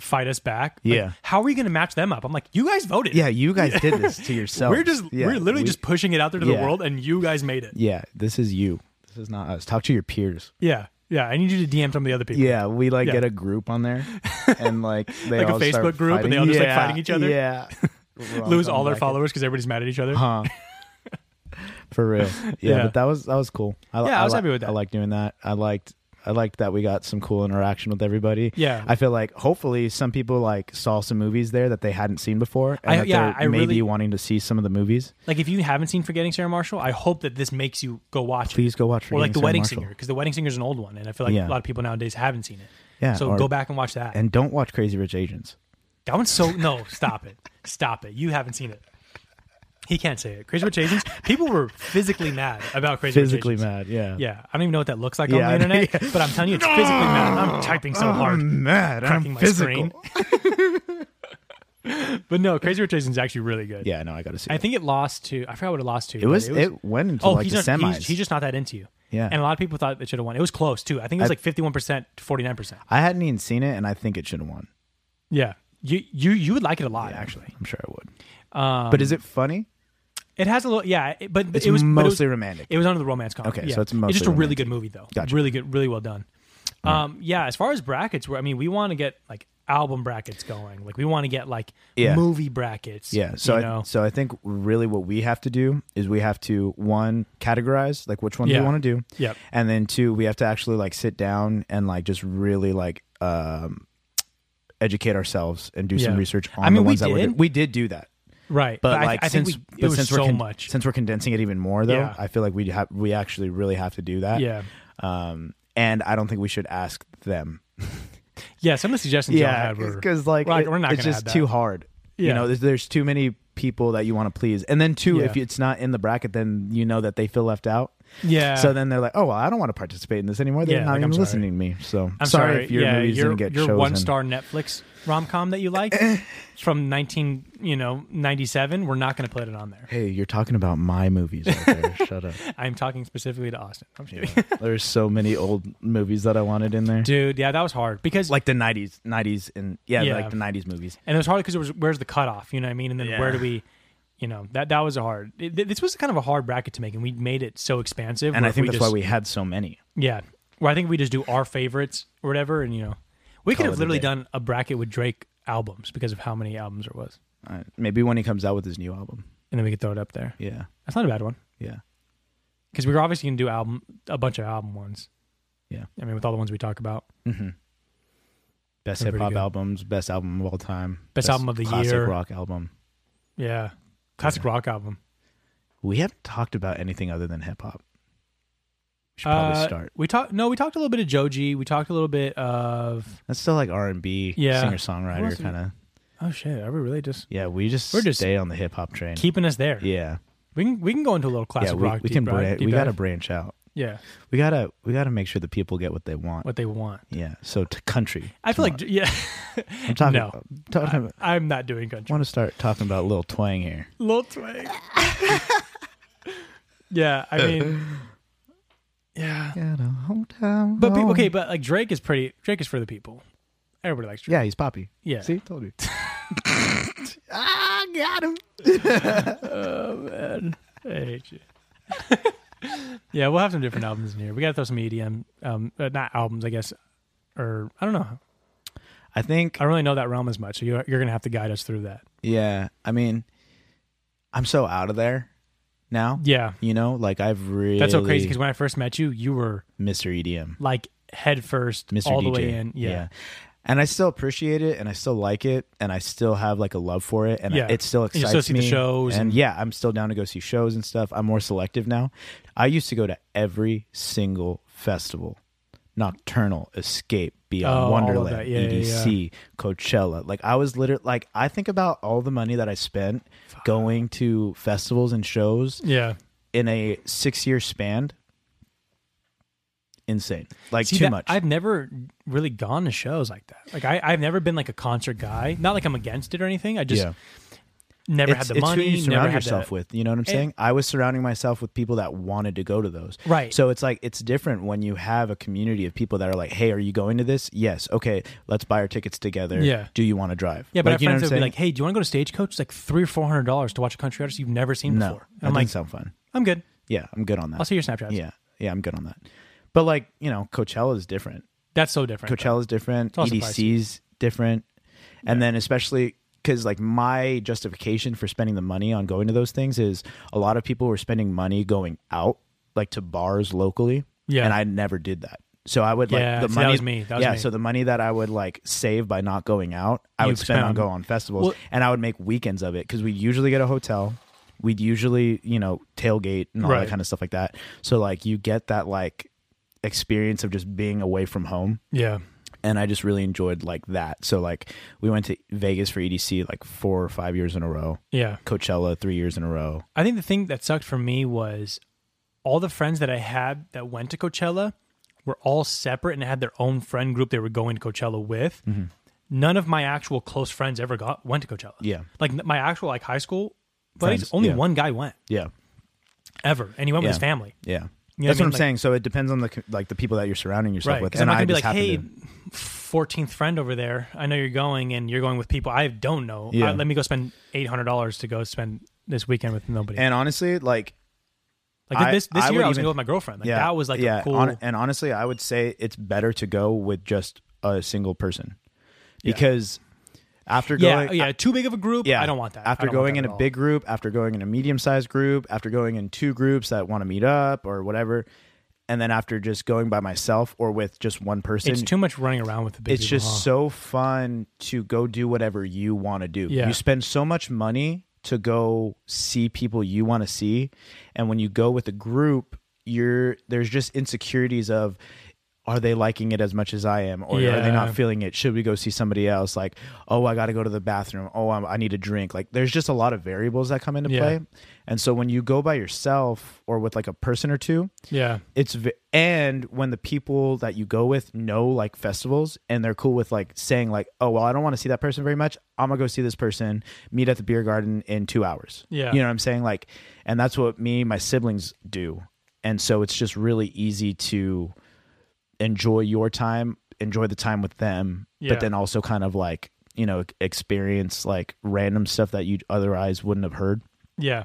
[SPEAKER 2] fight us back. Like,
[SPEAKER 1] Yeah.
[SPEAKER 2] How are we going to match them up? I'm like, you guys voted.
[SPEAKER 1] Yeah, you guys did this to yourself.
[SPEAKER 2] We're just we're literally just pushing it out there to
[SPEAKER 1] yeah.
[SPEAKER 2] the world, and you guys made it.
[SPEAKER 1] Yeah, this is you. This is not us. Talk to your peers.
[SPEAKER 2] Yeah. Yeah. I need you to DM some of the other people.
[SPEAKER 1] Yeah, we like
[SPEAKER 2] Yeah.
[SPEAKER 1] get a group on there, and like they
[SPEAKER 2] Like a
[SPEAKER 1] all start
[SPEAKER 2] Facebook group, and they all
[SPEAKER 1] fighting.
[SPEAKER 2] just, like,
[SPEAKER 1] Yeah,
[SPEAKER 2] fighting each other?
[SPEAKER 1] Yeah,
[SPEAKER 2] Lose all their
[SPEAKER 1] Rom-com
[SPEAKER 2] followers because everybody's mad at each other.
[SPEAKER 1] bracket. Huh. For real. Yeah,
[SPEAKER 2] Yeah.
[SPEAKER 1] but that was that was cool. I,
[SPEAKER 2] Yeah, I was
[SPEAKER 1] li-
[SPEAKER 2] happy with that.
[SPEAKER 1] I like doing that. I liked. I liked that we got some cool interaction with everybody.
[SPEAKER 2] Yeah.
[SPEAKER 1] I feel like hopefully some people like saw some movies there that they hadn't seen before, and
[SPEAKER 2] I-
[SPEAKER 1] that
[SPEAKER 2] yeah,
[SPEAKER 1] they're
[SPEAKER 2] I
[SPEAKER 1] maybe
[SPEAKER 2] really-
[SPEAKER 1] wanting to see some of the movies.
[SPEAKER 2] Like if you haven't seen Forgetting Sarah Marshall, I hope that this makes you go watch
[SPEAKER 1] Please
[SPEAKER 2] it.
[SPEAKER 1] go watch
[SPEAKER 2] Or
[SPEAKER 1] Forgetting
[SPEAKER 2] like The
[SPEAKER 1] Sarah
[SPEAKER 2] Wedding
[SPEAKER 1] Marshall.
[SPEAKER 2] Singer because The Wedding Singer is an old one, and I feel like
[SPEAKER 1] Yeah.
[SPEAKER 2] a lot of people nowadays haven't seen it.
[SPEAKER 1] Yeah,
[SPEAKER 2] So
[SPEAKER 1] or-
[SPEAKER 2] go back and watch that.
[SPEAKER 1] And don't watch Crazy Rich Asians.
[SPEAKER 2] that one's so no. Stop it. Stop it. You haven't seen it. He can't say it. Crazy Rich Asians. People were physically mad about Crazy
[SPEAKER 1] Physically
[SPEAKER 2] Rich Asians.
[SPEAKER 1] mad. Yeah.
[SPEAKER 2] Yeah, I don't even know what that looks like
[SPEAKER 1] Yeah, I-
[SPEAKER 2] on the internet, but I'm telling you, it's physically mad. I'm typing so hard.
[SPEAKER 1] mad.
[SPEAKER 2] cracking my screen. but no, Crazy Rich Asians is actually really good.
[SPEAKER 1] Yeah. No, I got to see.
[SPEAKER 2] I
[SPEAKER 1] it.
[SPEAKER 2] think it lost to I forgot what it lost to.
[SPEAKER 1] it
[SPEAKER 2] but
[SPEAKER 1] was. It, went into
[SPEAKER 2] oh,
[SPEAKER 1] like
[SPEAKER 2] he's
[SPEAKER 1] the
[SPEAKER 2] not,
[SPEAKER 1] semis.
[SPEAKER 2] He's, he's just not that into you.
[SPEAKER 1] Yeah.
[SPEAKER 2] and a lot of people thought it should have won. It was close too. I think it was
[SPEAKER 1] I-
[SPEAKER 2] like fifty-one percent to forty-nine percent.
[SPEAKER 1] I hadn't even seen it, and I think it should have won.
[SPEAKER 2] Yeah, you you you would like it a lot actually.
[SPEAKER 1] I'm sure I would. but is it funny?
[SPEAKER 2] It has a little yeah, it- but
[SPEAKER 1] It's
[SPEAKER 2] Um, it was but it was-
[SPEAKER 1] mostly romantic.
[SPEAKER 2] It was under the romance column.
[SPEAKER 1] Okay,
[SPEAKER 2] yeah.
[SPEAKER 1] so it's
[SPEAKER 2] It's just a
[SPEAKER 1] mostly
[SPEAKER 2] really good movie though.
[SPEAKER 1] Gotcha.
[SPEAKER 2] Really good, really well done. Um, yeah, as far as brackets, where I mean, we want to get like album brackets going. Like we want to get like
[SPEAKER 1] Yeah.
[SPEAKER 2] movie brackets.
[SPEAKER 1] Yeah. So
[SPEAKER 2] you
[SPEAKER 1] I,
[SPEAKER 2] know?
[SPEAKER 1] so I think really what we have to do is we have to one categorize like which one do
[SPEAKER 2] Yeah.
[SPEAKER 1] we want to do.
[SPEAKER 2] Yep.
[SPEAKER 1] And then two, we have to actually like sit down and like just really like um educate ourselves and do some
[SPEAKER 2] Yeah.
[SPEAKER 1] research on
[SPEAKER 2] I mean,
[SPEAKER 1] the
[SPEAKER 2] we
[SPEAKER 1] ones that we're
[SPEAKER 2] did.
[SPEAKER 1] doing. We did do that.
[SPEAKER 2] right,
[SPEAKER 1] But,
[SPEAKER 2] I,
[SPEAKER 1] like
[SPEAKER 2] I think
[SPEAKER 1] since
[SPEAKER 2] we,
[SPEAKER 1] but
[SPEAKER 2] it was
[SPEAKER 1] since we're
[SPEAKER 2] so
[SPEAKER 1] con-
[SPEAKER 2] much.
[SPEAKER 1] since we're condensing it even more though,
[SPEAKER 2] Yeah.
[SPEAKER 1] I feel like we have we actually really have to do that.
[SPEAKER 2] Yeah.
[SPEAKER 1] Um and I don't think we should ask them.
[SPEAKER 2] Yeah, some of the suggestions y'all had were
[SPEAKER 1] because like,
[SPEAKER 2] we're, like,
[SPEAKER 1] it-
[SPEAKER 2] we're not
[SPEAKER 1] it's
[SPEAKER 2] gonna
[SPEAKER 1] just
[SPEAKER 2] add that.
[SPEAKER 1] too hard.
[SPEAKER 2] Yeah.
[SPEAKER 1] You know, there's, there's too many people that you want to please, and then two,
[SPEAKER 2] Yeah.
[SPEAKER 1] if it's not in the bracket, then you know that they feel left out.
[SPEAKER 2] Yeah.
[SPEAKER 1] So then they're like, oh well, I don't want to participate in this anymore. They're
[SPEAKER 2] Yeah,
[SPEAKER 1] not
[SPEAKER 2] like,
[SPEAKER 1] even
[SPEAKER 2] I'm sorry.
[SPEAKER 1] listening to me. So
[SPEAKER 2] I'm
[SPEAKER 1] sorry,
[SPEAKER 2] sorry,
[SPEAKER 1] if your
[SPEAKER 2] yeah,
[SPEAKER 1] movies
[SPEAKER 2] your,
[SPEAKER 1] didn't get
[SPEAKER 2] your
[SPEAKER 1] chosen.
[SPEAKER 2] one star Netflix rom com that you like from nineteen you know ninety seven. We're not going to put it on there.
[SPEAKER 1] Hey, you're talking about my movies. Right there. Shut up.
[SPEAKER 2] I'm talking specifically to Austin. I'm just kidding.
[SPEAKER 1] There's so many old movies that I wanted in there,
[SPEAKER 2] dude. Yeah, that was hard because like,
[SPEAKER 1] like the '90s, '90s, and yeah,
[SPEAKER 2] Yeah.
[SPEAKER 1] like the '90s movies.
[SPEAKER 2] and it was hard because it was where's the cutoff? You know what I mean? And then
[SPEAKER 1] Yeah.
[SPEAKER 2] where do we? You know that that was a hard. it- th- this was kind of a hard bracket to make, and we made it so expansive.
[SPEAKER 1] And I
[SPEAKER 2] where if
[SPEAKER 1] think
[SPEAKER 2] we
[SPEAKER 1] that's
[SPEAKER 2] just,
[SPEAKER 1] why we had so many.
[SPEAKER 2] Yeah. Well, I think we just do our favorites or whatever, and you know, we could
[SPEAKER 1] Call it a
[SPEAKER 2] have literally
[SPEAKER 1] day.
[SPEAKER 2] done a bracket with Drake albums because of how many albums there was,
[SPEAKER 1] Uh, maybe when he comes out with his new album.
[SPEAKER 2] and then we could throw it up there.
[SPEAKER 1] Yeah,
[SPEAKER 2] That's not a bad one
[SPEAKER 1] yeah.
[SPEAKER 2] because we were obviously gonna do album a bunch of album ones.
[SPEAKER 1] Yeah.
[SPEAKER 2] I mean, with all the ones we talk about,
[SPEAKER 1] Mm-hmm. Best
[SPEAKER 2] They're
[SPEAKER 1] hip
[SPEAKER 2] pretty
[SPEAKER 1] hop
[SPEAKER 2] good.
[SPEAKER 1] albums, best album of all time,
[SPEAKER 2] Best album of the
[SPEAKER 1] classic
[SPEAKER 2] year.
[SPEAKER 1] rock album.
[SPEAKER 2] yeah, classic rock album.
[SPEAKER 1] We haven't talked about anything other than hip hop. We should probably
[SPEAKER 2] Uh,
[SPEAKER 1] start.
[SPEAKER 2] We talked. No, we talked a little bit of Joji. We talked a little bit of.
[SPEAKER 1] That's still like R and B,
[SPEAKER 2] Yeah.
[SPEAKER 1] singer
[SPEAKER 2] Who
[SPEAKER 1] songwriter
[SPEAKER 2] else
[SPEAKER 1] kind of.
[SPEAKER 2] Oh shit! Are we really just
[SPEAKER 1] Yeah, we just
[SPEAKER 2] We're just
[SPEAKER 1] stay on the hip hop train.
[SPEAKER 2] keeping us there?
[SPEAKER 1] yeah,
[SPEAKER 2] We can we can go into a little classic
[SPEAKER 1] yeah. We,
[SPEAKER 2] rock.
[SPEAKER 1] we
[SPEAKER 2] deep
[SPEAKER 1] can
[SPEAKER 2] dive-
[SPEAKER 1] bran-
[SPEAKER 2] deep
[SPEAKER 1] we gotta
[SPEAKER 2] dive.
[SPEAKER 1] branch out.
[SPEAKER 2] yeah.
[SPEAKER 1] We gotta we gotta make sure the people get what they want.
[SPEAKER 2] What they want.
[SPEAKER 1] Yeah. So t- country.
[SPEAKER 2] I feel like yeah.
[SPEAKER 1] I'm talking.
[SPEAKER 2] no.
[SPEAKER 1] About, talking about,
[SPEAKER 2] I'm not doing country.
[SPEAKER 1] want to start talking about Lil Twang here.
[SPEAKER 2] Lil Twang. yeah, I mean, yeah,
[SPEAKER 1] Got a hometown.
[SPEAKER 2] but be,
[SPEAKER 1] home.
[SPEAKER 2] okay, but like Drake is pretty. Drake is for the people. Everybody likes Drake.
[SPEAKER 1] Yeah, he's Poppy.
[SPEAKER 2] Yeah.
[SPEAKER 1] See, told you. ah, got him.
[SPEAKER 2] I hate you. yeah, we'll have some different albums in here. We got to throw some EDM, um, uh, not albums, I guess, or I don't know.
[SPEAKER 1] I think
[SPEAKER 2] I don't really know that realm as much, so you're you're gonna have to guide us through that.
[SPEAKER 1] Yeah, I mean, I'm so out of there now.
[SPEAKER 2] Yeah,
[SPEAKER 1] you know, like I've really E
[SPEAKER 2] that's so crazy because when I first met you, you were
[SPEAKER 1] Mr. EDM,
[SPEAKER 2] like head first,
[SPEAKER 1] Mr.
[SPEAKER 2] all
[SPEAKER 1] DJ.
[SPEAKER 2] the way in. Yeah.
[SPEAKER 1] and I still appreciate it, and I still like it, and I still have like a love for it, and
[SPEAKER 2] Yeah.
[SPEAKER 1] it still
[SPEAKER 2] And you
[SPEAKER 1] excites
[SPEAKER 2] still see the
[SPEAKER 1] me.
[SPEAKER 2] shows
[SPEAKER 1] and,
[SPEAKER 2] and-
[SPEAKER 1] yeah, I'm still down to go see shows and stuff. I'm more selective now. I used to go to every single festival. Nocturnal, Escape,
[SPEAKER 2] Oh, all
[SPEAKER 1] Beyond
[SPEAKER 2] of
[SPEAKER 1] Wonderland,
[SPEAKER 2] that. Yeah, yeah,
[SPEAKER 1] EDC, Coachella. Like I was literally like I think about all the money that I spent going to festivals and shows
[SPEAKER 2] yeah.
[SPEAKER 1] in a six year span insane like
[SPEAKER 2] See,
[SPEAKER 1] too
[SPEAKER 2] that-
[SPEAKER 1] much
[SPEAKER 2] I've never really gone to shows like that. Like I, I've never been like a concert guy. Not like I'm against it or anything. I just
[SPEAKER 1] yeah
[SPEAKER 2] never
[SPEAKER 1] it's,
[SPEAKER 2] had the
[SPEAKER 1] it's
[SPEAKER 2] money.
[SPEAKER 1] who you
[SPEAKER 2] never
[SPEAKER 1] surround
[SPEAKER 2] had
[SPEAKER 1] yourself
[SPEAKER 2] the,
[SPEAKER 1] with you know what i'm saying i was surrounding myself with people that wanted to go to those
[SPEAKER 2] Right.
[SPEAKER 1] so it's like it's different when you have a community of people that are like hey are you going to this yes okay let's buy our tickets together
[SPEAKER 2] Yeah.
[SPEAKER 1] do you want to drive
[SPEAKER 2] Yeah, but
[SPEAKER 1] like,
[SPEAKER 2] our
[SPEAKER 1] you know
[SPEAKER 2] friends
[SPEAKER 1] what
[SPEAKER 2] would
[SPEAKER 1] i'm saying
[SPEAKER 2] be like, "Hey, do you want to go to Stagecoach? It's like three or four hundred dollars to watch a country artist you've never seen
[SPEAKER 1] no
[SPEAKER 2] before."
[SPEAKER 1] that
[SPEAKER 2] I'm like,
[SPEAKER 1] doesn't sound fun
[SPEAKER 2] "I'm good.
[SPEAKER 1] yeah i'm good on that
[SPEAKER 2] I'll see your Snapchats."
[SPEAKER 1] yeah yeah i'm good on that but like you know coachella is different
[SPEAKER 2] that's so different. though.
[SPEAKER 1] Coachella's different, E
[SPEAKER 2] also
[SPEAKER 1] EDC's different, and then especially because like my justification for spending the money on going to those things is a lot of people were spending money going out like to bars locally,
[SPEAKER 2] Yeah.
[SPEAKER 1] and I never did that. So I would like
[SPEAKER 2] Yeah,
[SPEAKER 1] the
[SPEAKER 2] see, that
[SPEAKER 1] money.
[SPEAKER 2] was me. That was
[SPEAKER 1] yeah,
[SPEAKER 2] me.
[SPEAKER 1] so the money that I would like save by not going out, I
[SPEAKER 2] You
[SPEAKER 1] would spend on
[SPEAKER 2] spend-
[SPEAKER 1] go on festivals,
[SPEAKER 2] Well-
[SPEAKER 1] and I would make weekends of it because we'd usually get a hotel, we'd usually you know tailgate and all
[SPEAKER 2] Right.
[SPEAKER 1] that kind of stuff like that. So like you get that like experience of just being away from home,
[SPEAKER 2] Yeah.
[SPEAKER 1] and I just really enjoyed like that. So like we went to Vegas for EDC like four or five years in a row,
[SPEAKER 2] Yeah.
[SPEAKER 1] Coachella three years in a row.
[SPEAKER 2] I think the thing that sucked for me was all the friends that I had that went to Coachella were all separate and had their own friend group they were going to Coachella with.
[SPEAKER 1] Mm-hmm.
[SPEAKER 2] None of my actual close friends ever got went to Coachella.
[SPEAKER 1] Yeah.
[SPEAKER 2] like n- my actual like high school buddies,
[SPEAKER 1] Friends,
[SPEAKER 2] only
[SPEAKER 1] yeah.
[SPEAKER 2] one guy went
[SPEAKER 1] Yeah,
[SPEAKER 2] ever, and he went
[SPEAKER 1] Yeah.
[SPEAKER 2] with his family.
[SPEAKER 1] yeah.
[SPEAKER 2] You know what
[SPEAKER 1] That's what,
[SPEAKER 2] I mean?
[SPEAKER 1] I'm
[SPEAKER 2] Like-
[SPEAKER 1] saying. So it depends on the co- like the people that you're surrounding yourself
[SPEAKER 2] Right,
[SPEAKER 1] with,
[SPEAKER 2] 'cause I'm not gonna be
[SPEAKER 1] just
[SPEAKER 2] like,
[SPEAKER 1] happened
[SPEAKER 2] hey,
[SPEAKER 1] to-
[SPEAKER 2] fourteenth friend over there. I know you're going, and you're going with people I don't know.
[SPEAKER 1] Yeah.
[SPEAKER 2] Uh, let me go spend eight hundred dollars to go spend this weekend with nobody.
[SPEAKER 1] And honestly, like,
[SPEAKER 2] like
[SPEAKER 1] I-
[SPEAKER 2] this this
[SPEAKER 1] I
[SPEAKER 2] year,
[SPEAKER 1] would
[SPEAKER 2] I was
[SPEAKER 1] even-
[SPEAKER 2] gonna go with my girlfriend. Like
[SPEAKER 1] yeah,
[SPEAKER 2] that was like
[SPEAKER 1] yeah.
[SPEAKER 2] a cool.
[SPEAKER 1] hon- and honestly, I would say it's better to go with just a single person because after
[SPEAKER 2] yeah,
[SPEAKER 1] going,
[SPEAKER 2] yeah, too big of a group.
[SPEAKER 1] yeah,
[SPEAKER 2] I don't want that. I
[SPEAKER 1] After
[SPEAKER 2] don't want
[SPEAKER 1] going
[SPEAKER 2] that
[SPEAKER 1] in
[SPEAKER 2] at
[SPEAKER 1] a
[SPEAKER 2] all.
[SPEAKER 1] big group, after going in a medium sized group, after going in two groups that want to meet up or whatever, and then after just going by myself or with just one person,
[SPEAKER 2] it's too much running around with the big.
[SPEAKER 1] it's
[SPEAKER 2] people,
[SPEAKER 1] just
[SPEAKER 2] huh?
[SPEAKER 1] so fun to go do whatever you want to do.
[SPEAKER 2] Yeah.
[SPEAKER 1] You spend so much money to go see people you want to see, and when you go with a group, you're there's just insecurities of are they liking it as much as I am, or are they
[SPEAKER 2] Yeah.
[SPEAKER 1] not feeling it? Should we go see somebody else? Like, oh, I got to go to the bathroom. Oh, I'm, I need a drink. Like, there's just a lot of variables that come into
[SPEAKER 2] Yeah.
[SPEAKER 1] play, and so when you go by yourself or with like a person or two,
[SPEAKER 2] yeah.
[SPEAKER 1] it's v- and when the people that you go with know like festivals and they're cool with like saying like oh well i don't want to see that person very much i'm gonna go see this person meet at the beer garden in two hours
[SPEAKER 2] Yeah.
[SPEAKER 1] you know what i'm saying like and that's what me and my siblings do and so it's just really easy to enjoy your time enjoy the time with them
[SPEAKER 2] Yeah.
[SPEAKER 1] but then also kind of like you know experience like random stuff that you otherwise wouldn't have heard
[SPEAKER 2] Yeah.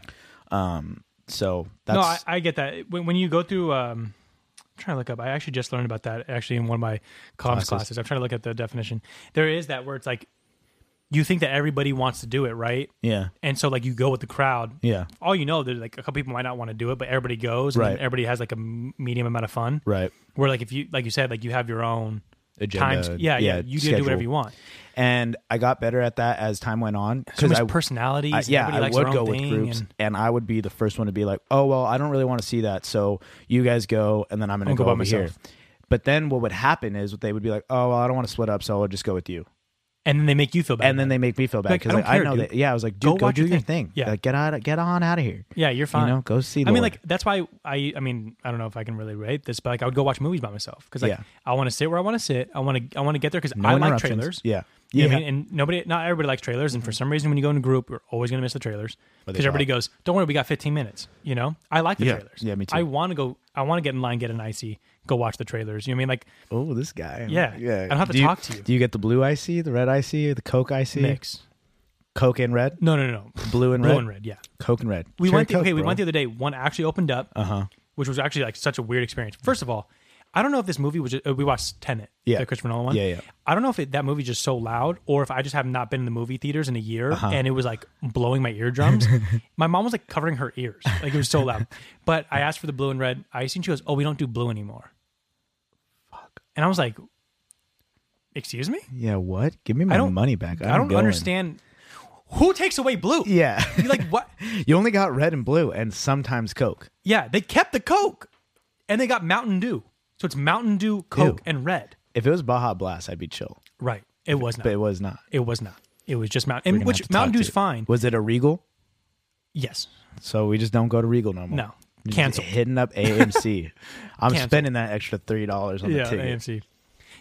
[SPEAKER 1] so that's
[SPEAKER 2] No, I, I get that. When, when you go through, um, I'm trying to look up. I actually just learned about that actually in one of my comms classes. I'm trying to look at the definition. There is that where it's like you think that everybody wants to do it, right?
[SPEAKER 1] yeah
[SPEAKER 2] And so like you go with the crowd.
[SPEAKER 1] yeah
[SPEAKER 2] All you know, there's like a couple people might not want to do it, but everybody goes, and
[SPEAKER 1] Right.
[SPEAKER 2] then everybody has like a m- medium amount of fun.
[SPEAKER 1] right
[SPEAKER 2] Where like if you like you said, like you have your own
[SPEAKER 1] Agenda,
[SPEAKER 2] times. Yeah, yeah.
[SPEAKER 1] yeah,
[SPEAKER 2] you do do whatever
[SPEAKER 1] schedule.
[SPEAKER 2] you want.
[SPEAKER 1] and I got better at that as time went on
[SPEAKER 2] So much
[SPEAKER 1] I,
[SPEAKER 2] personalities.
[SPEAKER 1] I-
[SPEAKER 2] and
[SPEAKER 1] yeah,
[SPEAKER 2] everybody
[SPEAKER 1] I
[SPEAKER 2] likes their
[SPEAKER 1] would
[SPEAKER 2] own
[SPEAKER 1] go with
[SPEAKER 2] thing,
[SPEAKER 1] groups,
[SPEAKER 2] and-
[SPEAKER 1] and, I would be the first one to be like, "Oh well, I don't really want to see that, so you guys go, and then I'm going
[SPEAKER 2] I'll
[SPEAKER 1] to
[SPEAKER 2] go
[SPEAKER 1] go,
[SPEAKER 2] by
[SPEAKER 1] over here."
[SPEAKER 2] myself.
[SPEAKER 1] But then what would happen is they would be like, "Oh well, I don't want to split up, so I'll just go with you,"
[SPEAKER 2] and then they make you feel bad.
[SPEAKER 1] and then they make me feel bad
[SPEAKER 2] Like, I
[SPEAKER 1] because
[SPEAKER 2] don't
[SPEAKER 1] like, I,
[SPEAKER 2] care,
[SPEAKER 1] know
[SPEAKER 2] dude.
[SPEAKER 1] that. Yeah, I was like,
[SPEAKER 2] Go
[SPEAKER 1] "Dude, go,
[SPEAKER 2] watch
[SPEAKER 1] do
[SPEAKER 2] your
[SPEAKER 1] your
[SPEAKER 2] thing."
[SPEAKER 1] thing.
[SPEAKER 2] Yeah.
[SPEAKER 1] Like, get out, get on out of here."
[SPEAKER 2] Yeah, you're fine.
[SPEAKER 1] know, go see
[SPEAKER 2] I mean,
[SPEAKER 1] Lord.
[SPEAKER 2] like that's why I. I mean, I don't know if I can really rate this, but like I would go watch movies by myself because like
[SPEAKER 1] Yeah.
[SPEAKER 2] I want to sit where I want to sit. I want to. I want to get there because
[SPEAKER 1] No
[SPEAKER 2] I like
[SPEAKER 1] interruptions.
[SPEAKER 2] trailers.
[SPEAKER 1] Yeah,
[SPEAKER 2] You
[SPEAKER 1] yeah, Mm-hmm.
[SPEAKER 2] know what I mean, and nobody, not everybody likes trailers, and for some reason, when you go in a group, you're always going to miss the trailers
[SPEAKER 1] they
[SPEAKER 2] because everybody goes, "Don't worry, we got 15 minutes." You know, I like the
[SPEAKER 1] Yeah.
[SPEAKER 2] trailers.
[SPEAKER 1] Yeah, me too.
[SPEAKER 2] I want to go. I want to get in line, get an icy, go watch the trailers. You know what I mean? Like
[SPEAKER 1] oh, this guy.
[SPEAKER 2] Yeah. I don't have to
[SPEAKER 1] Do you-
[SPEAKER 2] talk to you.
[SPEAKER 1] Do you get the blue icy, the red icy, the Coke icy,
[SPEAKER 2] mix.
[SPEAKER 1] Coke and red,
[SPEAKER 2] No, no, no, no.
[SPEAKER 1] blue and
[SPEAKER 2] Blue
[SPEAKER 1] red,
[SPEAKER 2] and red. Yeah,
[SPEAKER 1] Coke and red.
[SPEAKER 2] we
[SPEAKER 1] Cherry
[SPEAKER 2] went. The,
[SPEAKER 1] Coke,
[SPEAKER 2] okay, we
[SPEAKER 1] bro.
[SPEAKER 2] went the other day. One actually opened up, uh-huh. which was actually like such a weird experience. First of all, I don't know if this movie was. Just, uh, we watched Tenet,
[SPEAKER 1] Yeah.
[SPEAKER 2] the Christopher Nolan one.
[SPEAKER 1] Yeah, yeah.
[SPEAKER 2] I don't know if it, that movie's just so loud, or if I just have not been in the movie theaters in a year,
[SPEAKER 1] Uh-huh.
[SPEAKER 2] and it was like blowing my eardrums. my mom was like covering her ears, like it was so loud. But I asked for the blue and red icing. She goes, "Oh, we don't do blue anymore." Fuck. And I was like, "Excuse me,
[SPEAKER 1] Yeah, what? Give me my
[SPEAKER 2] I don't-
[SPEAKER 1] money back. I'm
[SPEAKER 2] I don't
[SPEAKER 1] going.
[SPEAKER 2] understand." Who takes away blue?
[SPEAKER 1] Yeah.
[SPEAKER 2] You're like what?
[SPEAKER 1] You only got red and blue, and sometimes Coke.
[SPEAKER 2] Yeah, they kept the Coke, and they got Mountain Dew. So it's Mountain Dew, Coke,
[SPEAKER 1] Ew.
[SPEAKER 2] and Red.
[SPEAKER 1] If it was Baja Blast, I'd be chill,
[SPEAKER 2] Right. It was not.
[SPEAKER 1] but it was not.
[SPEAKER 2] It was not. It was just
[SPEAKER 1] We're
[SPEAKER 2] Mountain. And
[SPEAKER 1] gonna
[SPEAKER 2] which
[SPEAKER 1] have to
[SPEAKER 2] Mountain
[SPEAKER 1] talk to
[SPEAKER 2] Dew's
[SPEAKER 1] you.
[SPEAKER 2] fine.
[SPEAKER 1] Was it a Regal?
[SPEAKER 2] yes.
[SPEAKER 1] So we just don't go to Regal no more.
[SPEAKER 2] No.
[SPEAKER 1] Just
[SPEAKER 2] Canceled.
[SPEAKER 1] Hitting up AMC. I'm
[SPEAKER 2] Canceled.
[SPEAKER 1] spending that extra three dollars on
[SPEAKER 2] Yeah.
[SPEAKER 1] the ticket.
[SPEAKER 2] AMC.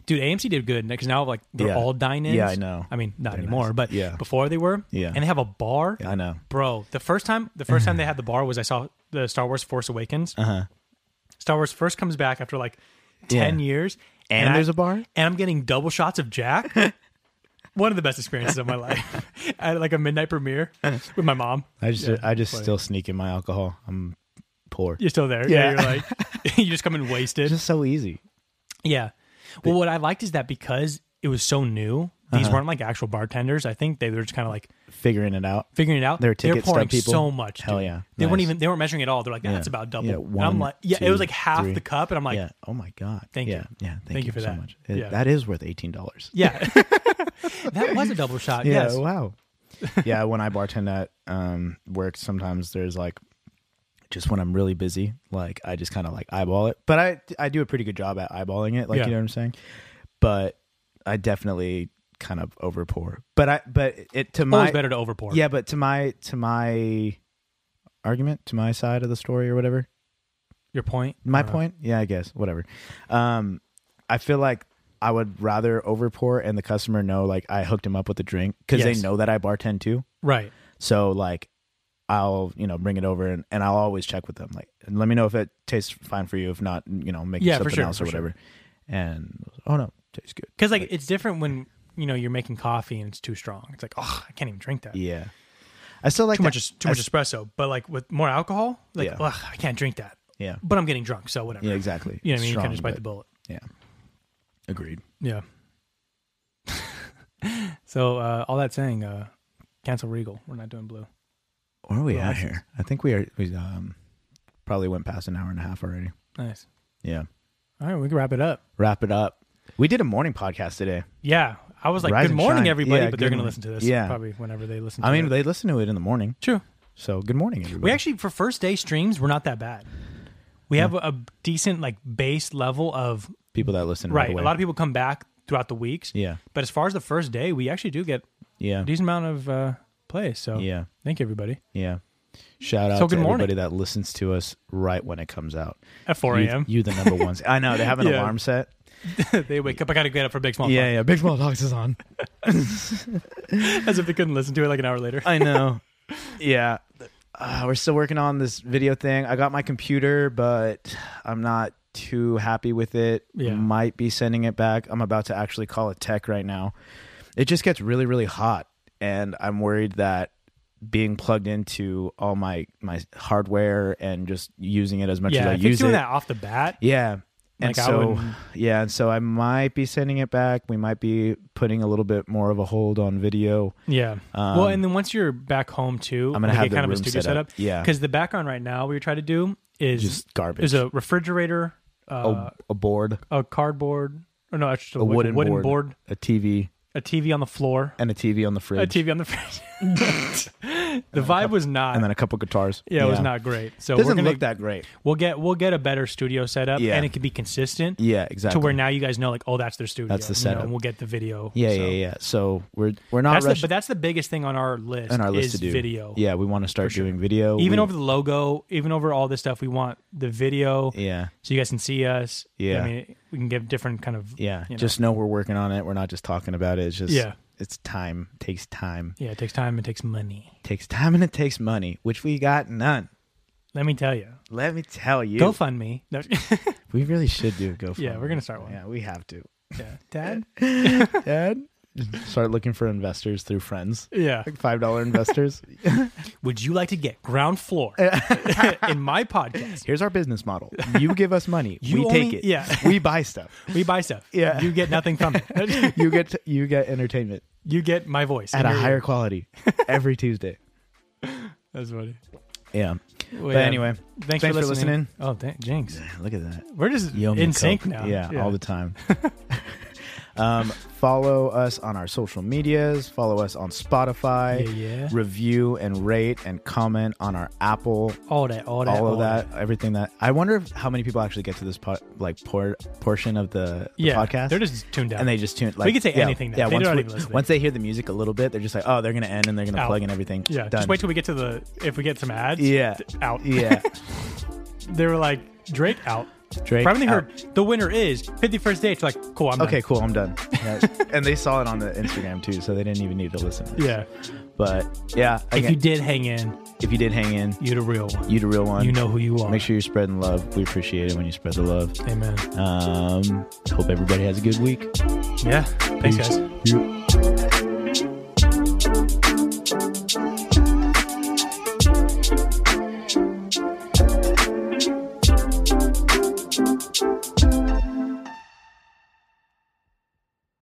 [SPEAKER 2] Dude, AMC did good because now like they're
[SPEAKER 1] Yeah.
[SPEAKER 2] all dine-ins.
[SPEAKER 1] Yeah, I know.
[SPEAKER 2] I mean, not
[SPEAKER 1] They're
[SPEAKER 2] anymore,
[SPEAKER 1] nice.
[SPEAKER 2] but
[SPEAKER 1] Yeah.
[SPEAKER 2] before they were.
[SPEAKER 1] Yeah.
[SPEAKER 2] And they have a bar.
[SPEAKER 1] Yeah, I know.
[SPEAKER 2] Bro, the first time the first time they had the bar was I saw the Star Wars Force Awakens. Uh-huh. Star Wars first comes back after like ten
[SPEAKER 1] Yeah.
[SPEAKER 2] years,
[SPEAKER 1] And there's
[SPEAKER 2] a
[SPEAKER 1] a bar?
[SPEAKER 2] and I'm getting double shots of Jack. One of the best experiences of my life at like a midnight premiere with my mom.
[SPEAKER 1] I just I just still sneak in my alcohol. I'm poor.
[SPEAKER 2] You're still there,
[SPEAKER 1] Yeah.
[SPEAKER 2] you're like you just come in wasted.
[SPEAKER 1] It's just so easy.
[SPEAKER 2] yeah. Well, what I liked is that because it was so new, These
[SPEAKER 1] Uh-huh.
[SPEAKER 2] weren't like actual bartenders. I think they were just kind of like
[SPEAKER 1] figuring it out.
[SPEAKER 2] figuring it out.
[SPEAKER 1] They were
[SPEAKER 2] They were
[SPEAKER 1] ticket stub
[SPEAKER 2] pouring
[SPEAKER 1] people.
[SPEAKER 2] so much. Dude.
[SPEAKER 1] Hell yeah.
[SPEAKER 2] They weren't
[SPEAKER 1] Nice.
[SPEAKER 2] even they weren't measuring at all. They're like, that's
[SPEAKER 1] Yeah.
[SPEAKER 2] about double.
[SPEAKER 1] Yeah,
[SPEAKER 2] And I'm
[SPEAKER 1] one,
[SPEAKER 2] like, yeah, it
[SPEAKER 1] two,
[SPEAKER 2] was like half
[SPEAKER 1] three.
[SPEAKER 2] the cup, and I'm like,
[SPEAKER 1] yeah. Oh my god.
[SPEAKER 2] Thank
[SPEAKER 1] yeah.
[SPEAKER 2] you.
[SPEAKER 1] Yeah. Thank, you, for so
[SPEAKER 2] that.
[SPEAKER 1] much. It-
[SPEAKER 2] Yeah.
[SPEAKER 1] That is worth eighteen dollars.
[SPEAKER 2] yeah, that was a double shot.
[SPEAKER 1] Yeah.
[SPEAKER 2] yes.
[SPEAKER 1] Wow. yeah. When I bartend at um, work, sometimes there's like, just when I'm really busy, like I just kind of like eyeball it. But I I do a pretty good job at eyeballing it. Like
[SPEAKER 2] Yeah.
[SPEAKER 1] you know what I'm saying. But I definitely kind of over pour. But I but it to
[SPEAKER 2] Always
[SPEAKER 1] my
[SPEAKER 2] better to overpour.
[SPEAKER 1] yeah. But to my to my argument to my side of the story or whatever
[SPEAKER 2] your point. Uh-huh.
[SPEAKER 1] my point yeah i guess whatever um i feel like i would rather overpour and the customer know like i hooked him up with a drink because
[SPEAKER 2] Yes.
[SPEAKER 1] they know that i bartend too
[SPEAKER 2] Right.
[SPEAKER 1] so like i'll you know bring it over and, and i'll always check with them like let me know if it tastes fine for you if not you know make it
[SPEAKER 2] Yeah, for
[SPEAKER 1] something
[SPEAKER 2] sure,
[SPEAKER 1] else
[SPEAKER 2] for
[SPEAKER 1] or
[SPEAKER 2] sure.
[SPEAKER 1] whatever and oh no tastes good
[SPEAKER 2] Because like it's different when you know you're making coffee and it's too strong. It's like, oh, I can't even drink that.
[SPEAKER 1] yeah i still like
[SPEAKER 2] Too much
[SPEAKER 1] that-
[SPEAKER 2] is too much espresso. But like with more alcohol, like,
[SPEAKER 1] Yeah.
[SPEAKER 2] ugh, I can't drink that.
[SPEAKER 1] yeah
[SPEAKER 2] But I'm getting drunk, so whatever.
[SPEAKER 1] yeah exactly
[SPEAKER 2] You know what I mean? you
[SPEAKER 1] Strong,
[SPEAKER 2] kind of just bite
[SPEAKER 1] but-
[SPEAKER 2] the bullet.
[SPEAKER 1] yeah agreed
[SPEAKER 2] Yeah. so uh, all that saying, uh, cancel Regal. We're not doing blue.
[SPEAKER 1] where are we
[SPEAKER 2] Well,
[SPEAKER 1] at
[SPEAKER 2] that's-
[SPEAKER 1] here i think we are we um probably went past an hour and a half already
[SPEAKER 2] Nice.
[SPEAKER 1] yeah
[SPEAKER 2] All right, we can wrap it up.
[SPEAKER 1] wrap it up. We did a morning podcast today.
[SPEAKER 2] Yeah, I was like,
[SPEAKER 1] Rise
[SPEAKER 2] "Good
[SPEAKER 1] and
[SPEAKER 2] morning,
[SPEAKER 1] shine."
[SPEAKER 2] everybody,"
[SPEAKER 1] Yeah,
[SPEAKER 2] but they're
[SPEAKER 1] good
[SPEAKER 2] going to
[SPEAKER 1] morning.
[SPEAKER 2] listen to this
[SPEAKER 1] Yeah.
[SPEAKER 2] probably whenever they listen. to
[SPEAKER 1] I mean,
[SPEAKER 2] it.
[SPEAKER 1] they listen to it in the morning,
[SPEAKER 2] true.
[SPEAKER 1] so good morning, everybody.
[SPEAKER 2] We actually for first day streams, we're not that bad. We have a decent like base level of
[SPEAKER 1] people that listen
[SPEAKER 2] right.
[SPEAKER 1] Right
[SPEAKER 2] A lot of people come back throughout the weeks.
[SPEAKER 1] Yeah.
[SPEAKER 2] but as far as the first day, we actually do get
[SPEAKER 1] yeah,
[SPEAKER 2] a decent amount of uh, plays. So
[SPEAKER 1] Yeah.
[SPEAKER 2] thank you everybody
[SPEAKER 1] yeah. Shout out
[SPEAKER 2] So
[SPEAKER 1] to
[SPEAKER 2] good morning.
[SPEAKER 1] everybody that listens to us right when it comes out.
[SPEAKER 2] at four
[SPEAKER 1] You-
[SPEAKER 2] a.m.
[SPEAKER 1] You, the number ones. I know they have an
[SPEAKER 2] Yeah.
[SPEAKER 1] alarm set.
[SPEAKER 2] they wake up. I got to get up for big small. Fry,"
[SPEAKER 1] yeah. Big small talks is on.
[SPEAKER 2] as if they couldn't listen to it like an hour later.
[SPEAKER 1] I know. yeah. Uh, we're still working on this video thing. I got my computer, but I'm not too happy with it.
[SPEAKER 2] Yeah.
[SPEAKER 1] Might be sending it back. I'm about to actually call it tech right now. It just gets really, really hot, and I'm worried that being plugged into all my my hardware and just using it as much as
[SPEAKER 2] yeah,
[SPEAKER 1] I
[SPEAKER 2] if it's
[SPEAKER 1] use
[SPEAKER 2] doing
[SPEAKER 1] it.
[SPEAKER 2] that off the bat.
[SPEAKER 1] Yeah. And
[SPEAKER 2] Like, I
[SPEAKER 1] so,
[SPEAKER 2] wouldn't-
[SPEAKER 1] yeah, and so I might be sending it back. We might be putting a little bit more of a hold on video.
[SPEAKER 2] Yeah. well, and then once you're back home too,
[SPEAKER 1] Um, I'm gonna
[SPEAKER 2] like,
[SPEAKER 1] have
[SPEAKER 2] get
[SPEAKER 1] the
[SPEAKER 2] kind of a
[SPEAKER 1] room
[SPEAKER 2] studio
[SPEAKER 1] set up. Yeah.
[SPEAKER 2] Because the background right now, we try to do is
[SPEAKER 1] Just garbage.
[SPEAKER 2] Is a refrigerator, uh,
[SPEAKER 1] a, a board,
[SPEAKER 2] a cardboard, or no, it's just a,
[SPEAKER 1] a
[SPEAKER 2] like a
[SPEAKER 1] wooden, board,
[SPEAKER 2] board,
[SPEAKER 1] a TV,
[SPEAKER 2] a TV on the floor,
[SPEAKER 1] and a TV on the
[SPEAKER 2] a
[SPEAKER 1] fridge,
[SPEAKER 2] TV on the fridge. the vibe was not.
[SPEAKER 1] and then a couple guitars.
[SPEAKER 2] yeah, it was not great. So
[SPEAKER 1] It doesn't
[SPEAKER 2] we're gonna,
[SPEAKER 1] look that great.
[SPEAKER 2] We'll get we'll get a better studio setup,
[SPEAKER 1] Yeah.
[SPEAKER 2] and it can be consistent.
[SPEAKER 1] Yeah, exactly.
[SPEAKER 2] To where now you guys know, like, oh, that's their studio.
[SPEAKER 1] That's the
[SPEAKER 2] you know,
[SPEAKER 1] setup.
[SPEAKER 2] and we'll get the video.
[SPEAKER 1] Yeah,
[SPEAKER 2] so.
[SPEAKER 1] yeah, yeah. So we're we're not
[SPEAKER 2] That's the,
[SPEAKER 1] rushing
[SPEAKER 2] but that's the biggest thing on our list.
[SPEAKER 1] on our list
[SPEAKER 2] is
[SPEAKER 1] to do
[SPEAKER 2] video.
[SPEAKER 1] Yeah, we want to start doing video.
[SPEAKER 2] even
[SPEAKER 1] we,
[SPEAKER 2] over the logo, even over all this stuff, we want the video
[SPEAKER 1] yeah,
[SPEAKER 2] so you guys can see us.
[SPEAKER 1] Yeah.
[SPEAKER 2] I mean, we can give different kind of
[SPEAKER 1] yeah.
[SPEAKER 2] you know.
[SPEAKER 1] Just know we're working on it. We're not just talking about it. It's just
[SPEAKER 2] Yeah.
[SPEAKER 1] It's time. Takes time.
[SPEAKER 2] yeah. It takes time. It takes money.
[SPEAKER 1] Takes time and it takes money, which we got none.
[SPEAKER 2] Let me tell you,
[SPEAKER 1] Let me tell you.
[SPEAKER 2] GoFundMe. No,
[SPEAKER 1] We really should do GoFundMe.
[SPEAKER 2] Yeah, we're gonna start one.
[SPEAKER 1] Yeah, we have to.
[SPEAKER 2] yeah, Dad.
[SPEAKER 1] Dad, start looking for investors through friends.
[SPEAKER 2] Yeah.
[SPEAKER 1] Like five dollar investors.
[SPEAKER 2] Would you like to get ground floor in my podcast?
[SPEAKER 1] here's our business model. You give us money,
[SPEAKER 2] You
[SPEAKER 1] we
[SPEAKER 2] only-
[SPEAKER 1] take it.
[SPEAKER 2] yeah.
[SPEAKER 1] we buy stuff.
[SPEAKER 2] We buy stuff.
[SPEAKER 1] Yeah.
[SPEAKER 2] You get nothing from it.
[SPEAKER 1] You get you get entertainment
[SPEAKER 2] you get my voice
[SPEAKER 1] at
[SPEAKER 2] in
[SPEAKER 1] a
[SPEAKER 2] your ear.
[SPEAKER 1] higher quality every Tuesday.
[SPEAKER 2] That's funny.
[SPEAKER 1] Yeah.
[SPEAKER 2] Well,
[SPEAKER 1] But
[SPEAKER 2] yeah.
[SPEAKER 1] anyway,
[SPEAKER 2] thanks,
[SPEAKER 1] thanks
[SPEAKER 2] for,
[SPEAKER 1] for
[SPEAKER 2] listening. Oh, th- jinx.
[SPEAKER 1] look at that.
[SPEAKER 2] We're just
[SPEAKER 1] Yo, me
[SPEAKER 2] in
[SPEAKER 1] Coke.
[SPEAKER 2] sync now.
[SPEAKER 1] Yeah, all the time. um, follow us on our social medias. Follow us on Spotify.
[SPEAKER 2] Yeah, yeah.
[SPEAKER 1] Review and rate and comment on our Apple
[SPEAKER 2] All that. All that.
[SPEAKER 1] all of that, everything that I wonder if, how many people actually get to this po- like por- portion of the, the
[SPEAKER 2] Yeah,
[SPEAKER 1] podcast.
[SPEAKER 2] they're just tuned out.
[SPEAKER 1] and they just tune. Like,
[SPEAKER 2] could say
[SPEAKER 1] yeah,
[SPEAKER 2] anything now.
[SPEAKER 1] Yeah,
[SPEAKER 2] They
[SPEAKER 1] once,
[SPEAKER 2] don't
[SPEAKER 1] we-
[SPEAKER 2] even listen.
[SPEAKER 1] once they hear the music a little bit, they're just like, oh, they're gonna end and they're gonna
[SPEAKER 2] Out.
[SPEAKER 1] plug in everything.
[SPEAKER 2] Yeah,
[SPEAKER 1] Done.
[SPEAKER 2] just wait till we get to the if we get some ads.
[SPEAKER 1] yeah,
[SPEAKER 2] th- out.
[SPEAKER 1] yeah.
[SPEAKER 2] they were like Drake out.
[SPEAKER 1] Drake
[SPEAKER 2] Probably
[SPEAKER 1] out.
[SPEAKER 2] heard the winner is fifty first date. It's like cool. I'm done.
[SPEAKER 1] Okay, cool. I'm done. Yeah. and they saw it on the Instagram too, so they didn't even need to listen. To this.
[SPEAKER 2] Yeah.
[SPEAKER 1] but yeah,
[SPEAKER 2] If
[SPEAKER 1] again,
[SPEAKER 2] you did hang in,
[SPEAKER 1] if you did hang in,
[SPEAKER 2] you the real one.
[SPEAKER 1] you the real one.
[SPEAKER 2] You know who you are.
[SPEAKER 1] Make sure you're spreading love. We appreciate it when you spread the love.
[SPEAKER 2] Amen.
[SPEAKER 1] Um, hope everybody has a good week.
[SPEAKER 2] Yeah. Thanks, guys.
[SPEAKER 1] Peace.